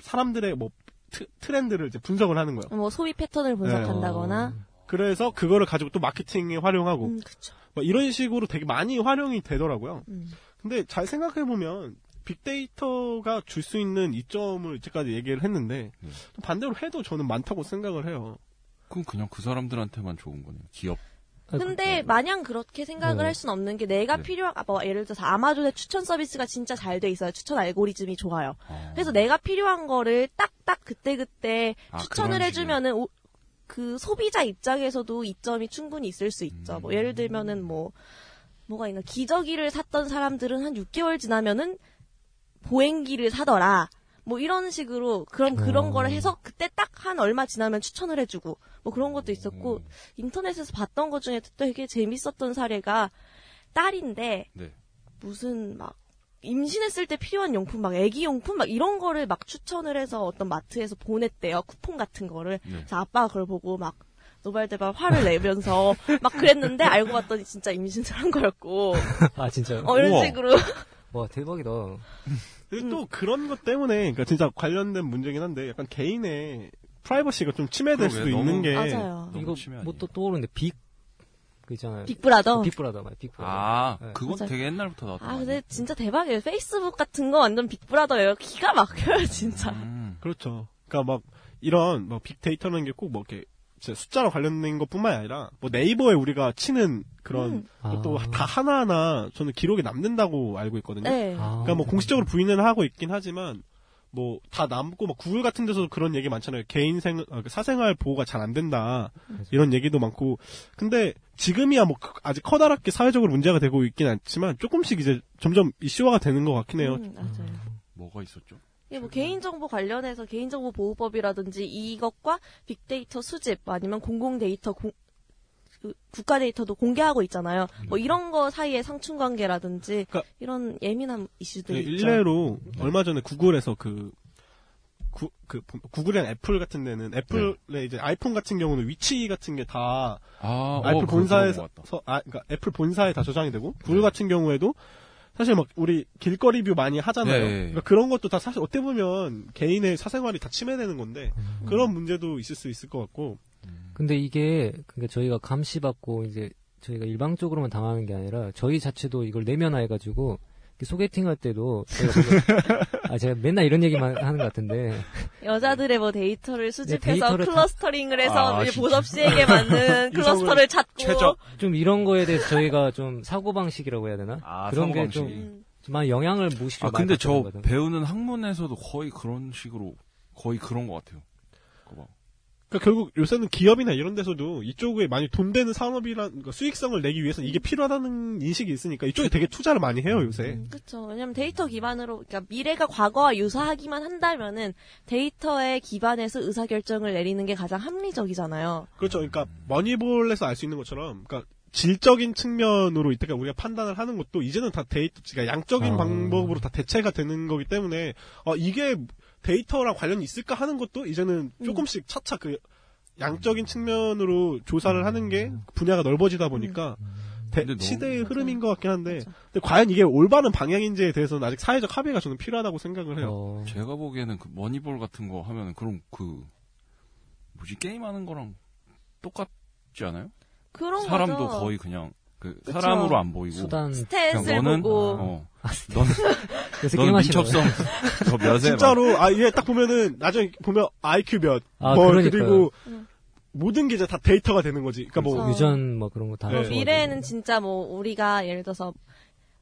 D: 사람들의 뭐 트, 트렌드를 이제 분석을 하는 거예요.
B: 뭐 소비 패턴을 분석한다거나.
D: 그래서 그거를 가지고 또 마케팅에 활용하고
B: 음, 그쵸.
D: 예, 어, 뭐 이런 식으로 되게 많이 활용이 되더라고요.
B: 음.
D: 근데 잘 생각해 보면 빅데이터가 줄 수 있는 이점을 이제까지 얘기를 했는데
E: 네.
D: 또 반대로 해도 저는 많다고 생각을 해요.
E: 그럼 그냥 그 사람들한테만 좋은 거네요. 기업.
C: 아,
B: 근데 마냥 그렇게 생각을
C: 네.
B: 할 수는 없는 게 내가
E: 네.
B: 필요한 아, 뭐 예를 들어서 아마존의 추천 서비스가 진짜 잘 돼 있어요. 추천 알고리즘이 좋아요.
E: 아.
B: 그래서 내가 필요한 거를 딱딱 그때그때
E: 아,
B: 추천을
E: 그런
B: 해주면은 오- 그 소비자 입장에서도 이점이 충분히 있을 수 있죠.
E: 음.
B: 뭐 예를 들면은 뭐 뭐가 있나 기저귀를 샀던 사람들은 한 6개월 지나면은 보행기를 사더라. 뭐 이런 식으로 그럼 그런
C: 어.
B: 거를
E: 음.
B: 해서 그때 딱 한 얼마 지나면 추천을 해주고 뭐 그런 것도 있었고
E: 음.
B: 인터넷에서 봤던 것 중에 되게 재밌었던 사례가 딸인데
E: 네.
B: 무슨 막 임신했을 때 필요한 용품 막 아기 용품 막 이런 거를 막 추천을 해서 어떤 마트에서 보냈대요 쿠폰 같은 거를
E: 네.
B: 그래서 아빠가 그걸 보고 막 노발대발 화를 내면서 막 그랬는데 알고 봤더니 진짜 임신을 한 거였고
C: 아 진짜요?
B: 어, 이런
E: 우와.
B: 식으로
C: 와 대박이다.
E: 음.
D: 근데 또 그런 것 때문에 그러니까 진짜 관련된 문제긴 한데 약간 개인의 프라이버시가 좀 침해될
E: 그러게요.
D: 수도
E: 너무-
D: 있는 게
B: 맞아요
E: 너무
C: 이거
E: 심해
C: 뭐
E: 아니에요?
C: 또 떠오르는데 빅 그잖아요.
B: 빅브라더 어.
C: 빅브라더 말이야. 빅브라더.
E: 아,
C: 네.
E: 그건
B: 맞아요.
E: 되게 옛날부터 나왔던
B: 아
E: 거
B: 근데 진짜 대박이에요 페이스북 같은 거 완전 빅브라더예요 기가 막혀요 진짜
E: 아니에요? 음.
D: 그렇죠. 그러니까 막 이런 뭐 빅데이터라는 게 꼭 뭐 이렇게 진짜 숫자랑 관련된 것뿐만 아니라 뭐 네이버에 우리가 치는
B: 음.
D: 그런 또
C: 아.
D: 다 하나하나 저는 기록에 남는다고 알고 있거든요.
B: 네
C: 아.
D: 그러니까 뭐 공식적으로 부인은 하고 있긴 하지만 뭐 다 남고 막 구글 같은 데서도 그런 얘기 많잖아요. 개인 생 아, 그 사생활 보호가 잘 안 된다
B: 그렇죠.
D: 이런 얘기도 많고 근데 지금이야 뭐 크- 아직 커다랗게 사회적으로 문제가 되고 있긴 않지만 조금씩 이제 점점 이슈화가 되는 것 같긴 해요.
B: 음, 맞아요
E: 뭐가 있었죠?
B: 이게 뭐 개인정보 관련해서 개인정보 보호법이라든지 이것과 빅데이터 수집 아니면 공공 데이터 공- 그 국가 데이터도 공개하고 있잖아요. 뭐 이런 거 사이의 상충 관계라든지
D: 그러니까-
B: 이런 예민한 이슈들이
D: 그
B: 있죠. 네.
D: 일례로 얼마 전에 구글에서 그 구, 그 구글이랑 애플 같은 데는 애플의
B: 네.
D: 이제 아이폰 같은 경우는 위치 같은 게다
E: 아, 어,
D: 애플
E: 그거
D: 본사에서
E: 그런 것 같다. 네.
D: 서- 아, 그러니까 애플 본사에 다 저장이 되고 구글 같은 경우에도 사실 막 우리 길거리 뷰 많이
E: 예,
D: 하잖아요.
E: 예, 예.
D: 그러니까 그런 것도 다 사실 어떻게 보면 개인의 사생활이 다 침해되는 건데
E: 음.
D: 그런 문제도 있을 수 있을 것 같고
C: 근데 이게 그러니까 저희가 감시받고 이제 저희가 일방적으로만 당하는 게 아니라 저희 자체도 이걸 내면화해가지고 이렇게 소개팅할 때도 저희가 보면- 아 제가 맨날 이런 얘기만 하는 것 같은데
B: 여자들의 뭐 데이터를 수집해서
C: 데이터를 다-
B: 클러스터링을 해서
E: 아,
B: 이제
E: 진짜.
B: 보섭 씨에게 맞는 클러스터를 찾고
D: 최적.
C: 좀 이런 거에 대해서 저희가 좀 사고 방식이라고 해야 되나
E: 아,
C: 그런
E: 사고방식이.
C: 게좀
B: 음,
C: 많은 영향을 무시로
E: 아,
C: 많이
E: 근데 저
C: 받는 거거든.
E: 배우는 학문에서도 거의 그런 식으로, 거의 그런 것 같아요. 그거 봐.
D: 그러니까 결국 요새는 기업이나 이런 데서도 이쪽에 많이 돈 되는 산업이란 그러니까 수익성을 내기 위해서 는 이게 필요하다는 인식이 있으니까 이쪽에 되게 투자를 많이 해요 요새.
B: 음, 그렇죠. 왜냐면 데이터 기반으로 그러니까 미래가 과거와 유사하기만 한다면은 데이터에 기반해서 의사 결정을 내리는 게 가장 합리적이잖아요.
D: 그렇죠. 그러니까 머니볼에서 알 수 있는 것처럼, 그러니까 질적인 측면으로 이때까지 우리가 판단을 하는 것도 이제는 다 데이터, 그러니까 양적인
C: 아.
D: 방법으로 다 대체가 되는 거기 때문에 어, 이게 데이터랑 관련이 있을까 하는 것도 이제는 조금씩 차차 그 양적인 측면으로 조사를 하는 게 분야가 넓어지다 보니까 대-
E: 음. 근데 너무-
D: 시대의 흐름인 것 같긴 한데 근데 과연 이게 올바른 방향인지에 대해서는 아직 사회적 합의가 저는 필요하다고 생각을 해요.
C: 어,
E: 제가 보기에는 그 머니볼 같은 거 하면은 그럼 그, 뭐지, 게임하는 거랑 똑같지 않아요?
B: 그런
E: 사람도
B: 거죠.
E: 거의 그냥, 그,
B: 그쵸.
E: 사람으로 안 보이고.
C: 수단
B: 스탠스를
E: 그냥 그러니까 너는,
B: 보고 뭐
E: 어, 넌,
C: 요새
E: 넌
C: 아, 게임하시는
E: 민첩성.
C: 거예요?
E: 너 몇에
D: 진짜로 아 이게 딱 보면은 나중에 보면 IQ 몇,
C: 아,
D: 뭐
C: 그러니까요.
D: 그리고 모든 게 이제 다 데이터가 되는 거지. 그러니까 뭐
B: 네. 그렇죠.
C: 유전 뭐 그런 거다
D: 네.
B: 그럼 미래에는 진짜 뭐 우리가 예를 들어서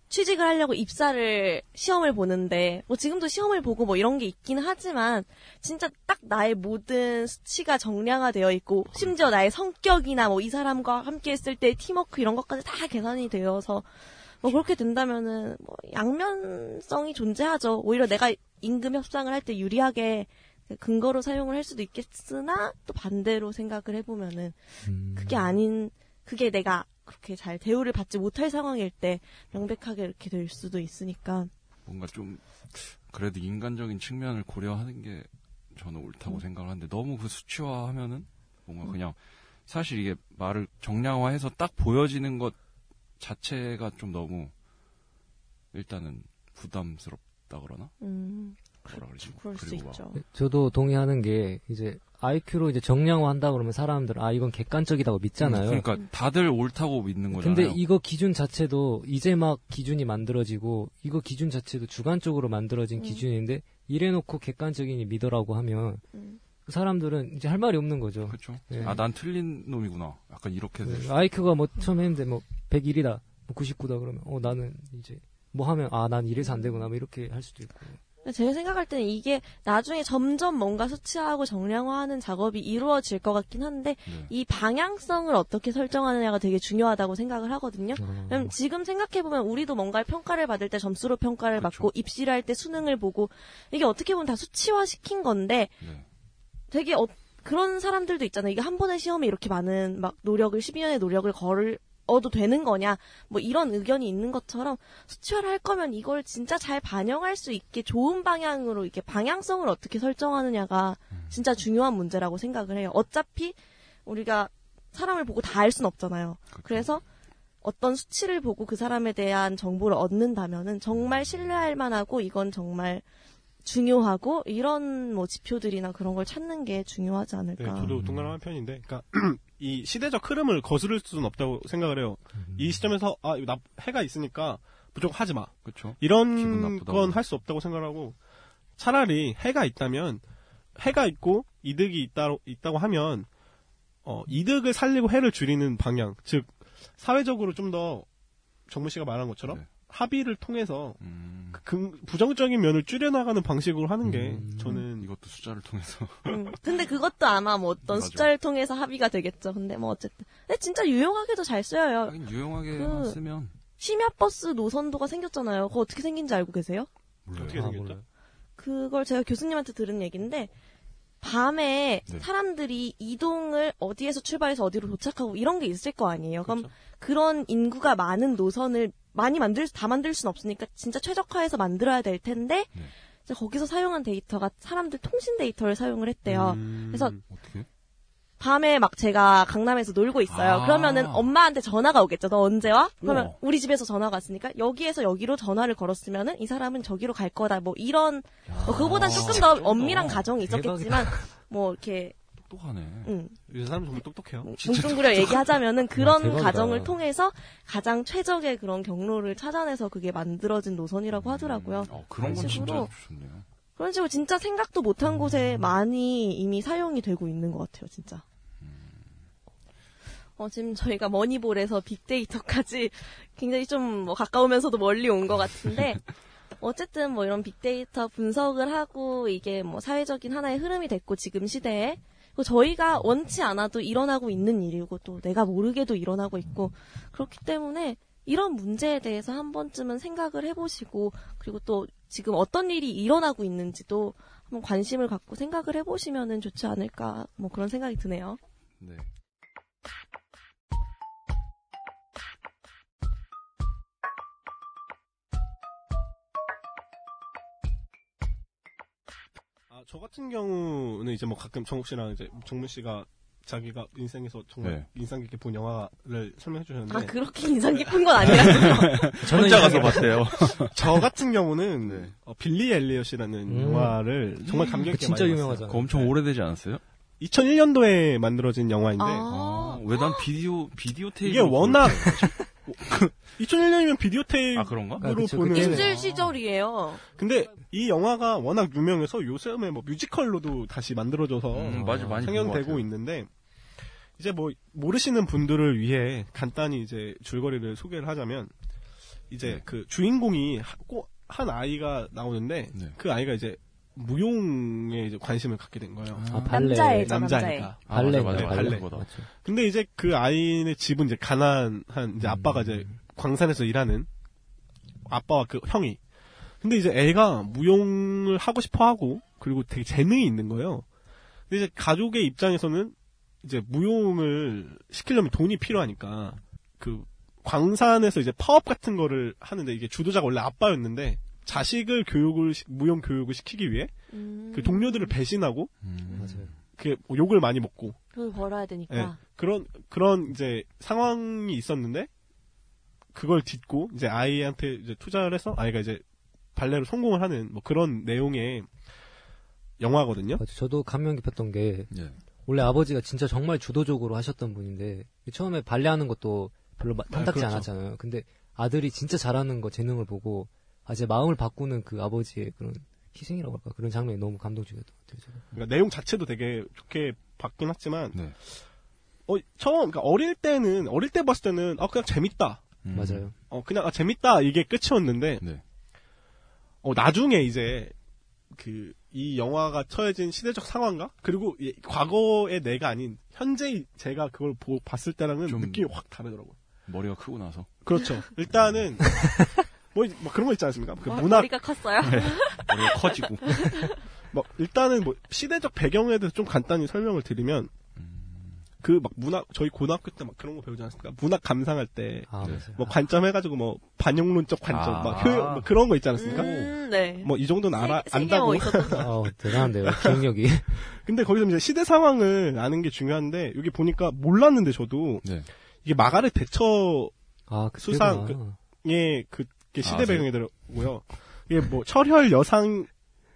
B: 취직을 하려고 입사를 시험을 보는데 뭐 지금도 시험을 보고 뭐 이런 게 있긴 하지만 진짜 딱 나의 모든 수치가 정량화되어 있고 심지어 나의 성격이나 뭐 이 사람과 함께 했을 때의 팀워크 이런 것까지 다 계산이 되어서 뭐 그렇게 된다면은 뭐 양면성이 존재하죠. 오히려 내가 임금 협상을 할 때 유리하게 근거로 사용을 할 수도 있겠으나 또 반대로 생각을 해보면은
C: 음.
B: 그게 아닌 그게 내가 그렇게 잘 대우를 받지 못할 상황일 때 명백하게 이렇게 될 수도 있으니까
E: 뭔가 좀 그래도 인간적인 측면을 고려하는 게 저는 옳다고
B: 음.
E: 생각을 하는데 너무 그 수치화하면은 뭔가 그냥 사실 이게 말을 정량화해서 딱 보여지는 것 자체가 좀 너무 일단은 부담스럽다 그러나
B: 음,
E: 뭐라 그러지
B: 그럴 수
E: 그리고 막
B: 있죠.
C: 저도 동의하는 게 이제 IQ로 이제 정량화한다 그러면 사람들은 아 이건 객관적이라고 믿잖아요.
E: 그러니까
B: 음.
E: 다들 옳다고 믿는 거잖아요.
C: 근데 이거 기준 자체도 이제 막 기준이 만들어지고 이거 기준 자체도 주관적으로 만들어진
B: 음.
C: 기준인데 이래놓고 객관적인 미더라고 하면
B: 음.
C: 그 사람들은 이제 할 말이 없는 거죠.
E: 그렇죠.
C: 네.
E: 아 난 틀린 놈이구나. 약간 이렇게 될 수-
C: IQ가 뭐 처음 했는데 뭐 101이다, 뭐 99다 그러면 어 나는 이제 뭐 하면 아 난 이래서 안 되구나 뭐 이렇게 할 수도 있고.
B: 근데 제가 생각할 때는 이게 나중에 점점 뭔가 수치화하고 정량화하는 작업이 이루어질 것 같긴 한데
E: 네.
B: 이 방향성을 어떻게 설정하느냐가 되게 중요하다고 생각을 하거든요.
E: 아.
B: 그럼 지금 생각해보면 우리도 뭔가를 평가를 받을 때 점수로 평가를
E: 그렇죠.
B: 받고 입시를 할 때 수능을 보고 이게 어떻게 보면 다 수치화시킨 건데
E: 네.
B: 되게 어- 그런 사람들도 있잖아요. 이게 한 번의 시험에 이렇게 많은 막 노력을 12년의 노력을 걸 얻어도 되는 거냐 뭐 이런 의견이 있는 것처럼 수치화를 할 거면 이걸 진짜 잘 반영할 수 있게 좋은 방향으로 이렇게 방향성을 어떻게 설정하느냐가 진짜 중요한 문제라고 생각을 해요. 어차피 우리가 사람을 보고 다 알 순 없잖아요. 그래서 어떤 수치를 보고 그 사람에 대한 정보를 얻는다면은 정말 신뢰할 만하고 이건 정말 중요하고 이런 뭐 지표들이나 그런 걸 찾는 게 중요하지
D: 네,
B: 않을까.
D: 저도 동감하는 편인데, 그러니까 이 시대적 흐름을 거스를 수는 없다고 생각을 해요.
C: 음.
D: 이 시점에서 아 이거 나- 해가 있으니까 무조건 하지 마.
E: 그렇죠. 기분
D: 이런
E: 나쁘다고.
D: 건 할 수 없다고 생각하고 차라리 해가 있다면 해가 있고 이득이 있다 있다고 하면 어, 이득을 살리고 해를 줄이는 방향, 즉 사회적으로 좀 더 정무 씨가 말한 것처럼
E: 네.
D: 합의를 통해서
E: 음,
D: 그 긍- 부정적인 면을 줄여나가는 방식으로 하는 게
C: 음.
D: 저는
E: 이것도 숫자를 통해서
B: 음. 근데 그것도 아마 뭐 어떤
E: 맞아.
B: 숫자를 통해서 합의가 되겠죠. 근데 뭐 어쨌든. 근데 진짜 유용하게도 잘
D: 아,
B: 쓰여요.
E: 하긴 유용하게
B: 그-
E: 쓰면
B: 심야버스 노선도가 생겼잖아요. 그거 어떻게 생긴지 알고 계세요?
E: 몰라요.
D: 어떻게 생겼죠?
B: 그걸 제가 교수님한테 들은 얘기인데 밤에
E: 네.
B: 사람들이 이동을 어디에서 출발해서 어디로 도착하고 이런 게 있을 거 아니에요. 그럼
E: 그렇죠.
B: 그런 인구가 많은 노선을 많이 만들 다 만들 순 없으니까 진짜 최적화해서 만들어야 될 텐데
E: 네.
B: 이제 거기서 사용한 데이터가 사람들 통신 데이터를 사용을
E: 음.
B: 했대요. 네.
D: 음.
B: 그래서
E: 어떻게?
B: 밤에 막 제가 강남에서 놀고 있어요.
E: 아.
B: 그러면은 엄마한테 전화가 오겠죠. 너 언제 와? 그러면
C: 어.
E: 우와.
B: 우리 집에서 전화가 왔으니까 여기에서 여기로 전화를 걸었으면은 이 사람은 저기로 갈 거다. 뭐 이런 뭐 그거보다
C: 아.
B: 조금 더 엄밀한 가정이
C: 대박이다.
B: 있었겠지만 뭐 이렇게
E: 똑똑하네.
B: 음,
D: 이 사람 정말 똑똑해요.
B: 뭉뚱그려 얘기하자면은
C: 아,
B: 그런
C: 대박이다.
B: 가정을 통해서 가장 최적의 그런 경로를 찾아내서 그게 만들어진 노선이라고 하더라고요.
E: 어, 그런 건 진짜
B: 식으로.
E: 좋네요.
B: 그런 식으로 진짜 생각도 못한 곳에 많이 이미 사용이 되고 있는 것 같아요, 진짜. 어, 지금 저희가 머니볼에서 빅데이터까지 굉장히 좀 뭐 가까우면서도 멀리 온 것 같은데, 어쨌든 뭐 이런 빅데이터 분석을 하고 이게 뭐 사회적인 하나의 흐름이 됐고, 지금 시대에. 그리고 저희가 원치 않아도 일어나고 있는 일이고, 또 내가 모르게도 일어나고 있고, 그렇기 때문에 이런 문제에 대해서 한 번쯤은 생각을 해보시고, 그리고 또 지금 어떤 일이 일어나고 있는지도 한번 관심을 갖고 생각을 해보시면 좋지 않을까, 뭐 그런 생각이 드네요.
E: 네.
D: 아, 저 같은 경우는 이제 뭐 가끔 정욱 씨랑 이제 정문 씨가 자기가 인생에서 정말
E: 네.
D: 인상 깊게 본 영화를 설명해 주셨는데
B: 아, 그렇게 인상 깊은 건
D: 네.
B: 아니라요
C: 저는
E: 혼자 가서
C: 이제-
E: 봤대요.
D: 저 같은 경우는
E: 네.
D: 어, 빌리 엘리엇이라는
C: 음.
D: 영화를 정말 감격 있게
C: 진짜
D: 많이
C: 유명하잖아요.
E: 그거 엄청 오래되지 않았어요?
D: 2001년도에 만들어진 영화인데
B: 아,
E: 왜 난 비디오 비디오 테이프
D: 이게 워낙 그 2001년이면 비디오 테이프로
E: 아 그런가?
C: 아, 그쵸,
D: 보는
C: 그때는.
B: 입술 시절이에요.
D: 근데 이 영화가 워낙 유명해서 요즘에 뭐 뮤지컬로도 다시 만들어져서
E: 음, 맞아 많이 본것
D: 상영되고
E: 같아요.
D: 있는데 이제 뭐 모르시는 분들을 위해 간단히 이제 줄거리를 소개를 하자면 이제
E: 네.
D: 그 주인공이 하- 꼭 한 아이가 나오는데
E: 네.
D: 그 아이가 이제 무용에 이제 관심을 갖게 된 거예요.
C: 아, 발레.
F: 남자애죠, 남자애.
D: 남자니까.
E: 아, 맞아,
C: 발레,
E: 맞아,
D: 발레.
E: 발레 거다.
C: 맞죠.
D: 근데 이제 그 아이의 집은 이제 가난한 이제 아빠가 이제 광산에서 일하는 아빠와 그 형이. 근데 이제 애가 무용을 하고 싶어 하고 그리고 되게 재능이 있는 거예요. 근데 이제 가족의 입장에서는 이제 무용을 시키려면 돈이 필요하니까 그 광산에서 이제 파업 같은 거를 하는데 이게 주도자가 원래 아빠였는데 자식을 교육을 시- 무용 교육을 시키기 위해
B: 음.
D: 그 동료들을 배신하고
E: 음.
C: 맞아요.
D: 그 욕을 많이 먹고
B: 돈을 벌어야
D: 네.
B: 되니까.
D: 그런 그런 이제 상황이 있었는데 그걸 딛고 이제 아이한테 이제 투자를 해서 아이가 이제 발레로 성공을 하는 뭐 그런 내용의 영화거든요.
C: 맞죠. 저도 감명 깊었던 게
E: 예.
C: 원래 아버지가 진짜 정말 주도적으로 하셨던 분인데 처음에 발레하는 것도 별로 마- 탐탁지
D: 그렇죠.
C: 않았잖아요. 근데 아들이 진짜 잘하는 거 재능을 보고 아, 제 마음을 바꾸는 그 아버지의 그런 희생이라고 할까 그런 장면이 너무 감동적이었던 것 같아요. 저는.
D: 그러니까 내용 자체도 되게 좋게 봤긴 했지만
E: 네.
D: 어, 처음 그러니까 어릴 때는 어릴 때 봤을 때는 아 그냥 재밌다.
E: 음.
C: 맞아요.
D: 어 그냥 아, 재밌다 이게 끝이었는데
E: 네.
D: 어, 나중에 이제 그 이 영화가 처해진 시대적 상황과 그리고 이- 과거의 내가 아닌 현재의 제가 그걸 보, 봤을 때랑은
E: 좀-
D: 느낌이 확 다르더라고요.
E: 머리가 크고 나서.
D: 그렇죠. 일단은 뭐, 이- 뭐 그런 거 있지 않습니까? 그
B: 와,
D: 문학 네,
B: 머리가 컸어요.
E: 머리가 커지고.
D: 뭐 일단은 뭐 시대적 배경에 대해서 좀 간단히 설명을 드리면 그 막 문학 저희 고등학교 때 막 그런 거 배우지 않습니까? 문학 감상할 때 뭐
C: 아,
E: 네.
C: 맞아요.
D: 관점 해가지고 뭐 반영론적 관점
E: 아.
D: 막 효율 뭐 그런 거 있지 않습니까?
B: 음, 네.
D: 뭐 이 정도는 알아
B: 세- 세계어
D: 안다고
B: 있었던
C: 아, 어, 대단한데요. 기억력이.
D: 근데 거기서 이제 시대 상황을 아는 게 중요한데 여기 보니까 몰랐는데 저도
E: 네.
D: 이게 마가렛 대처의
C: 아, 그
D: 수상, 그 그게 시대
E: 아,
D: 배경이 들어고요. 이게 뭐 철혈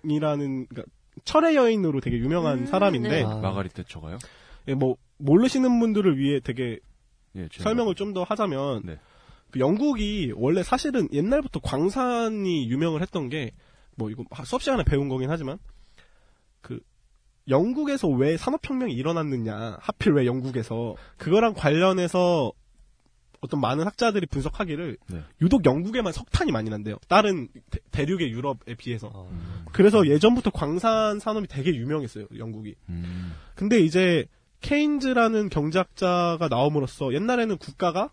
D: 여상이라는 그러니까 철의 여인으로 되게 유명한
B: 음,
D: 사람인데
C: 네. 아.
E: 마가리 대처가요?
D: 예, 뭐 모르시는 분들을 위해 되게
E: 예. 제가.
D: 설명을 좀 더 하자면
E: 네.
D: 그 영국이 원래 사실은 옛날부터 광산이 유명을 했던 게 뭐 이거 수업 시간에 배운 거긴 하지만 그 영국에서 왜 산업혁명이 일어났느냐 하필 왜 영국에서 그거랑 관련해서 어떤 많은 학자들이 분석하기를
E: 네.
D: 유독 영국에만 석탄이 많이 난대요 다른 대- 대륙의 유럽에 비해서
C: 어,
E: 음.
D: 그래서 예전부터 광산 산업이 되게 유명했어요 영국이
E: 음.
D: 근데 이제 케인즈라는 경제학자가 나옴으로써 옛날에는 국가가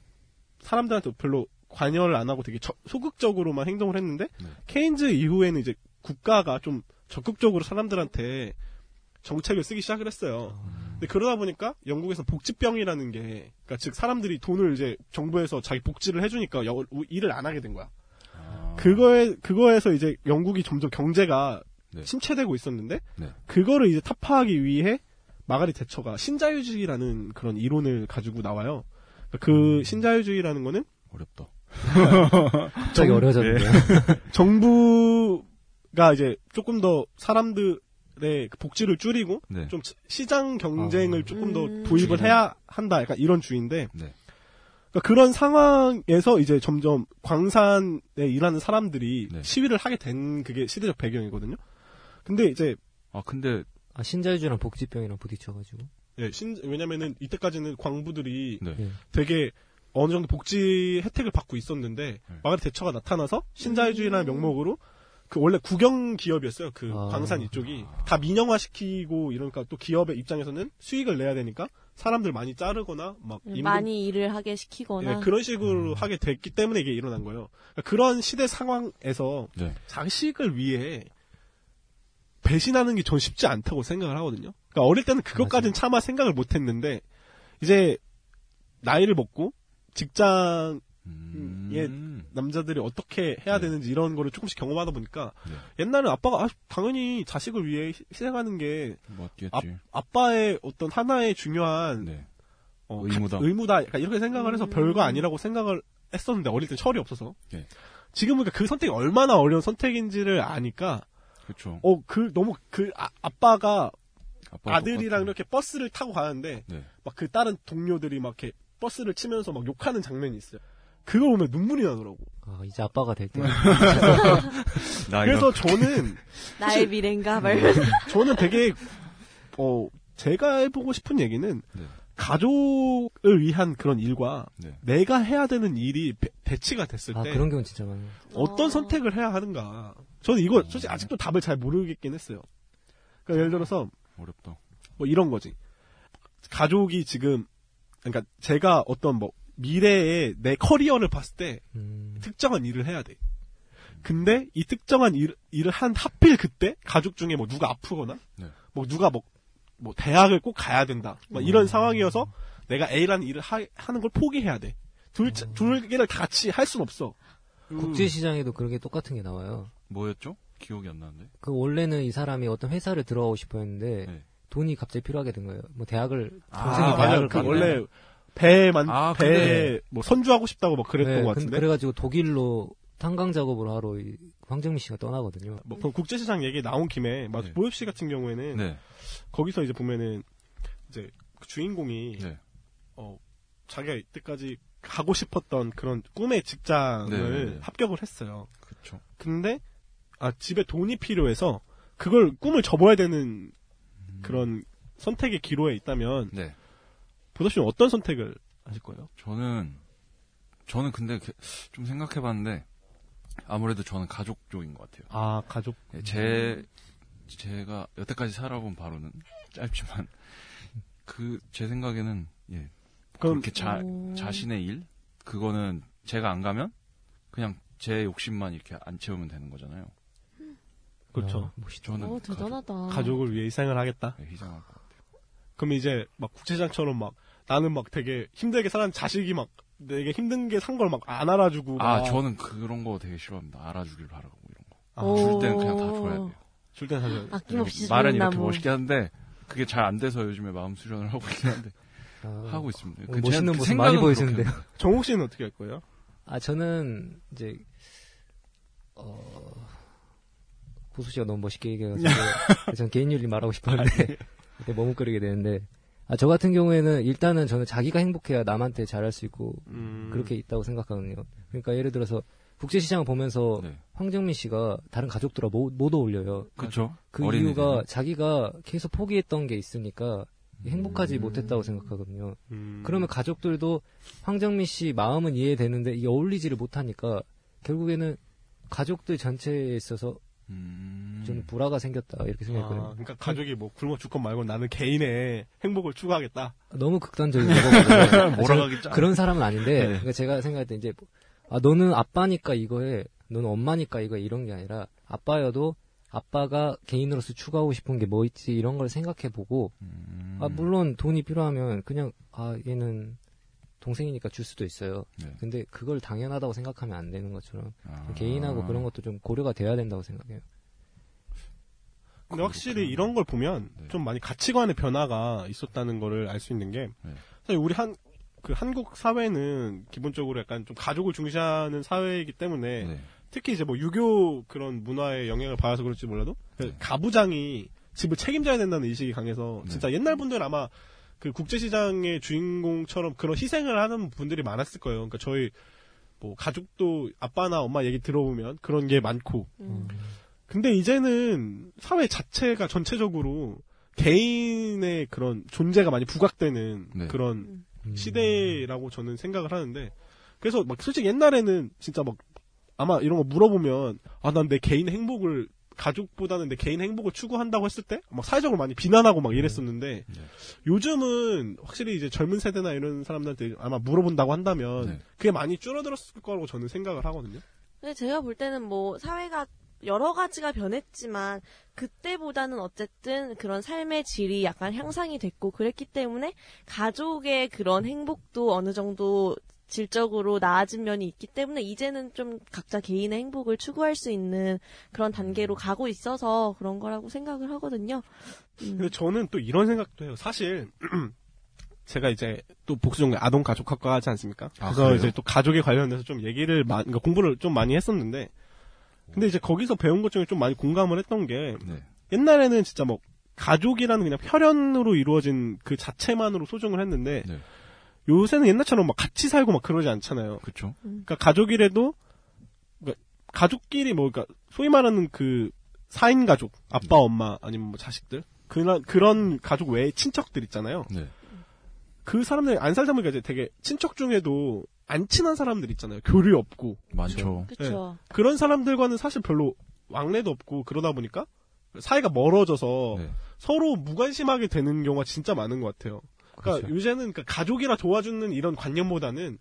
D: 사람들한테 별로 관여를 안 하고 되게 저- 소극적으로만 행동을 했는데
E: 네.
D: 케인즈 이후에는 이제 국가가 좀 적극적으로 사람들한테 정책을 쓰기 시작을 했어요. 근데 그러다 보니까 영국에서 복지병이라는 게, 그러니까 즉 사람들이 돈을 이제 정부에서 자기 복지를 해주니까 여- 일을 안 하게 된 거야.
E: 아.
D: 그거에 그거에서 이제 영국이 점점 경제가
E: 네.
D: 침체되고 있었는데
E: 네.
D: 그거를 이제 타파하기 위해 마가리 대처가 신자유주의라는 그런 이론을 가지고 나와요. 그
E: 음.
D: 신자유주의라는 거는
E: 어렵다.
C: 갑자기 어려워졌는데요.
D: 네. 정부가 이제 조금 더 사람들의 그 복지를 줄이고
E: 네.
D: 좀 시장 경쟁을
C: 아.
D: 조금 더
B: 음.
D: 도입을 해야 한다. 약간 이런 주의인데.
E: 네.
D: 그러니까 그런 상황에서 이제 점점 광산에 일하는 사람들이
E: 네.
D: 시위를 하게 된 그게 시대적 배경이거든요. 근데 이제
E: 아 근데
C: 아, 신자유주랑 복지병이랑 부딪혀가지고.
D: 예, 신- 왜냐면은 이때까지는 광부들이
E: 네.
C: 예.
D: 되게 어느 정도 복지 혜택을 받고 있었는데
E: 네.
D: 마가렛 대처가 나타나서 신자유주의라는
B: 음.
D: 명목으로 그 원래 국영 기업이었어요. 그
C: 아.
D: 광산 이쪽이 다 민영화시키고 이러니까 또 기업의 입장에서는 수익을 내야 되니까 사람들 많이 자르거나 막 임금
B: 음, 많이 일을 하게 시키거나.
D: 예, 그런 식으로 하게 됐기 때문에 이게 일어난 거예요. 그러니까 그런 시대 상황에서
E: 네.
D: 자식을 위해 배신하는 게 전 쉽지 않다고 생각을 하거든요. 그러니까 어릴 때는 그것까진 차마 생각을 못 했는데, 이제, 나이를 먹고, 직장,
E: 음.
D: 예. 남자들이 어떻게 해야
E: 네.
D: 되는지 이런 거를 조금씩 경험하다 보니까,
E: 네.
D: 옛날엔 아빠가, 아, 당연히 자식을 위해 희- 희생하는 게,
E: 맞겠지.
D: 아빠의 어떤 하나의 중요한,
E: 네.
D: 어,
E: 의무다. 음.
D: 가- 의무다. 약간 이렇게 생각을 해서 별거 아니라고 생각을 했었는데, 어릴 땐 철이 없어서.
E: 네.
D: 지금 그러니까 그 선택이 얼마나 어려운 선택인지를 아니까,
E: 그렇죠.
D: 어, 그, 너무, 그, 아, 아빠가
E: 아빠가
D: 아들이랑
E: 똑같은-
D: 이렇게 버스를 타고 가는데,
E: 네.
D: 막 그 다른 동료들이 막 이렇게 버스를 치면서 막 욕하는 장면이 있어요. 그걸 보면 눈물이 나더라고.
C: 아, 이제 아빠가 될 때.
E: 나 아, 이거 아, 네.
D: 그래서 저는
B: 나의 미래인가
D: 네.
B: 말면서
D: 저는 되게 어 제가 해보고 싶은 얘기는
E: 네.
D: 가족을 위한 그런 일과
E: 네.
D: 내가 해야 되는 일이 배, 치가 됐을
C: 아,
D: 때
C: 그런 경우 진짜 많아요.
D: 어떤
B: 어.
D: 선택을 해야 하는가. 저는 이거 솔직히 아직도 답을 잘 모르겠긴 했어요. 그러니까 예를 들어서
E: 어렵다.
D: 뭐 이런 거지. 가족이 지금 그러니까 제가 어떤 뭐 미래에 내 커리어를 봤을 때
C: 음,
D: 특정한 일을 해야 돼. 근데 이 특정한 일, 을한 하필 그때 가족 중에 뭐 누가 아프거나
E: 네.
D: 뭐 누가 뭐, 뭐 대학을 꼭 가야 된다. 막 이런 상황이어서 내가 A라는 일을 하, 는걸 포기해야 돼. 둘, 둘 개를 다 같이 할 순 없어. 음.
C: 국제시장에도 그런 게 똑같은 게 나와요.
E: 뭐였죠? 기억이 안 나는데.
C: 그 원래는 이 사람이 어떤 회사를 들어가고 싶어 했는데
E: 네.
C: 돈이 갑자기 필요하게 된 거예요. 뭐 대학을 동생이 대학을
E: 아,
D: 맞아요. 그
C: 갔네.
D: 원래 배만
E: 아,
D: 배에
E: 근데-
D: 뭐 선주하고 싶다고 막 그랬던
C: 네,
D: 것
C: 근-
D: 같은데.
C: 그래가지고 독일로 탄광 작업을 하러 이 황정민 씨가 떠나거든요.
D: 뭐 그럼 국제시장 얘기 나온 김에 막
E: 네.
D: 모엽 씨 같은 경우에는
E: 네.
D: 거기서 이제 보면은 이제 그
B: 예.
D: 주인공이
E: 네.
D: 어, 자기가 이때까지 가고 싶었던 그런 꿈의 직장을
E: 네.
D: 합격을 했어요.
E: 그렇죠.
D: 근데 아 집에 돈이 필요해서 그걸 꿈을 접어야 되는 그런 선택의 기로에 있다면
E: 네.
D: 보섭 씨는 어떤 선택을 하실 거예요?
E: 저는 저는 근데 그- 좀 생각해봤는데 아무래도 저는 가족 쪽인 것 같아요.
D: 아 가족.
B: 음.
E: 예, 제 제가 여태까지 살아본 바로는 짧지만 그 제 생각에는 예
D: 그럼
E: 그렇게 자
B: 오.
E: 자신의 일 그거는 제가 안 가면 그냥 제 욕심만 이렇게 안 채우면 되는 거잖아요.
D: 그렇죠.
C: 아, 멋있다.
E: 저는
B: 어 대단하다
E: 아.
D: 가족을 위해 희생을 하겠다.
E: 가족, 예, 희생할 거.
D: 그럼 이제 막 국제장처럼 막 나는 막 되게 힘들게 살았는 자식이 막 내게 힘든 게 산 걸 막 안 알아주고
E: 아
D: 막
E: 저는 그런 거 되게 싫어합니다. 알아주길 바라고 이런 거.
D: 아,
B: 오.
E: 줄 때는 그냥 다 줘야 돼요.
D: 줄 때는 사줘야 돼.
B: 아낌없이
E: 말은
B: 주는
E: 이렇게
B: 나무. 뭐.
E: 멋있게 하는데 그게 잘 안 돼서 요즘에 마음 수련을 하고 있긴 한데
C: 아,
E: 하고 있습니다.
C: 오늘
E: 그 제-
C: 멋있는
E: 그
C: 모습
E: 생각은
C: 많이
E: 그렇게
C: 보여주는데요.
E: 합니다.
D: 정욱 씨는 어떻게 할 거예요?
C: 아 저는 이제 어 고수 씨가 너무 멋있게 얘기해가지고 전 개인윤리 말하고 싶었는데 그때 머뭇거리게 되는데 아 저 같은 경우에는 일단은 저는 자기가 행복해야 남한테 잘할 수 있고
D: 음.
C: 그렇게 있다고 생각하거든요. 그러니까 예를 들어서 국제시장을 보면서
E: 네.
C: 황정민 씨가 다른 가족들하고 못, 못 어울려요.
E: 그렇죠.
C: 그 이유가 자기가 계속 포기했던 게 있으니까 행복하지 못했다고 생각하거든요.
D: 음.
C: 그러면 가족들도 황정민 씨 마음은 이해되는데 이게 어울리지를 못하니까 결국에는 가족들 전체에 있어서
E: 음.
C: 좀 불화가 생겼다 이렇게
D: 아,
C: 생각했거든요.
D: 그러니까 가족이 뭐 굶어 죽건 말고 나는 개인의 행복을 추구하겠다.
C: 너무 극단적이고
E: 몰아가기 짜.
C: 그런 사람은 아닌데
E: 네.
C: 그러니까 제가 생각할 때 이제 아 너는 아빠니까 이거 해, 너는 엄마니까 이거 해, 이런 게 아니라 아빠여도 아빠가 개인으로서 추구하고 싶은 게 뭐 있지 이런 걸 생각해 보고
E: 음.
C: 아 물론 돈이 필요하면 그냥 아 얘는 동생이니까 줄 수도 있어요.
E: 네.
C: 근데 그걸 당연하다고 생각하면 안 되는 것처럼
E: 아.
C: 개인하고 그런 것도 좀 고려가 돼야 된다고 생각해요.
D: 근데 확실히
E: 그렇구나.
D: 이런 걸 보면
E: 네.
D: 좀 많이 가치관의 변화가 있었다는 거를 알 수 있는 게
E: 네.
D: 사실 우리 한 그 한국 사회는 기본적으로 약간 좀 가족을 중시하는 사회이기 때문에
E: 네.
D: 특히 이제 뭐 유교 그런 문화의 영향을 받아서 그럴지 몰라도 그
E: 네.
D: 가부장이 집을 책임져야 된다는 의식이 강해서
E: 네.
D: 진짜 옛날 분들 은 아마 그 국제시장의 주인공처럼 그런 희생을 하는 분들이 많았을 거예요. 그러니까 저희 뭐 가족도 아빠나 엄마 얘기 들어보면 그런 게 많고
B: 음.
D: 근데 이제는 사회 자체가 전체적으로 개인의 그런 존재가 많이 부각되는
E: 네.
D: 그런
B: 음.
C: 음.
D: 시대라고 저는 생각을 하는데 그래서 막 솔직히 옛날에는 진짜 막 아마 이런 거 물어보면 아 난 내 개인 행복을 가족보다는 내 개인 행복을 추구한다고 했을 때 막 사회적으로 많이 비난하고 막 이랬었는데
E: 네.
D: 요즘은 확실히 이제 젊은 세대나 이런 사람들한테 아마 물어본다고 한다면
E: 네.
D: 그게 많이 줄어들었을 거라고 저는 생각을 하거든요.
B: 근데 제가 볼 때는 뭐 사회가 여러 가지가 변했지만 그때보다는 어쨌든 그런 삶의 질이 약간 향상이 됐고 그랬기 때문에 가족의 그런 행복도 어느 정도 질적으로 나아진 면이 있기 때문에 이제는 좀 각자 개인의 행복을 추구할 수 있는 그런 단계로 가고 있어서 그런 거라고 생각을 하거든요. 음.
D: 근데 저는 또 이런 생각도 해요. 사실 제가 이제 또 복수종 아동 가족학과 하지 않습니까?
E: 아,
D: 그래서
E: 그래요?
D: 이제 또 가족에 관련돼서 좀 얘기를 많, 그러니까 공부를 좀 많이 했었는데, 근데 이제 거기서 배운 것 중에 좀 많이 공감을 했던 게
E: 네.
D: 옛날에는 진짜 뭐 가족이라는 그냥 혈연으로 이루어진 그 자체만으로 소중을 했는데
E: 네.
D: 요새는 옛날처럼 막 같이 살고 막 그러지 않잖아요.
E: 그쵸.
D: 그러니까 가족이라도 그러니까 가족끼리 뭐 그러니까 소위 말하는 그 4인 가족, 아빠, 엄마 아니면 뭐 자식들 그런 그런 가족 외에 친척들 있잖아요.
E: 네.
D: 그 사람들 안 살다 보니까 이제 되게 친척 중에도 안 친한 사람들 있잖아요. 교류 없고
E: 많죠.
B: 그쵸.
D: 그런 사람들과는 사실 별로 왕래도 없고 그러다 보니까 사이가 멀어져서
E: 네.
D: 서로 무관심하게 되는 경우가 진짜 많은 것 같아요. 그러니까
C: 그렇죠.
D: 요새는 그러니까 가족이라 도와주는 이런 관념보다는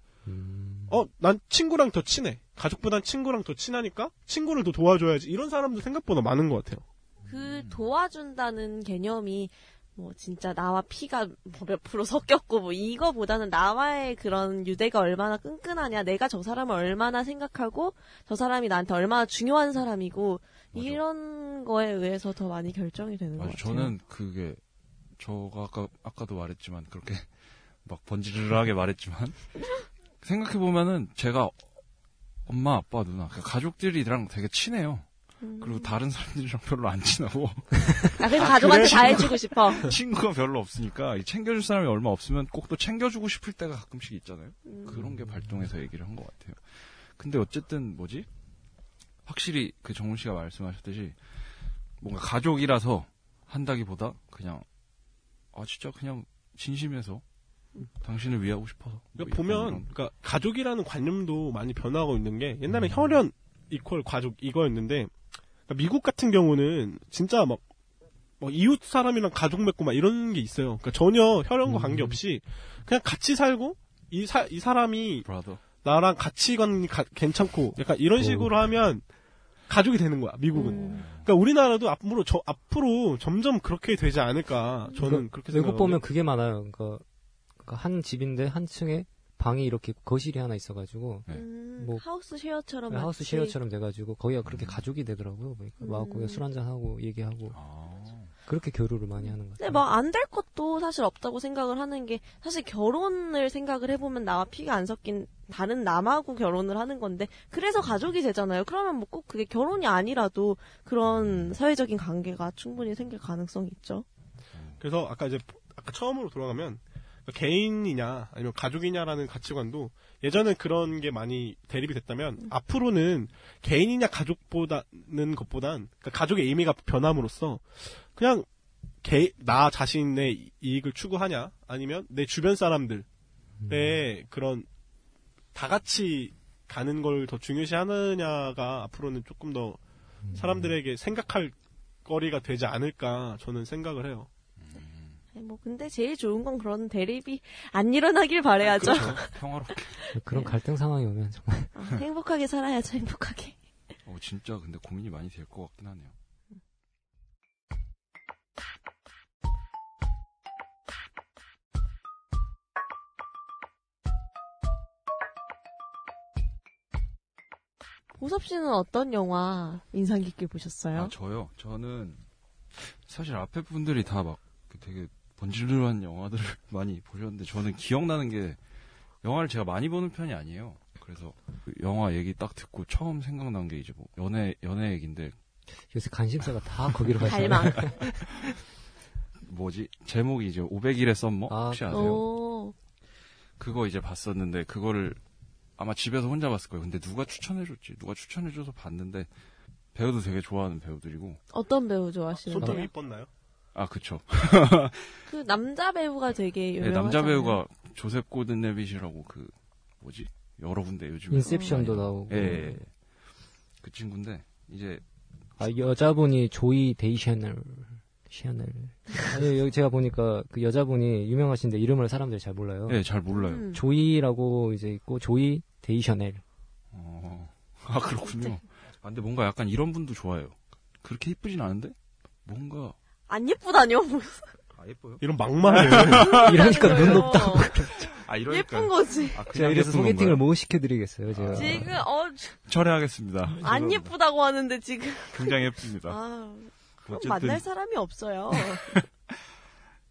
D: 어 난 친구랑 더 친해 가족보단 친구랑 더 친하니까 친구를 더 도와줘야지 이런 사람도 생각보다 많은 것 같아요.
E: 음.
B: 그 도와준다는 개념이 뭐 진짜 나와 피가 뭐몇 프로 섞였고 뭐 이거보다는 나와의 그런 유대가 얼마나 끈끈하냐 내가 저 사람을 얼마나 생각하고 저 사람이 나한테 얼마나 중요한 사람이고
E: 맞아.
B: 이런 거에 의해서 더 많이 결정이 되는 것
E: 맞아.
B: 같아요.
E: 저는 그게 저가 아까 아까도 말했지만 그렇게 막 번지르르하게 말했지만 생각해 보면은 제가 엄마 아빠 누나 그 가족들이랑 되게 친해요. 그리고 다른 사람들이랑 별로 안 친하고
B: 음. 아, 그래서 가족한테 다 해주고 싶어.
E: 음. 친구가 별로 없으니까 이 챙겨줄 사람이 얼마 없으면 꼭 또 챙겨주고 싶을 때가 가끔씩 있잖아요. 그런
B: 음.
E: 게 발동해서 얘기를 한 것 같아요. 근데 어쨌든 뭐지? 확실히 그 정훈 씨가 말씀하셨듯이 뭔가 가족이라서 한다기보다 그냥 아 진짜 그냥 진심에서
B: 음.
E: 당신을 위하고 싶어서 뭐 이런
D: 그러니까 보면
E: 이런.
D: 그러니까 가족이라는 관념도 많이 변하고 있는 게 옛날에 혈연 이퀄 가족 이거였는데 그러니까 미국 같은 경우는 진짜 막, 막 이웃 사람이랑 가족 맺고 막 이런 게 있어요. 그러니까 전혀 혈연과 관계없이 그냥 같이 살고 이, 사, 이 사람이
E: 브라더
D: 나랑 가치관이 가- 괜찮고 약간 이런 식으로 하면 가족이 되는 거야 미국은. 그러니까 우리나라도 앞으로 저- 앞으로 점점 그렇게 되지 않을까 저는 그렇게 생각해요.
C: 외국 보면 그게 많아요. 그러니까, 그러니까 한 집인데 한 층에 방이 이렇게 있고 거실이 하나 있어가지고
B: 음,
C: 뭐,
B: 하우스 쉐어처럼
C: 하우스
B: 마치-
C: 쉐어처럼 돼가지고 거기가
B: 음.
C: 그렇게 가족이 되더라고요. 보니까 와갖고 술 한잔 하고 얘기하고
E: 아,
C: 그렇게 교류를 많이 하는 것
B: 근데
C: 같아요.
B: 막 네, 뭐 안 될 것도 사실 없다고 생각을 하는 게 사실 결혼을 생각을 해보면 나와 피가 안 섞인 다른 남하고 결혼을 하는 건데 그래서 가족이 되잖아요. 그러면 뭐 꼭 그게 결혼이 아니라도
E: 음.
B: 그런 사회적인 관계가 충분히 생길 가능성이 있죠.
D: 그래서 아까 이제 아까 처음으로 돌아가면 그러니까 개인이냐 아니면 가족이냐라는 가치관도 예전에 그런 게 많이 대립이 됐다면 앞으로는 개인이냐 가족보다는 것보단 그러니까 가족의 의미가 변함으로써 그냥 개, 나 자신의 이익을 추구하냐 아니면 내 주변 사람들 의 그런 다 같이 가는 걸 더 중요시하느냐가 앞으로는 조금 더 사람들에게 생각할 거리가 되지 않을까 저는 생각을 해요.
B: 아니, 뭐 근데 제일 좋은 건 그런 대립이 안 일어나길 바래야죠.
E: 아, 그렇죠. 평화롭게
C: 그런
B: 네.
C: 갈등 상황이 오면 정말
B: 아, 행복하게 살아야죠. 행복하게.
E: 어, 진짜 근데 고민이 많이 될 것 같긴 하네요.
B: 보섭 씨는 어떤 영화 인상 깊게 보셨어요?
E: 아, 저요? 저는 사실 앞에 분들이 다 막그 되게 번지르르한 영화들을 많이 보셨는데 저는 기억나는 게 영화를 제가 많이 보는 편이 아니에요. 그래서 그 영화 얘기 딱 듣고 처음 생각난 게 이제 뭐 연애 연애 얘기인데
C: 요새 관심사가 다 거기로 가잖아요.
B: 갈망.
E: 뭐지 제목이 이제 500일의 썸머
C: 아,
E: 혹시 아세요?
B: 어. 오.
E: 그거 이제 봤었는데 그거를 아마 집에서 혼자 봤을 거예요. 근데 누가 추천해줬지? 누가 추천해줘서 봤는데 배우도 되게 좋아하는 배우들이고
B: 어떤 배우 좋아하시는
D: 손톱이
B: 거예요?
D: 이뻤나요?
E: 아 그쵸
B: 그 남자 배우가 되게
E: 네,
B: 유명하잖아요. 음.
E: 남자 배우가 조셉 고든 레빗이라고 그 뭐지 여러 군데 요즘
C: 인셉션도 나오고
E: 예, 예, 예. 그 친구인데 이제
C: 아, 여자분이 조이 데이셔널 셔널 아니 여기 제가 보니까 그 여자분이 유명하신데 이름을 사람들이 잘 몰라요.
E: 예, 잘 몰라요.
B: 음.
C: 조이라고 이제 있고 조이 데이셔넬
E: 어, 아 그렇군요. 아, 근데 뭔가 약간 이런 분도 좋아요. 그렇게 이쁘진 않은데 뭔가
B: 안 예쁘다뇨. 뭐
E: 아 예뻐요.
D: 이런 막말을
C: 이러니까 눈 높다고.
E: 아 이러니까
B: 예쁜 거지.
E: 아, 그냥
C: 제가 이래서
E: 예쁜
C: 소개팅을
E: 건가요?
C: 못 시켜드리겠어요. 제가
B: 지금 어, 주-
E: 철회하겠습니다.
B: 안
C: 아,
E: 죄송합니다.
B: 예쁘다고 하는데 지금.
E: 굉장히 예쁩니다.
B: 아, 그럼
E: 어쨌든
B: 만날 사람이 없어요.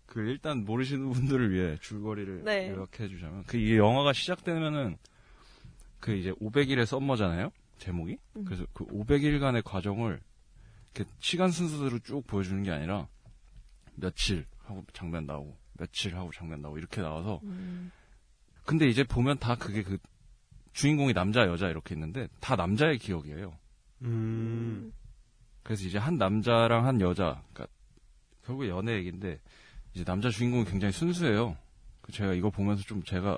E: 그 일단 모르시는 분들을 위해 줄거리를
B: 네.
E: 요약해 주자면 그 이 영화가 시작되면은 그 이제 500일의 썸머잖아요 제목이 그래서 그 500일간의 과정을 이렇게 시간 순서대로 쭉 보여주는 게 아니라 며칠 하고 장면 나오고 며칠 하고 장면 나오고 이렇게 나와서 근데 이제 보면 다 그게 그 주인공이 남자 여자 이렇게 있는데 다 남자의 기억이에요.
D: 음.
E: 그래서 이제 한 남자랑 한 여자, 그러니까 결국 연애 얘기인데 이제 남자 주인공이 굉장히 순수해요. 그 제가 이거 보면서 좀 제가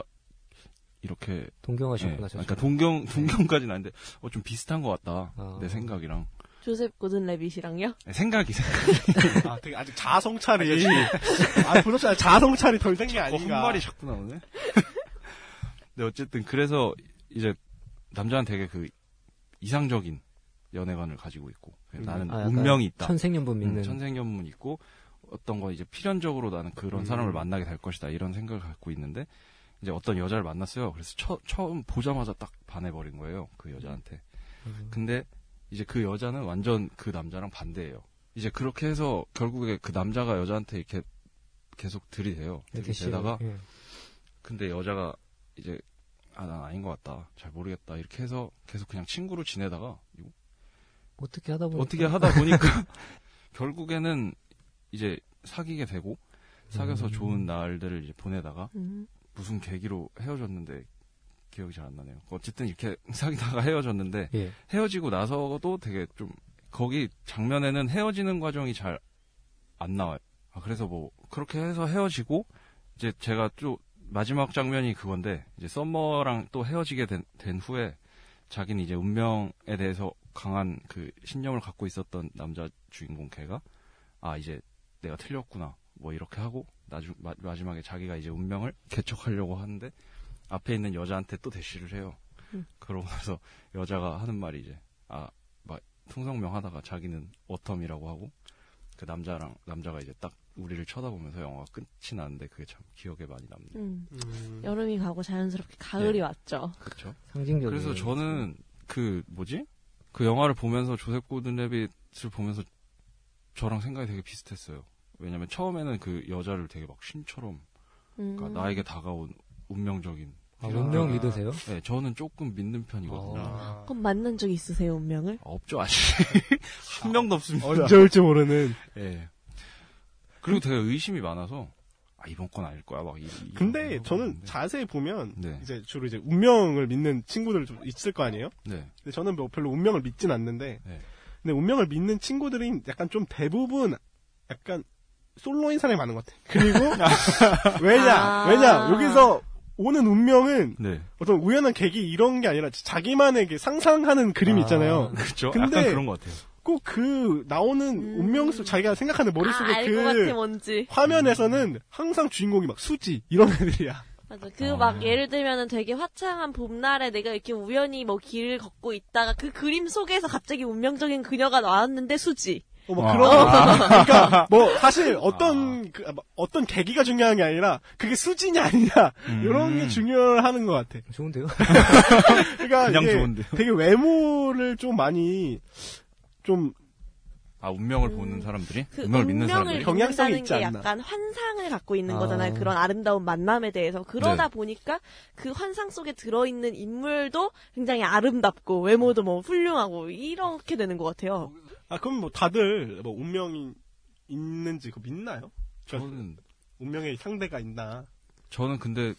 E: 이렇게
C: 동경하셨구나. 네.
E: 예,
C: 저
E: 그러니까 동경 동경까지는 아닌데 어, 좀 비슷한 것 같다
C: 아.
E: 내 생각이랑
B: 조셉 고든 레빗이랑요?
E: 생각이 생각
D: 아, 되게 아직 자성찰이. 아, 부럽지 자성찰이 덜 된 게
E: 어,
D: 아닌가.
E: 헛말이 자꾸 나오네. 근데 어쨌든 그래서 이제 남자는 되게 그 이상적인 연애관을 가지고 있고
D: 음.
E: 나는
C: 아, 약간
E: 운명이 있다.
C: 천생연분 믿는.
E: 음, 천생연분 있고 어떤 거 이제 필연적으로 나는 그런
D: 음.
E: 사람을 만나게 될 것이다 이런 생각을 갖고 있는데 이제 어떤 여자를 만났어요. 그래서 처, 처음 보자마자 딱 반해버린 거예요 그 여자한테.
C: 음.
E: 근데 이제 그 여자는 완전 그 남자랑 반대예요. 이제 그렇게 해서 결국에 그 남자가 여자한테 이렇게 계속 들이대요.
C: 이렇게
E: 들이대다가
C: 씌우고, 예.
E: 근데 여자가 이제 아 난 아닌 것 같다 잘 모르겠다 이렇게 해서 계속 그냥 친구로 지내다가 이거
C: 어떻게 하다 보니까
E: 어떻게 하다 보니까 결국에는 이제 사귀게 되고 사귀어서
C: 음.
E: 좋은 날들을 이제 보내다가
B: 음.
E: 무슨 계기로 헤어졌는데 기억이 잘 안 나네요. 어쨌든 이렇게 사귀다가 헤어졌는데
C: 예.
E: 헤어지고 나서도 되게 좀 거기 장면에는 헤어지는 과정이 잘 안 나와요. 아, 그래서 뭐 그렇게 해서 헤어지고 이제 제가 또 마지막 장면이 그건데 이제 썸머랑 또 헤어지게 된, 된 후에 자기는 이제 운명에 대해서 강한 그 신념을 갖고 있었던 남자 주인공 걔가 아 이제 내가 틀렸구나 뭐 이렇게 하고 나중 마, 마지막에 자기가 이제 운명을 개척하려고 하는데 앞에 있는 여자한테 또 대시를 해요.
B: 음.
E: 그러고 나서 여자가 하는 말이 이제 아 막 통성명 하다가 자기는 어텀이라고 하고 그 남자랑 남자가 이제 딱 우리를 쳐다보면서 영화가 끝이 나는데 그게 참 기억에 많이 남네요.
B: 음.
D: 음.
B: 여름이 가고 자연스럽게 가을이
E: 예.
B: 왔죠.
E: 그렇죠.
C: 상징적인.
E: 그래서 저는 그 뭐지 그 영화를 보면서 조셉 고든 레빗을 보면서 저랑 생각이 되게 비슷했어요. 왜냐면 처음에는 그 여자를 되게 막 신처럼
B: 음.
E: 그러니까 나에게 다가온 운명적인
C: 아, 운명 믿으세요?
E: 네, 저는 조금 믿는 편이거든요.
C: 아.
D: 아.
B: 그럼 만난 적 있으세요, 운명을?
E: 없죠 아직 한 명도 없습니다.
D: 언제 올지 모르는.
E: 예. 그리고 되게 의심이 많아서 아 이번 건 아닐 거야 막. 이, 이-
D: 근데
E: 이러고
D: 저는
E: 있는데.
D: 자세히 보면
E: 네.
D: 이제 주로 이제 운명을 믿는 친구들 좀 있을 거 아니에요?
E: 네.
D: 근데 저는 뭐 별로 운명을 믿진 않는데
E: 네.
D: 근데 운명을 믿는 친구들이 약간 좀 대부분 약간 솔로인 사람이 많은 것 같아. 그리고 왜냐
B: 아.
D: 왜냐 여기서 오는 운명은
E: 네.
D: 어떤 우연한 계기 이런 게 아니라 자기만의 그 상상하는 그림이
C: 아.
D: 있잖아요.
E: 그렇죠.
D: 근데-
E: 약간 그런 것 같아요.
D: 꼭 그 나오는
B: 음.
D: 운명 속 자기가 생각하는
B: 아,
D: 머릿속에
B: 알 것 같아,
D: 그
B: 뭔지.
E: 음.
D: 화면에서는 항상 주인공이 막 수지 이런 애들이야.
B: 맞아. 그 막 예를 들면은 되게 화창한 봄날에 내가 이렇게 우연히 뭐 길을 걷고 있다가 그 그림 속에서 갑자기 운명적인 그녀가 나왔는데 수지.
D: 어, 뭐
E: 아.
D: 그런 그러니까 뭐 사실 어떤 그, 아, 뭐 어떤 계기가 중요한 게 아니라 그게 수지냐 아니냐
E: 음.
D: 이런 게 중요하는 것 같아.
C: 좋은데요?
D: 그러니까
E: 그냥
D: 이게
E: 좋은데요.
D: 되게 외모를 좀 많이 좀
E: 아 운명을 보는 사람들이
B: 그
E: 운명을 믿는
B: 운명을
E: 사람들이
D: 경향성이
B: 믿는다는
D: 있지
B: 게
D: 않나.
B: 약간 환상을 갖고 있는
C: 아.
B: 거잖아요. 그런 아름다운 만남에 대해서.
E: 네.
B: 그러다 보니까 그 환상 속에 들어있는 인물도 굉장히 아름답고 외모도 뭐 훌륭하고 이렇게 되는 것 같아요.
D: 아, 그럼 뭐 다들 뭐 운명이 있는지 그거 믿나요?
E: 저는
D: 운명의 상대가 있나?
E: 저는 근데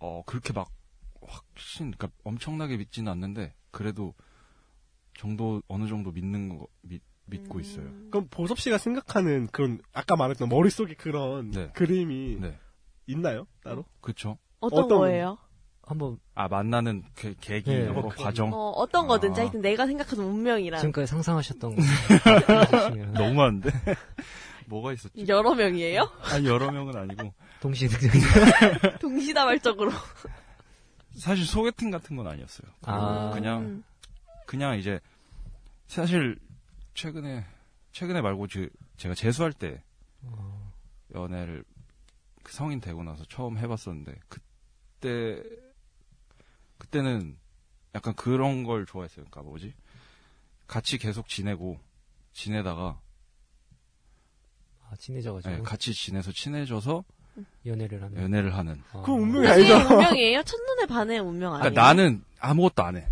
E: 어 그렇게 막 확신 그러니까 엄청나게 믿지는 않는데 그래도 정도 어느 정도 믿는 거 믿,
B: 음.
E: 믿고 있어요.
D: 그럼 보섭 씨가 생각하는 그런 아까 말했던 머릿속에 그런
E: 네.
D: 그림이
E: 네.
D: 있나요? 따로?
E: 그렇죠.
B: 어떤,
D: 어떤
B: 거예요?
C: 한번
E: 아 만나는 그 계기
C: 네.
E: 여러 과정
B: 어, 어떤 거든지
E: 아.
B: 하여튼 내가 생각하는 운명이란
C: 지금까지 상상하셨던 거. 해주시면.
E: 너무한데 뭐가 있었지?
B: 여러 명이에요?
E: 아니 여러 명은 아니고
C: 동시에 등장.
B: 동시다발적으로.
E: 사실 소개팅 같은 건 아니었어요.
C: 아.
E: 그냥
B: 음.
E: 그냥 이제 사실 최근에 최근에 말고 제, 제가 재수할 때
C: 어.
E: 연애를 그 성인 되고 나서 처음 해봤었는데 그때 그때는 약간 그런 걸 좋아했어요. 그러니까 뭐지? 같이 계속 지내고 지내다가
C: 아, 친해져가지고.
E: 예, 같이 지내서 친해져서
C: 연애를 하면.
E: 연애를 하는.
C: 아.
D: 그건 운명이
B: 그게
D: 아니죠.
B: 운명이에요? 첫눈에 반해 운명
E: 아,
B: 아니에요?
E: 나는 아무것도 안 해.
C: 예.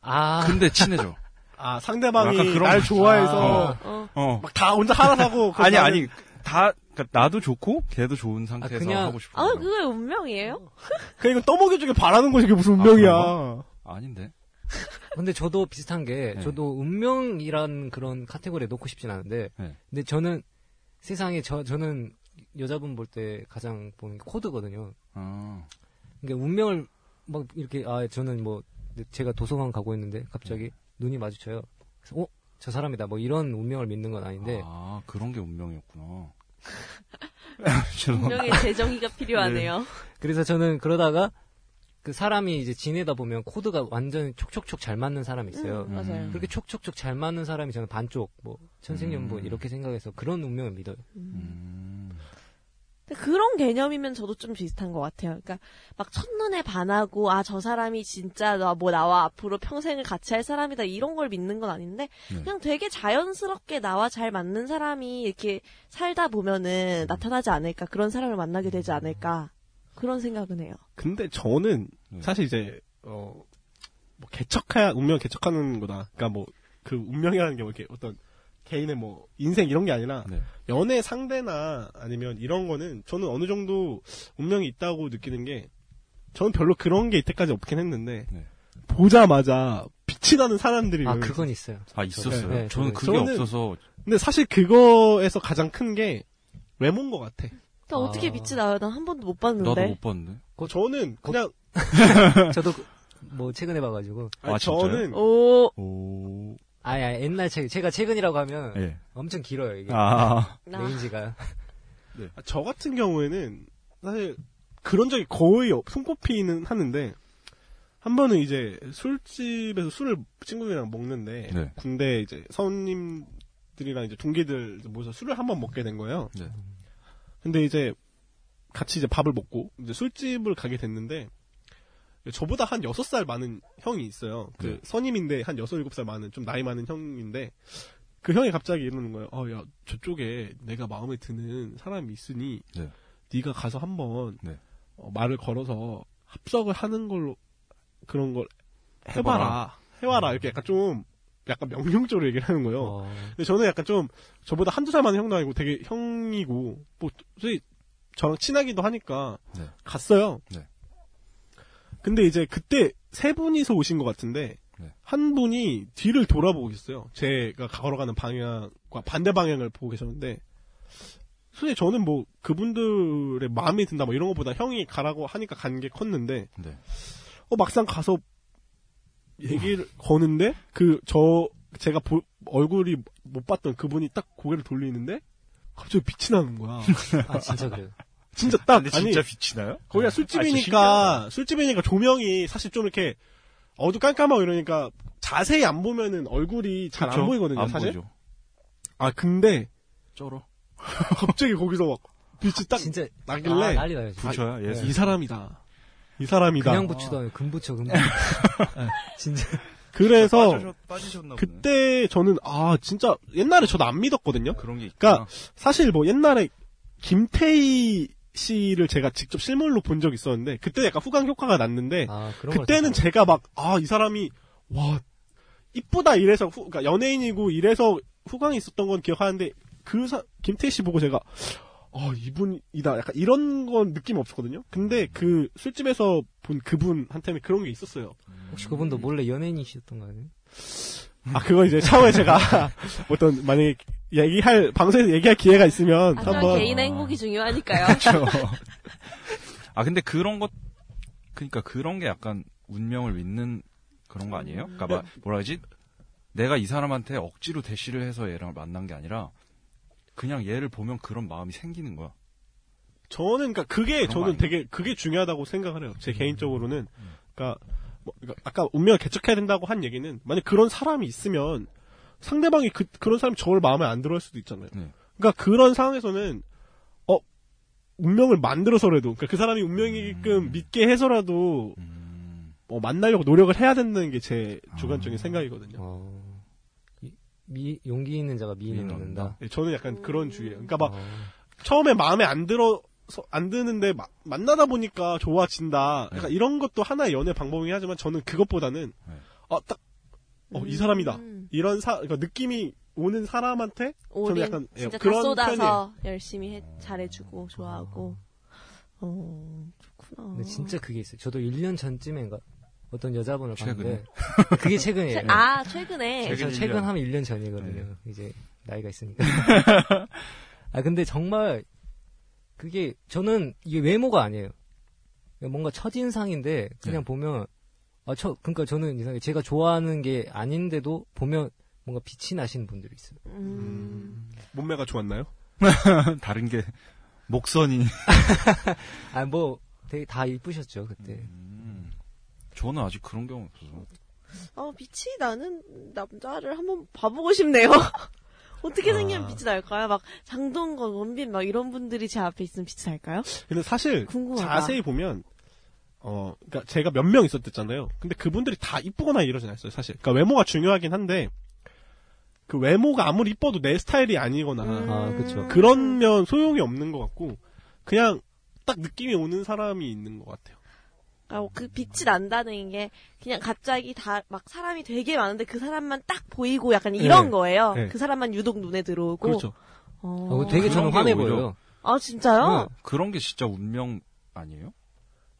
C: 아.
E: 근데 친해져.
D: 아,
E: 약간
D: 상대방이
E: 그런
D: 날
E: 거.
D: 좋아해서
C: 아.
B: 어.
E: 어.
D: 막 다 혼자 살아가고
E: 아니 아니 다 그러니까 나도 좋고 걔도 좋은 상태에서
C: 그냥-
E: 하고 싶은
B: 아,
E: 거죠.
B: 그게 운명이에요?
D: 그냥 이거 떠먹여주길 바라는 거지, 이게 무슨 운명이야.
E: 아, 그런가? 아닌데.
C: 근데 저도 비슷한 게
E: 네.
C: 저도 운명이란 그런 카테고리에 놓고 싶진 않은데
E: 네.
C: 근데 저는 세상에 저 저는 여자분 볼 때 가장 보는 게 코드거든요.
E: 아,
C: 그러니까 운명을 막 이렇게 아 저는 뭐 제가 도서관 가고 있는데 갑자기 눈이 마주쳐요. 그래서 어 저 사람이다 뭐 이런 운명을 믿는 건 아닌데
E: 아 그런 게 운명이었구나. 죄송합니다.
B: 운명의 재정의가 필요하네요.
C: 그래서 저는 그러다가 그 사람이 이제 지내다 보면 코드가 완전 촉촉촉 잘 맞는 사람이 있어요.
B: 음, 맞아요.
E: 음.
C: 그렇게 촉촉촉 잘 맞는 사람이 저는 반쪽 뭐 천생연분
E: 음.
C: 이렇게 생각해서 그런 운명을 믿어요.
E: 음.
B: 근데 그런 개념이면 저도 좀 비슷한 것 같아요. 그러니까 막 첫눈에 반하고 아 저 사람이 진짜 나 뭐 나와 앞으로 평생을 같이 할 사람이다 이런 걸 믿는 건 아닌데
E: 네.
B: 그냥 되게 자연스럽게 나와 잘 맞는 사람이 이렇게 살다
E: 음.
B: 보면은 나타나지 않을까 그런 사람을 만나게 되지 않을까 그런 생각은 해요.
D: 근데 저는
E: 네.
D: 사실 이제 어, 뭐 개척해야 운명 개척하는 거다. 그러니까 뭐 그 운명이라는 게 뭐 이렇게 어떤 개인의 뭐 인생 이런 게 아니라
E: 네.
D: 연애 상대나 아니면 이런 거는 저는 어느 정도 운명이 있다고 느끼는 게 저는 별로 그런 게 이때까지 없긴 했는데
E: 네.
D: 보자마자 빛이 나는 사람들이
C: 아
D: 왜
C: 그건 있어요.
E: 아 있었어요.
C: 네, 네,
E: 저는
C: 저는-
E: 그게
D: 저는-
E: 없어서
D: 근데 사실 그거에서 가장 큰 게 외모인 것 같아.
B: 그러니까 어떻게
C: 아.
B: 빛이 나요? 난 한 번도 못
E: 나도
B: 봤는데.
E: 못 봤는데.
D: 그 저는 그냥
C: 저도 그- 뭐 최근에 봐가지고
D: 아니,
E: 아, 진짜요?
D: 저는
B: 어, 오,
E: 오.
C: 아야 옛날 책 제가 최근이라고 하면
E: 예.
C: 엄청 길어요 이게
E: 아.
B: 나
C: 레인지가
E: 네.
D: 아, 저 같은 경우에는 사실 그런 적이 거의 없- 손꼽히는 하는데 한 번은 이제 술집에서 술을 친구들이랑 먹는데
E: 네.
D: 군대 이제 선임들이랑 이제 동기들 모여서 술을 한 번 먹게 된 거예요.
E: 네.
D: 근데 이제 같이 이제 밥을 먹고 이제 술집을 가게 됐는데 저보다 한 여섯 살 많은 형이 있어요. 그
E: 네.
D: 선임인데 한 여섯 일곱 살 많은 좀 나이 많은 형인데 그 형이 갑자기 이러는 거예요. 어, 야 저쪽에 내가 마음에 드는 사람이 있으니
E: 네.
D: 네가 가서 한번
E: 네.
D: 어, 말을 걸어서 합석을 하는 걸로 그런 걸 해봐라
E: 해봐라.
D: 해와라 이렇게 약간 좀 약간 명령적으로 얘기를 하는 거예요.
C: 어,
D: 근데 저는 약간 좀 저보다 한두 살 많은 형도 아니고 되게 형이고 뭐 솔직히 저랑 친하기도 하니까
E: 네.
D: 갔어요.
E: 네.
D: 근데 이제 그때 세 분이서 오신 것 같은데
E: 네.
D: 한 분이 뒤를 돌아보고 계셨어요. 제가 걸어가는 방향과 반대 방향을 보고 계셨는데 솔직히 저는 뭐 그분들의 마음에 든다 뭐 이런 것보다 형이 가라고 하니까 간 게 컸는데
E: 네.
D: 어, 막상 가서 얘기를 거는데 그 저 제가 보- 얼굴이 못 봤던 그분이 딱 고개를 돌리는데 갑자기 빛이 나는 거야.
C: 아 진짜 그래요
D: 진짜 딱
G: 근데
D: 아니
G: 진짜 빛이 나요?
D: 거기가
G: 아, 진짜
D: 술집이니까
G: 신기하다.
D: 술집이니까 조명이 사실 좀 이렇게 어두깜깜하고 이러니까 자세히 안 보면은 얼굴이 잘 안
E: 그쵸?
D: 보이거든요
E: 안
D: 사실.
E: 보이죠.
D: 아 근데
E: 쩔어.
D: 갑자기 거기서 막 빛이 딱
C: 진짜
D: 나길래
C: 아, 난리 나요 진짜.
E: 부처야. 예.
D: 이 사람이다. 이 사람이다.
C: 그냥 부추도 아니고 금부처 금부처 진짜
D: 그래서
G: 빠지셨- 빠지셨나 보네.
D: 그때 저는 아 진짜 옛날에 저도 안 믿었거든요.
E: 그런 게 있구나.
C: 어.
D: 그러니까 사실 뭐 옛날에 김태희 씨를 제가 직접 실물로 본 적이 있었는데 그때 약간 후광 효과가 났는데
C: 아 그런 걸 생각해요.
D: 그때는 제가 막 아 이 사람이 와 이쁘다 이래서 후, 그러니까 연예인이고 이래서 후광이 있었던 건 기억하는데 그 사- 김태희 씨 보고 제가 아 이분이다 약간 이런 건 느낌 없었거든요. 근데 그 술집에서 본 그분한테는 그런 게 있었어요.
C: 혹시 그분도 몰래 연예인이셨던 거 아니에요?
D: 아, 그거 이제 차후에 제가 어떤, 만약에 얘기할, 방송에서 얘기할 기회가 있으면
B: 아까
D: 한번.
B: 개인의 행복이 중요하니까요.
E: 그렇죠. 아 근데 그런 것 그러니까 그런 게 약간 운명을 믿는 그런 거 아니에요? 그러니까 막 뭐라 하지? 내가 이 사람한테 억지로 대시를 해서 얘랑 만난 게 아니라 그냥 얘를 보면 그런 마음이 생기는 거야.
D: 저는, 그러니까 그니까 그게,
E: 그런 거
D: 저는
E: 아니에요? 음.
D: 되게, 그게 중요하다고 생각을 해요. 제 개인적으로는. 그니까, 뭐, 그러니까 아까 운명을 개척해야 된다고 한 얘기는, 만약 그런 사람이 있으면, 상대방이 그, 그런 사람이 저를 마음에 안 들어 할 수도 있잖아요.
E: 네.
D: 그러니까 그런 상황에서는, 어, 운명을 만들어서라도, 그러니까 그 사람이 운명이게끔
E: 음.
D: 믿게 해서라도, 뭐 만나려고 노력을 해야 된다는 게 제
E: 아.
D: 주관적인 생각이거든요.
C: 어, 이- 미, 용기 있는 자가 미인을
E: 미인을
C: 얻는다
D: 예, 저는 약간 그런 주의예요. 그러니까 막
C: 어,
D: 처음에 마음에 안 들어서 안 드는데 마- 만나다 보니까 좋아진다. 그러니까
E: 네.
D: 이런 것도 하나의 연애 방법이긴 하지만 저는 그것보다는
E: 네.
D: 어, 딱 어, 이 사람이다.
B: 음.
D: 이런 사 그러니까 느낌이 오는 사람한테
B: 올인
D: 약간, 예,
B: 진짜 다
D: 그런
B: 쏟아서 열심히 해- 잘해주고 좋아하고 어 그렇구나
C: 근데 진짜 그게 있어요. 저도 1년 전쯤인가 어떤 여자분을
E: 최근에.
C: 봤는데 그게 최근이에요.
B: 최- 아 최근에
C: 그래서
E: 최근
C: 최근,
E: 1년.
C: 하면 1년 전이거든요. 이제 나이가 있으니까. 아 근데 정말 그게 저는 이게 외모가 아니에요. 뭔가 첫인상인데 그냥
E: 네.
C: 보면 아저 그러니까 저는 이상하게 제가 좋아하는 게 아닌데도 보면 뭔가 빛이 나시는 분들이 있어요.
B: 음,
D: 몸매가 좋았나요?
E: 다른 게 목선이.
C: 아 뭐 되게 다 이쁘셨죠 그때.
D: 음.
E: 저는 아직 그런 경우 없어서.
B: 어 빛이 나는 남자를 한번 봐보고 싶네요 어떻게 생기면 빛이 날까요? 막 장동건, 원빈 막 이런 분들이 제 앞에 있으면 빛이 날까요?
D: 근데 사실
B: 궁금하다.
D: 자세히 보면 어 그러니까 제가 몇 명 있었댔잖아요. 근데 그분들이 다 이쁘거나 이러진 않았어요, 사실. 그러니까 외모가 중요하긴 한데 그 외모가 아무리 이뻐도 내 스타일이 아니거나
B: 음.
C: 아 그렇죠.
D: 음. 그러면 소용이 없는 것 같고 그냥 딱 느낌이 오는 사람이 있는 것 같아요.
B: 아, 그 빛이 난다는 게 그냥 갑자기 다 막 사람이 되게 많은데 그 사람만 딱 보이고 약간 이런
D: 네.
B: 거예요.
D: 네.
B: 그 사람만 유독 눈에 들어오고.
D: 그렇죠.
B: 어.
C: 되게 저는
E: 그런
C: 환해
E: 게 오히려-
C: 보여요.
B: 아 진짜요?
E: 그런 게 진짜 운명 아니에요?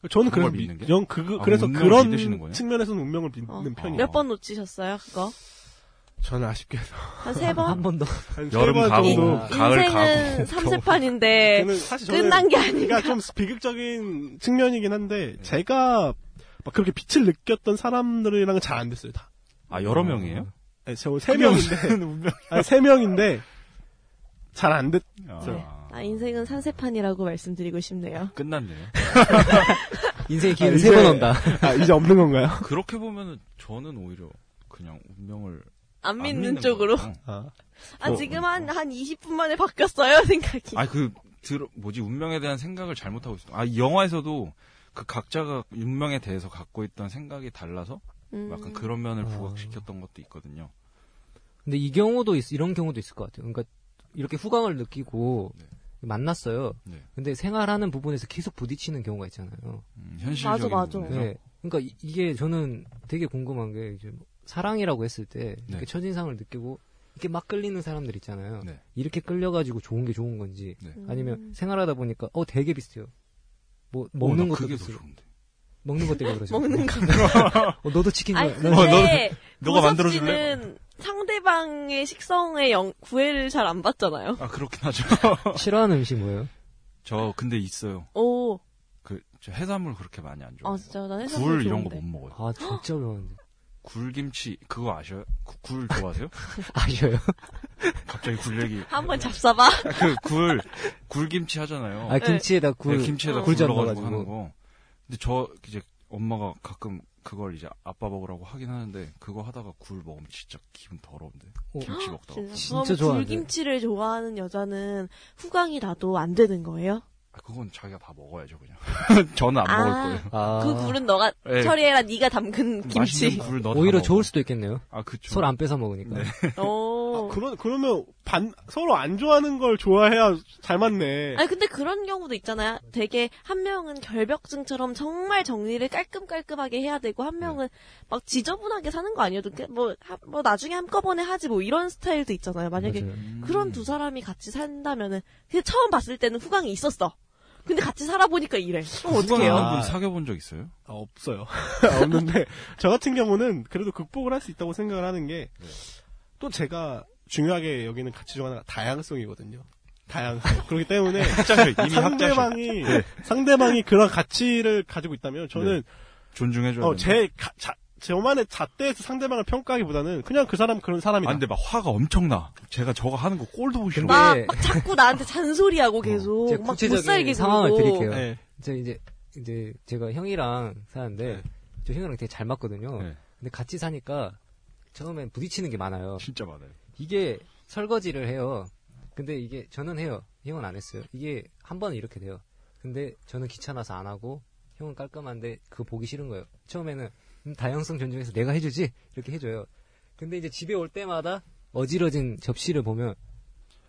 D: 저는
E: 그걸
D: 그걸 미,
E: 믿는 게?
D: 전 그,
E: 아,
D: 그래서
E: 운명을
D: 그런
E: 믿으시는 거예요?
D: 측면에서는 운명을 믿는
B: 어.
D: 편이에요.
B: 몇 번 놓치셨어요 그거?
D: 저는 아쉽게도
B: 한 세
C: 한
B: 번?
C: 번 더.
D: 한세
E: 여름
D: 번
E: 가고
D: 정도.
C: 아.
E: 가을
B: 인생은
E: 가고
B: 삼세판인데
D: 저는 사실 저는
B: 네. 끝난 게 아니라
D: 그러니까 좀 비극적인 측면이긴 한데
E: 네.
D: 제가 막 그렇게 빛을 느꼈던 사람들이랑은 잘 안 됐어요 다.
E: 아 여러 명이에요?
D: 네, 저세 명인데
E: 운명.
D: 아니, 세 명인데 잘 안 됐.
B: 아, 인생은 산세판이라고 말씀드리고 싶네요.
E: 끝났네요.
C: 인생의
D: 아,
C: 기회는
D: 이제-
C: 세 번 온다.
D: 아 이제 없는 건가요?
E: 그렇게 보면은 저는 오히려 그냥 운명을
B: 안
E: 안
B: 믿는 쪽으로.
E: 거예요. 어.
D: 아,
B: 아 지금 한 한 20분 만에 바뀌었어요 생각이.
E: 아, 그, 들, 뭐지, 운명에 대한 생각을 잘못하고 있어. 아, 이 영화에서도 그 각자가 운명에 대해서 갖고 있던 생각이 달라서 뭐
B: 음.
E: 약간 그런
C: 아.
E: 면을 부각시켰던 것도 있거든요.
C: 근데 이 경우도 있, 이런 경우도 있을 것 같아요. 그러니까 이렇게 후광을 느끼고
E: 네.
C: 만났어요.
E: 네.
C: 근데 생활하는 부분에서 계속 부딪히는 경우가 있잖아요.
E: 음, 현실적인
B: 맞아, 맞아.
E: 부분에서.
C: 네. 그러니까 이- 이게 저는 되게 궁금한 게 이제 뭐 사랑이라고 했을 때 이렇게
E: 네.
C: 첫인상을 느끼고 이렇게 막 끌리는 사람들 있잖아요.
E: 네.
C: 이렇게 끌려가지고 좋은 게 좋은 건지
E: 네.
B: 음.
C: 아니면 생활하다 보니까 어 되게 비슷해요. 뭐
E: 어,
C: 먹는 것도
E: 나 그게 더
C: 비슷해.
E: 좋은데.
C: 먹는 것 때문에 그러죠.
B: 먹는 거.
C: 어, 너도 치킨
B: 아니
C: 좋아해. 난-
B: 근데
E: 너가 만들어줄래?
B: 는 상대방의 식성에 영, 구애를 잘 안 받잖아요.
E: 아, 그렇긴 하죠.
C: 싫어하는 음식 뭐예요?
E: 저, 근데 있어요.
B: 오,
E: 그, 저 해산물 그렇게 많이 안 좋아해요.
B: 아 진짜 난 해산물
E: 굴 이런 거
B: 좋은데.
E: 못 먹어요.
C: 아 진짜 좋아하는데.
E: 굴김치, 그거 아셔요? 구- 굴 좋아하세요?
C: 아쉬워요.
E: 갑자기 굴 얘기.
B: 한번 잡숴봐.
E: 그 굴, 굴김치 하잖아요.
C: 아 김치에다 굴
E: 어. 네, 김치에다
B: 어.
E: 굴
C: 굴전
E: 넣어가지고 하는
C: 넣어가지고.
E: 거. 근데 저 이제 엄마가 가끔 그걸 이제 아빠 먹으라고 하긴 하는데 그거 하다가 굴 먹으면 진짜 기분 더러운데
C: 어.
E: 김치 먹다가
B: 아, 진짜,
C: 진짜
B: 그럼
C: 좋아하는데.
B: 굴김치를 좋아하는 여자는 후광이 나도 안 되는 거예요?
E: 아, 그건 자기가 다 먹어야죠 그냥 저는 안
B: 아.
E: 먹을 거예요
C: 아. 예.
B: 그 굴은 너가
E: 네.
B: 처리해라. 네가 담근 김치.
E: 맛있는 굴 넣어
C: 오히려 좋을 수도 있겠네요.
E: 아 그쵸
C: 서로 안 뺏어 먹으니까.
B: 네. 오.
C: 아,
D: 그러 그러면 반 서로 안 좋아하는 걸 좋아해야 잘 맞네.
B: 아니 근데 그런 경우도 있잖아요. 되게 한 명은 결벽증처럼 정말 정리를 깔끔깔끔하게 해야 되고
C: 네.
B: 한 명은 막 지저분하게 사는 거 아니어도 뭐뭐 뭐 나중에 한꺼번에 하지 뭐 이런 스타일도 있잖아요. 만약에
C: 맞아요.
E: 음.
C: 음.
B: 그런 두 사람이 같이 산다면은 그냥 처음 봤을 때는 후광이 있었어. 근데 같이 살아보니까 이래.
C: 네.
B: 그럼
E: 어떻게요?
B: 어떡해요?
D: 아.
E: 분 사귀어본 적 있어요?
D: 아, 없어요. 없는데 저 같은 경우는 그래도 극복을 할 수 있다고 생각을 하는 게
E: 네.
D: 또 제가 중요하게 여기는 가치 중 하나가 다양성이거든요. 다양성. 그렇기 때문에
E: 이미 네. 합자죠
D: 상대방이 상대방이 그런 가치를 가지고 있다면 저는
E: 네. 존중해줘야
D: 어, 제 가- 자, 저만의 잣대에서 상대방을 평가하기보다는 그냥 그 사람 그런 사람이다.
E: 안돼 아, 막 화가 엄청나 제가 저거 하는 거 꼴도 보기 싫어
B: 막,
C: 네.
B: 막 자꾸 나한테 잔소리하고 계속
C: 제가
B: 막
C: 어, 구체적인
B: 못살게
C: 상황을
B: 굴고.
C: 드릴게요.
D: 네.
C: 저 이제 이제 제가 형이랑 사는데
E: 네.
C: 저 형이랑 되게 잘
B: 아.
C: 맞거든요.
E: 네.
C: 근데 같이 사니까 처음엔 부딪히는 게 많아요.
E: 진짜 많아요
C: 이게 설거지를 해요. 근데 이게 저는 해요. 형은 안 했어요. 이게 한 번은 이렇게 돼요. 근데 저는 귀찮아서 안 하고 형은 깔끔한데 그거 보기 싫은 거예요. 처음에는 음, 다양성 존중해서 내가 해주지 이렇게 해줘요. 근데 이제 집에 올 때마다 어지러진 접시를 보면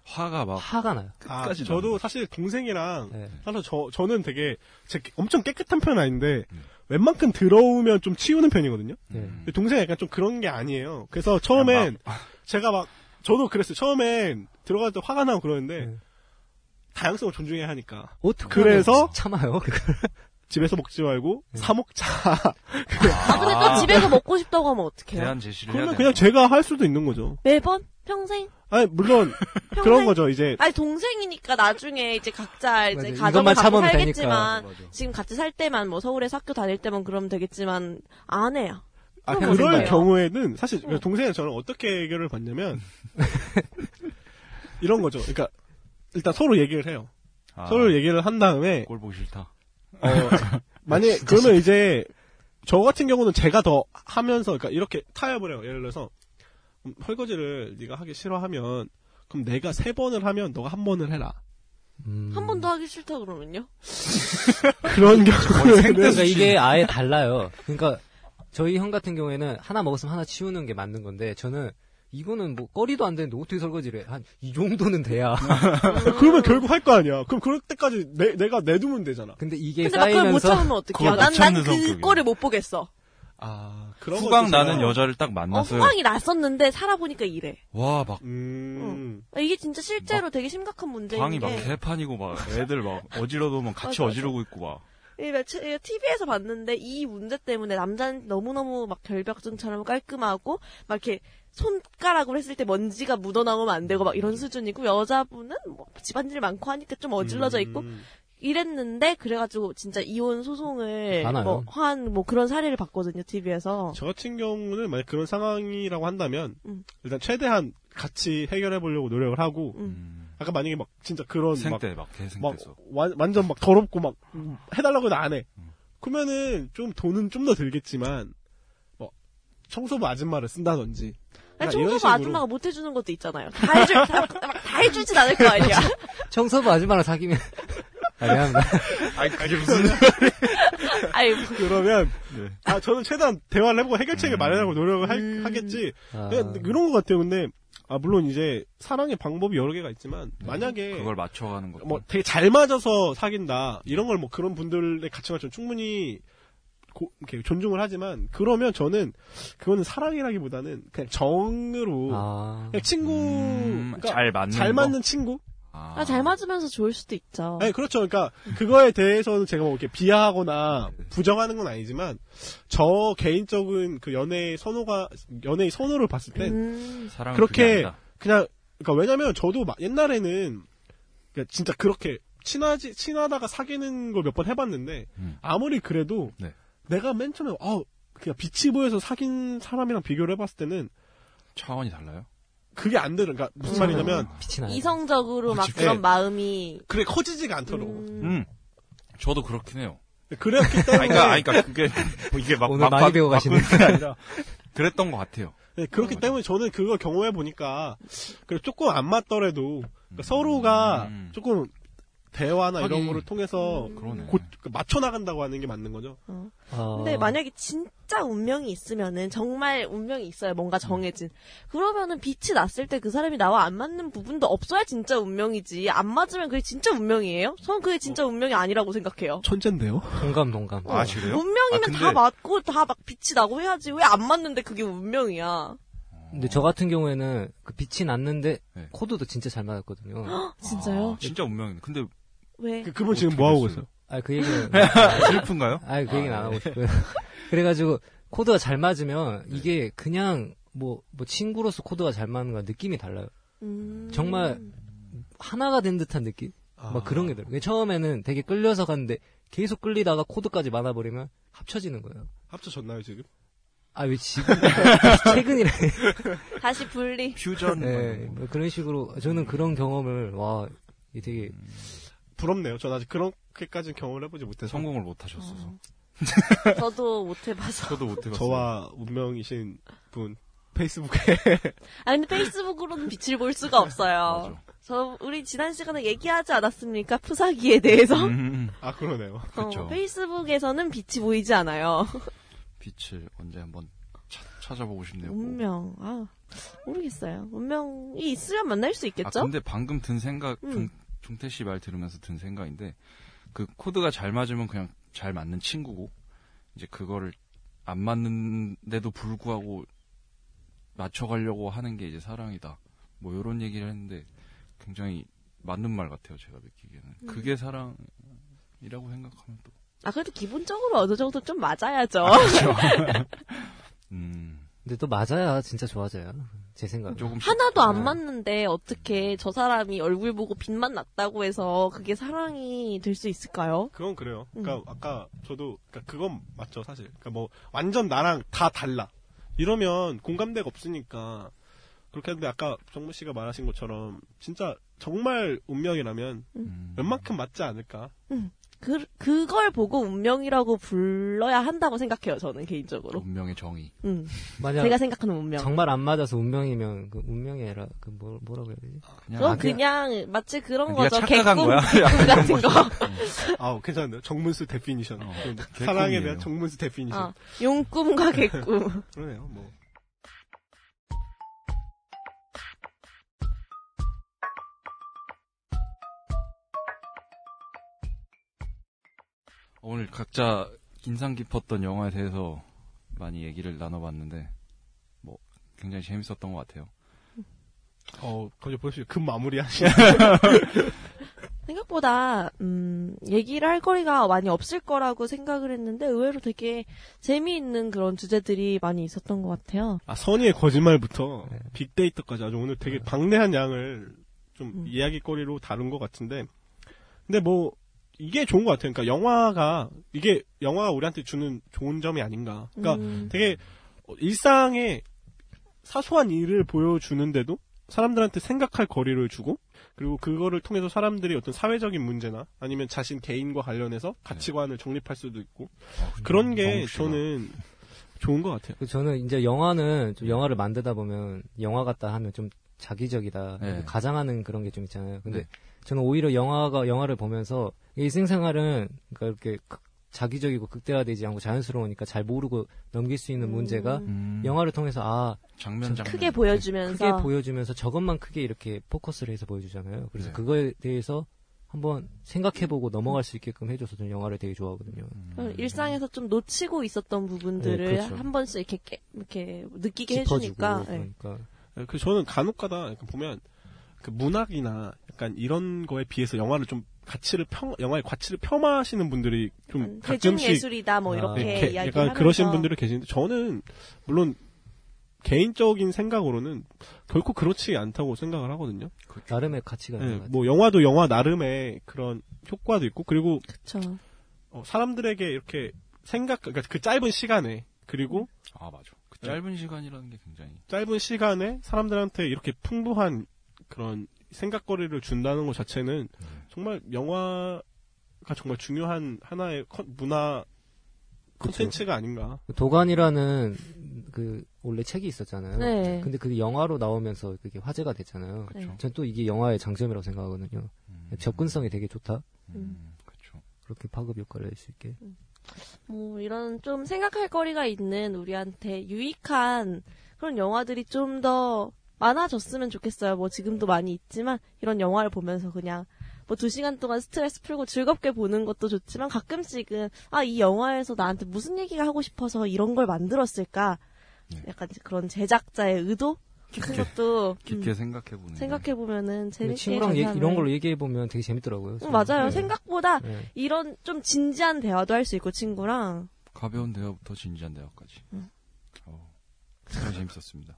E: 화가 막
C: 화가 나요.
D: 아,
E: 끝까지
D: 저도
E: 나오는
D: 사실 동생이랑
C: 네.
D: 사실 저 저는 되게 제 엄청 깨끗한 편은 아닌데
E: 네.
D: 웬만큼 더러우면
E: 음.
D: 좀 치우는 편이거든요.
C: 네.
E: 아,
D: 동생이 약간 좀 그런 게 아니에요. 그래서 처음엔 제가 막 저도 그랬어요. 처음엔 들어갈 때 화가 나고 그러는데
C: 네.
D: 다양성을 존중해야 하니까
C: 어떻게
D: 그래서-
C: 참아요? 그걸.
D: 집에서 먹지 말고
E: 네.
D: 사 먹자.
B: 아, 근데 또 집에서 먹고 싶다고 하면 어떡해요?
E: 대안 제시를 해야
D: 그러면
E: 돼요.
D: 그냥 제가 할 수도 있는 거죠.
B: 매번? 평생?
D: 아니 물론
B: 평생?
D: 그런 거죠. 이제
B: 아니, 동생이니까 나중에 이제 각자 이제
C: 맞아요.
B: 가정을
C: 이것만
B: 갖고
C: 참으면
B: 살겠지만,
C: 되니까. 맞아.
B: 지금 같이 살 때만, 뭐 서울에서 학교 다닐 때만 그러면 되겠지만, 안 해요.
D: 아,
B: 그런
D: 그럴
B: 거예요. 어.
D: 경우에는 사실 동생은 저는 어떻게 해결을 봤냐면 이런 거죠. 그러니까 일단 서로 얘기를 해요.
E: 아,
D: 서로 얘기를 한 다음에
E: 꼴 보기 싫다.
D: 어, 만약 그러면 이제 저 같은 경우는 제가 더 하면서 그러니까 이렇게 타협을 해요. 예를 들어서 음, 설거지를 네가 하기 싫어하면 그럼 내가 세 번을 하면 너가 한 번을 해라.
C: 음.
B: 한 번도 하기 싫다 그러면요?
D: 그런 경우에는
C: 그러니까 이게 아예 달라요. 그러니까 저희 형 같은 경우에는 하나 먹었으면 하나 치우는 게 맞는 건데 저는 이거는 뭐 꺼리도 안 되는데 어떻게 설거지를 한 이 정도는 돼야.
D: 네. 그러면 결국 할 거 아니야. 그럼 그럴 때까지 내, 내가 내두면 되잖아.
C: 근데 이게
B: 근데 막 그걸 못
C: 쌓이면서
B: 참으면 어떡해요?
E: 그걸
B: 난,
E: 못
B: 난
E: 참는 성격이에요.
B: 그거를 못 보겠어.
D: 아, 그런
E: 후광
D: 것도 있어요.
E: 나는 여자를 딱
B: 어,
E: 만났어요.
B: 후광이 났었는데, 살아보니까 이래.
E: 와, 막
D: 음.
B: 아, 이게 진짜 실제로 되게 심각한 문제인
E: 방이 막
B: 게
E: 개판이고 막 애들 막 어지러우면 같이
B: 맞아, 맞아.
E: 어지르고 있고 막.
B: TV에서 봤는데 이 문제 때문에 남자는 너무너무 막 결벽증처럼 깔끔하고 막 이렇게 손가락으로 했을 때 먼지가 묻어나오면 안 되고 막 이런 수준이고 여자분은 뭐 집안일 많고 하니까 좀 어질러져 있고
D: 음.
B: 이랬는데 그래가지고 진짜 이혼 소송을
C: 많아요.
B: 뭐 한 뭐 그런 사례를 봤거든요 TV에서
D: 저 같은 경우는 만약 그런 상황이라고 한다면
B: 음.
D: 일단 최대한 같이 해결해 보려고 노력을 하고
B: 음.
E: 음.
D: 아까 만약에 막 진짜 그런 막
E: 생때 막
D: 막
E: 개생때서.
D: 완- 완전 막 더럽고 막 해달라고 해도 안 해.
E: 음.
D: 그러면은 좀 돈은 좀 더 들겠지만 뭐 청소부 아줌마를 쓴다든지.
B: 아니,
D: 약간 그러니까 이런
B: 청소부
D: 식으로.
B: 아줌마가 못 해주는 것도 있잖아요 다 해줄 다, 막다 해주진 않을 거 아니야
C: 청소부 아줌마랑 사귀면 아, 미안합니다.
D: 아니 그게 무슨
B: 아이
D: 그러면
E: 네.
D: 아 저는 최대한 대화를 해보고
E: 음.
D: 해결책을 마련하고 노력을 할-
B: 음.
D: 하겠지.
C: 아,
D: 그냥 그런 것 같아요. 근데 아 물론 이제 사랑의 방법이 여러 개가 있지만 만약에
E: 네. 그걸 맞춰가는 거.
D: 뭐 되게 잘 맞아서 사귄다 이런 걸 뭐 그런 분들의 가치관 좀 충분히 고- 이렇게 존중을 하지만 그러면 저는 그거는 사랑이라기보다는 그냥 정으로
C: 아.
D: 그냥 친구
E: 음,
D: 그러니까
E: 잘 맞는
D: 잘
E: 거?
D: 맞는 친구
E: 아,
B: 아, 잘 맞으면서 좋을 수도 있죠
D: 아니 그렇죠 그러니까 그거에 대해서는 제가 뭐 이렇게 비하하거나
E: 네.
D: 부정하는 건 아니지만 저 개인적인 그 연애의 선호가 연애의 선호를 봤을 때
B: 음.
E: 사랑은
D: 그렇게-
E: 그게 아니다.
D: 그냥 그러니까 왜냐면 저도 막 옛날에는 그냥 진짜 그렇게 친하지 친하다가 사귀는 걸 몇 번 해봤는데
E: 음.
D: 아무리 그래도
E: 네.
D: 내가 맨 처음에 아 그냥 빛이 보여서 사귄 사람이랑 비교를 해봤을 때는
E: 차원이 달라요.
D: 그게 안 되는 그러니까
E: 음.
D: 무슨 말이냐면
C: 빛이 나요.
B: 이성적으로 막
D: 집-
B: 그런
D: 네.
B: 마음이
D: 그래 커지지가 않더라고 네,
E: 음. 저도 그렇긴 해요.
D: 그랬기 때문에
E: 그러니까, 아니, 그러니까 그게 뭐 이게 막
C: 오늘 많이 배워 가시네.
E: 바꾸는 게 아니라 그랬던 것 같아요.
D: 네, 그렇기 때문에 저는 그걸 경험해 보니까 그래 조금 안 맞더라도 그러니까 서로가
E: 음.
D: 조금 대화나 이런
E: 하긴.
D: 거를 통해서
E: 그러네.
D: 곧 맞춰 나간다고 하는 게 맞는 거죠.
C: 아.
B: 근데 만약에 진짜 운명이 있으면은 정말 운명이 있어요.
E: 음.
B: 뭔가 정해진. 그러면은 빛이 났을 때 그 사람이 나와 안 맞는 부분도 없어야 진짜 운명이지. 안 맞으면 그게 진짜 운명이에요? 전 그게
E: 어.
B: 진짜 운명이 아니라고 생각해요.
D: 천재인데요.
C: 동감 동감.
E: 아, 그래요?
B: 운명이면
E: 아, 근데-
B: 다 맞고 다 막 빛이 나고 해야지. 왜 안 맞는데 그게 운명이야?
C: 근데 저 같은 경우에는 그 빛이 났는데
E: 네.
C: 코드도 진짜 잘 맞았거든요.
B: 진짜요?
E: 아, 진짜 운명이네. 근데
B: 왜?
D: 그, 그분 지금 뭐 하고 계세요?
C: 아, 그 얘기는
E: 슬픈가요?
C: 아이, 그 얘기는
E: 아,
C: 안 하고 싶고요. 그래가지고, 코드가 잘 맞으면, 이게 그냥, 뭐, 뭐, 친구로서 코드가 잘 맞는 거랑 느낌이 달라요.
B: 음.
C: 정말, 하나가 된 듯한 느낌?
D: 아.
C: 막 그런 게 들어요. 처음에는 되게 끌려서 갔는데, 계속 끌리다가 코드까지 맞아버리면 합쳐지는 거예요.
D: 합쳐졌나요 지금?
C: 아, 왜 지금, 최근이래.
B: 다시 분리.
E: 퓨전.
C: 네,
E: 뭐
C: 뭐 그런 식으로, 저는 그런 경험을, 와, 이게 되게,
D: 부럽네요. 전 아직 그렇게까지는 경험을 해보지
E: 그때
D: 못해서
E: 성공을 못 하셨어서.
B: 저도 못 해봐서.
E: 저도 못 해봤어요.
D: 저와 운명이신 분 페이스북에
B: 아 근데 페이스북으로는 빛을 볼 수가 없어요.
E: 네, 맞아. 음,
B: 저 우리 지난 시간에 얘기하지 않았습니까? 푸사기에 대해서.
E: 음,
D: 아 그러네요.
E: 그쵸.
B: 어, 페이스북에서는 빛이 보이지 않아요.
E: 빛을 언제 한번 찾- 찾아보고 싶네요. 뭐.
B: 운명. 아, 모르겠어요. 운명이 있으면 만날 수 있겠죠?
E: 아, 근데 방금 든 생각,
B: 음.
E: 종, 태 씨 말 들으면서 든 생각인데, 그 코드가 잘 맞으면 그냥 잘 맞는 친구고, 이제 그거를 안 맞는데도 불구하고 맞춰가려고 하는 게 이제 사랑이다. 뭐 이런 얘기를 했는데 굉장히 맞는 말 같아요. 제가 느끼기에는
B: 음.
E: 그게 사랑이라고 생각하면 또
B: 아, 그래도 기본적으로 어느 정도 좀 맞아야죠.
E: 네. 음,
C: 근데 또 맞아야 진짜 좋아져요. 제
B: 음.
D: 음.
C: 생각은.
E: 조금씩
B: 하나도
E: 네.
B: 안 맞는데 어떻게 저 사람이 얼굴 보고 빛만 났다고 해서 그게 사랑이 될 수 있을까요?
D: 그건 그래요. 그러니까 아까 저도 그러니까 그건 맞죠 사실. 그러니까 뭐 완전 나랑 다 달라 이러면 공감대가 없으니까 그렇게 하는데 아까 정무 씨가 말하신 것처럼 진짜 정말 운명이라면
E: 음.
D: 웬만큼 맞지 않을까.
B: 그, 그걸 보고 운명이라고 불러야 한다고 생각해요, 저는 개인적으로.
E: 운명의 정의.
B: 음,
C: 만약
B: 제가 생각하는 운명.
C: 정말 안 맞아서 운명이면 그 운명의 에라 그 뭐, 뭐라고 해야 되지?
E: 그냥
B: 그건
E: 아,
B: 그냥 마치 그런
E: 네가
B: 거죠.
E: 착각한 거야? 뭐
B: 개꿈 같은 거.
D: 아 괜찮네요. 정문수 데피니션.
E: 어,
D: 그럼
E: 개꿈이에요.
D: 사랑에 대한 정문수 데피니션.
B: 어, 용꿈과 개꿈.
D: 그러네요. 뭐
E: 오늘 각자 인상 깊었던 영화에 대해서 많이 얘기를 나눠봤는데 뭐 굉장히 재밌었던 것 같아요.
D: 어, 갑자기 보십시오. 금 마무리 하시네.
B: 생각보다 음, 얘기를 할 거리가 많이 없을 거라고 생각을 했는데 의외로 되게 재미있는 그런 주제들이 많이 있었던 것 같아요.
D: 아, 선의의 거짓말부터
B: 네.
D: 빅데이터까지 아주 오늘 되게 방대한 양을 좀
B: 음.
D: 이야기거리로 다룬 것 같은데. 근데 뭐, 이게 좋은 것 같아요. 그러니까 영화가, 이게 영화가 우리한테 주는 좋은 점이 아닌가. 그러니까
B: 음,
D: 되게 일상의 사소한 일을 보여주는데도 사람들한테 생각할 거리를 주고 그리고 그거를 통해서 사람들이 어떤 사회적인 문제나 아니면 자신 개인과
B: 네.
D: 관련해서 가치관을 정립할 수도 있고
B: 아,
D: 그런 게
E: 정욱 씨가.
D: 저는 좋은 것 같아요.
C: 그 저는 이제 영화는 좀 영화를 만들다 보면 영화 같다 하면 좀 자기적이다
E: 네.
C: 가장하는 그런 게 좀 있잖아요. 근데
E: 네.
C: 저는 오히려 영화가 영화를 보면서 일생생활은 그러니까 이렇게 극- 자기적이고 극대화되지 않고 자연스러우니까 잘 모르고 넘길 수 있는
B: 음.
C: 그 문제가
E: 음,
C: 영화를 통해서 아
E: 장면 장면
B: 크게
C: 크게
B: 보여주면서
C: 보여주면서 저것만 크게 이렇게 포커스를 해서 보여주잖아요. 그래서
E: 네.
C: 그거에 대해서 한번 생각해보고 넘어갈 수 있게끔 해줘서 저는 영화를 되게 좋아하거든요.
E: 음.
B: 어, 일상에서 좀 놓치고 있었던 부분들을
C: 네, 그렇죠.
B: 한 번씩 이렇게 깨- 이렇게 느끼게
C: 짚어주고
B: 해주니까 네.
C: 그러니까
D: 그 저는 간혹가다 약간 보면 그 문학이나 약간 이런 거에 비해서 영화를 좀 가치를 평 영화의 가치를 폄하하시는 분들이 좀
B: 대중
D: 가끔씩
B: 음, 예술이다 뭐
C: 아,
B: 이렇게
D: 이렇게
B: 이야기하면서
D: 약간 그러신 분들이 계시는데 저는 물론 개인적인 생각으로는 결코 그렇지 않다고 생각을 하거든요.
C: 나름의 가치가 있는
D: 예,
C: 것 같아요.
D: 뭐 영화도 영화 나름의 그런 효과도 있고 그리고
B: 그쵸.
D: 어, 사람들에게 이렇게 생각 그러니까 그 짧은 시간에 그리고
E: 아 맞아. 그
B: 네.
E: 짧은 시간이라는 게 굉장히
D: 짧은 시간에 사람들한테 이렇게 풍부한 그런 생각거리를 준다는 것 자체는 정말 영화가 정말 중요한 하나의 컨- 문화 콘텐츠가 아닌가.
C: 도관이라는 그 원래 책이 있었잖아요.
B: 네. 그렇죠.
C: 근데 그게 영화로 나오면서 그게 화제가 됐잖아요.
B: 그쵸.
C: 전 또 이게 영화의 장점이라고 생각하거든요.
B: 음.
D: 음.
C: 접근성이 되게 좋다.
E: 음, 그렇죠.
C: 그렇게 파급 효과를 낼 수 있게.
B: 뭐 이런 좀 생각할 거리가 있는 우리한테 유익한 그런 영화들이 좀 더 많아졌으면 좋겠어요. 뭐 지금도 많이 있지만 이런 영화를 보면서 그냥 뭐 두 시간 동안 스트레스 풀고 즐겁게 보는 것도 좋지만 가끔씩은 아 이 영화에서 나한테 무슨 얘기가 하고 싶어서 이런 걸 만들었을까
E: 네.
B: 약간 이제 그런 제작자의 의도 같은 것도 음,
E: 깊게 생각해 보는.
B: 생각해 보면은
C: 근데
B: 재밌게
C: 친구랑 얘기-
B: 저장을-
C: 이런 걸로 얘기해 보면 되게 재밌더라고요.
B: 응,
C: 저는.
B: 맞아요.
C: 네.
B: 생각보다
C: 네.
B: 이런 좀 진지한 대화도 할 수 있고 친구랑
E: 가벼운 대화부터 진지한 대화까지.
B: 음.
E: 어, 재밌었습니다.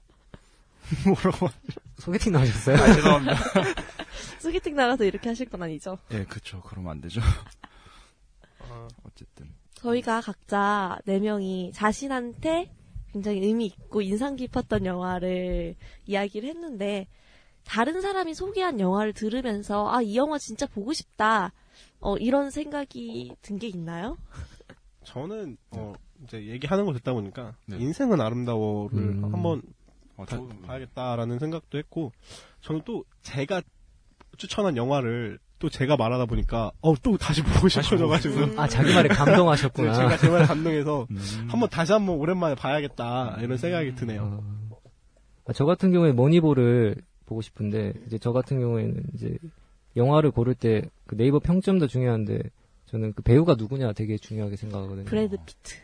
C: 소개팅 나오셨어요?
E: 죄송합니다.
B: 소개팅 나가서 이렇게 하실 건 아니죠.
D: 네,
E: 예, 그렇죠. 그러면 안 되죠. 어쨌든
B: 저희가 각자 네 명이 자신한테 굉장히 의미 있고 인상 깊었던 영화를 이야기를 했는데 다른 사람이 소개한 영화를 들으면서 아 이 영화 진짜 보고 싶다 어, 이런 생각이 든 게 있나요?
D: 저는 어, 이제 얘기하는 걸 듣다 보니까
E: 네.
D: 인생은 아름다워를
C: 음.
D: 한번
E: 어,
D: 다-
E: 저-
D: 봐야겠다라는 생각도 했고 저는 또 제가 추천한 영화를 또 제가 말하다 보니까 어 또 다시 보고 싶어져가지고
B: 음.
C: 아 자기 말에 감동하셨구나.
B: 네,
D: 제가 제 말에 감동해서
E: 음.
D: 한번 다시 한번 오랜만에 봐야겠다 이런 생각이 드네요.
C: 어. 아, 저 같은 경우에 머니볼을 보고 싶은데 이제 저 같은 경우에는 이제 영화를 고를 때 그 네이버 평점도 중요한데 저는 그 배우가 누구냐 되게 중요하게 생각하거든요.
B: 브래드 피트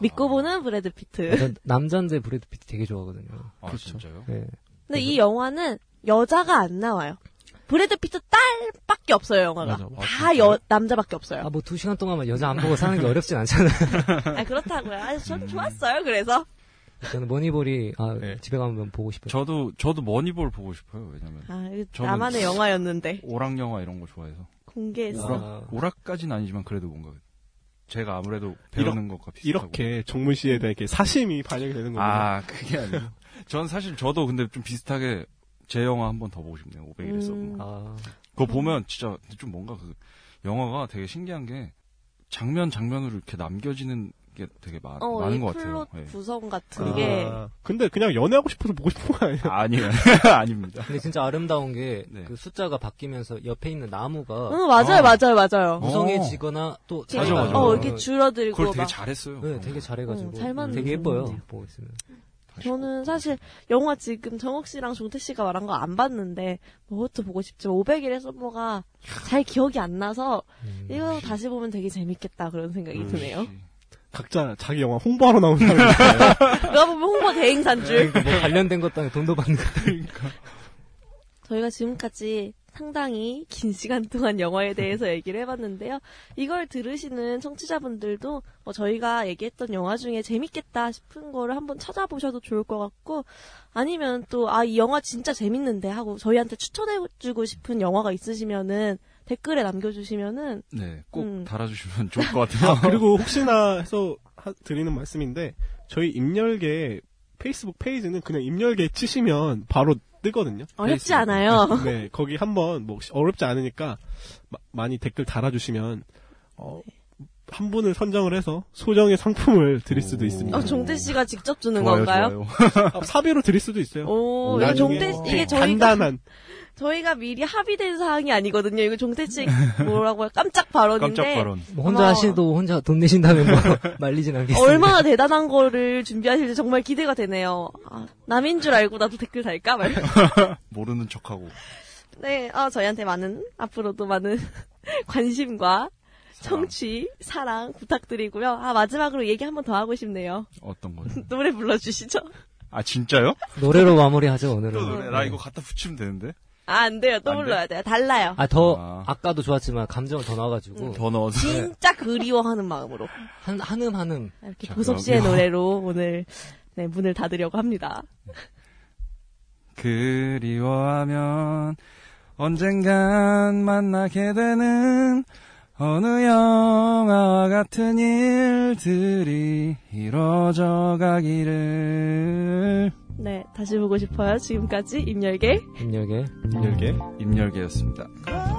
B: 믿고 보는 브래드 피트
C: 전 남잔데 브래드 피트 되게 좋아하거든요.
E: 아, 진짜요?
C: 네.
B: 근데 이 영화는 여자가 안 나와요. 브래드 피트 딸밖에 없어요 영화가.
E: 맞아. 아,
B: 다
E: 진짜요?
B: 여, 남자밖에 없어요.
C: 아, 뭐 두 시간 동안만 여자 안 보고 사는 게 어렵진 않잖아요.
B: 아 그렇다고요. 아, 저는 좋았어요. 그래서
C: 저는 머니볼이, 아,
D: 네.
C: 집에 가면 보고 싶어요.
E: 저도 저도 머니볼 보고 싶어요. 왜냐면
B: 아, 이거
E: 저는-
B: 나만의 영화였는데
E: 오락 영화 이런 거 좋아해서
B: 공개했어.
C: 와.
E: 오락 오락까지는 아니지만 그래도 뭔가 제가 아무래도 배우는 것과 비슷하고
D: 이렇게 정문 씨에 대한 이렇게 사심이 반영이 되는 겁니다.
E: 아 그게 아니고 전 사실 저도 근데 좀 비슷하게 제 영화 한 번 더 보고 싶네요. 500일에 서
B: 음.
C: 아,
E: 그거 보면 진짜 좀 뭔가 그 영화가 되게 신기한 게 장면 장면으로 이렇게 남겨지는 게 되게 많,
B: 어,
E: 많은
B: 이
E: 것 같아요.
B: 플롯
E: 예.
B: 구성 같은
D: 아,
B: 게
D: 근데 그냥 연애하고 싶어서 보고 싶은 거 아니에요?
E: 아니요 아닙니다.
C: 근데 진짜 아름다운 게 그
E: 네.
C: 숫자가 바뀌면서 옆에 있는 나무가
B: 응 어, 맞아요
E: 아.
B: 맞아요 맞아요.
C: 무성해지거나 또
B: 되게
E: 맞아, 맞아.
B: 어 이렇게 줄어들고
E: 그걸 되게
B: 막.
E: 잘했어요.
C: 네, 되게 잘해가지고
B: 응, 잘 만든
C: 되게 예뻐요.
B: 분이네요.
C: 보고 있으면.
E: 다시
B: 저는 사실 영화 지금 정옥 씨랑 종태 씨가 말한 거 안 봤는데 뭐 그것도 보고 싶지만 500일의 썸머가 잘 기억이 안 나서
C: 음.
B: 이거 다시 보면 되게 재밌겠다 그런 생각이
E: 음,
B: 드네요.
E: 역시.
D: 각자 자기 영화 홍보하러 나온 사람이에요.
B: 누가 보면 홍보 대행사인 줄.
C: 뭐 관련된 것도 아니고 돈도 받는 거.
B: 저희가 지금까지 상당히 긴 시간 동안 영화에 대해서 얘기를 해봤는데요. 이걸 들으시는 청취자분들도 어, 저희가 얘기했던 영화 중에 재밌겠다 싶은 거를 한번 찾아보셔도 좋을 것 같고, 아니면 또, 아, 이 영화 진짜 재밌는데 하고 저희한테 추천해주고 싶은 영화가 있으시면은 댓글에 남겨주시면은,
E: 네, 꼭
B: 음.
E: 달아주시면 좋을 것 같아요.
D: 그리고 혹시나 해서 하- 드리는 말씀인데 저희 임열계 페이스북 페이지는 그냥 임열계 치시면 바로 뜨거든요.
B: 어렵지
E: 페이스북.
B: 않아요.
D: 네, 거기 한번 뭐 혹시 어렵지 않으니까 마- 많이 댓글 달아주시면 어, 한 분을 선정을 해서 소정의 상품을 드릴 수도
E: 오.
D: 있습니다.
B: 어, 종대 씨가 직접 주는
E: 좋아요,
B: 건가요?
E: 좋아요.
D: 아, 사비로 드릴 수도 있어요.
B: 오, 이거
D: 나중에
B: 종대, 이게
D: 되게
B: 저희가
D: 간단한
B: 저희가 미리 합의된 사항이 아니거든요. 이거 종태 씨 뭐라고 할 깜짝 발언인데
E: 깜짝 발언.
C: 뭐 혼자
B: 아마-
C: 하시도 혼자 돈 내신다면 뭐 말리진 않겠어요.
B: 얼마나 대단한 거를 준비하실지 정말 기대가 되네요. 아, 남인 줄 알고 나도 댓글 달까 말.
E: 모르는 척하고
B: 네, 어, 저희한테 많은 앞으로도 많은 관심과
E: 사랑.
B: 청취, 사랑 부탁드리고요. 아 마지막으로 얘기 한 번 더 하고 싶네요.
E: 어떤 거죠?
B: 노래 불러주시죠.
E: 아 진짜요?
C: 노래로 마무리하죠
E: 또
C: 오늘은.
E: 노래 나 이거 갖다 붙이면 되는데
B: 아 안 돼요. 또
E: 안 돼?
B: 불러야 돼요. 달라요.
C: 아더
E: 아. 네.
C: 아. 까도 좋았지만 감정을 더
B: 음.
C: 넣어가지고
E: 더 넣어서
B: 진짜 그리워하는 마음으로 아,
C: 한 한음 한음
B: 이렇게
E: 자,
B: 보섭 씨의
E: 그럼요.
B: 노래로 오늘 네, 문을 닫으려고 합니다.
E: 그리워하면 언젠간 만나게 되는 어느 영화와 같은 일들이 이루어져 가기를
B: 네, 다시 보고 싶어요. 지금까지 임열계
C: 입력에
D: 열계
E: 임열계였습니다.
D: 감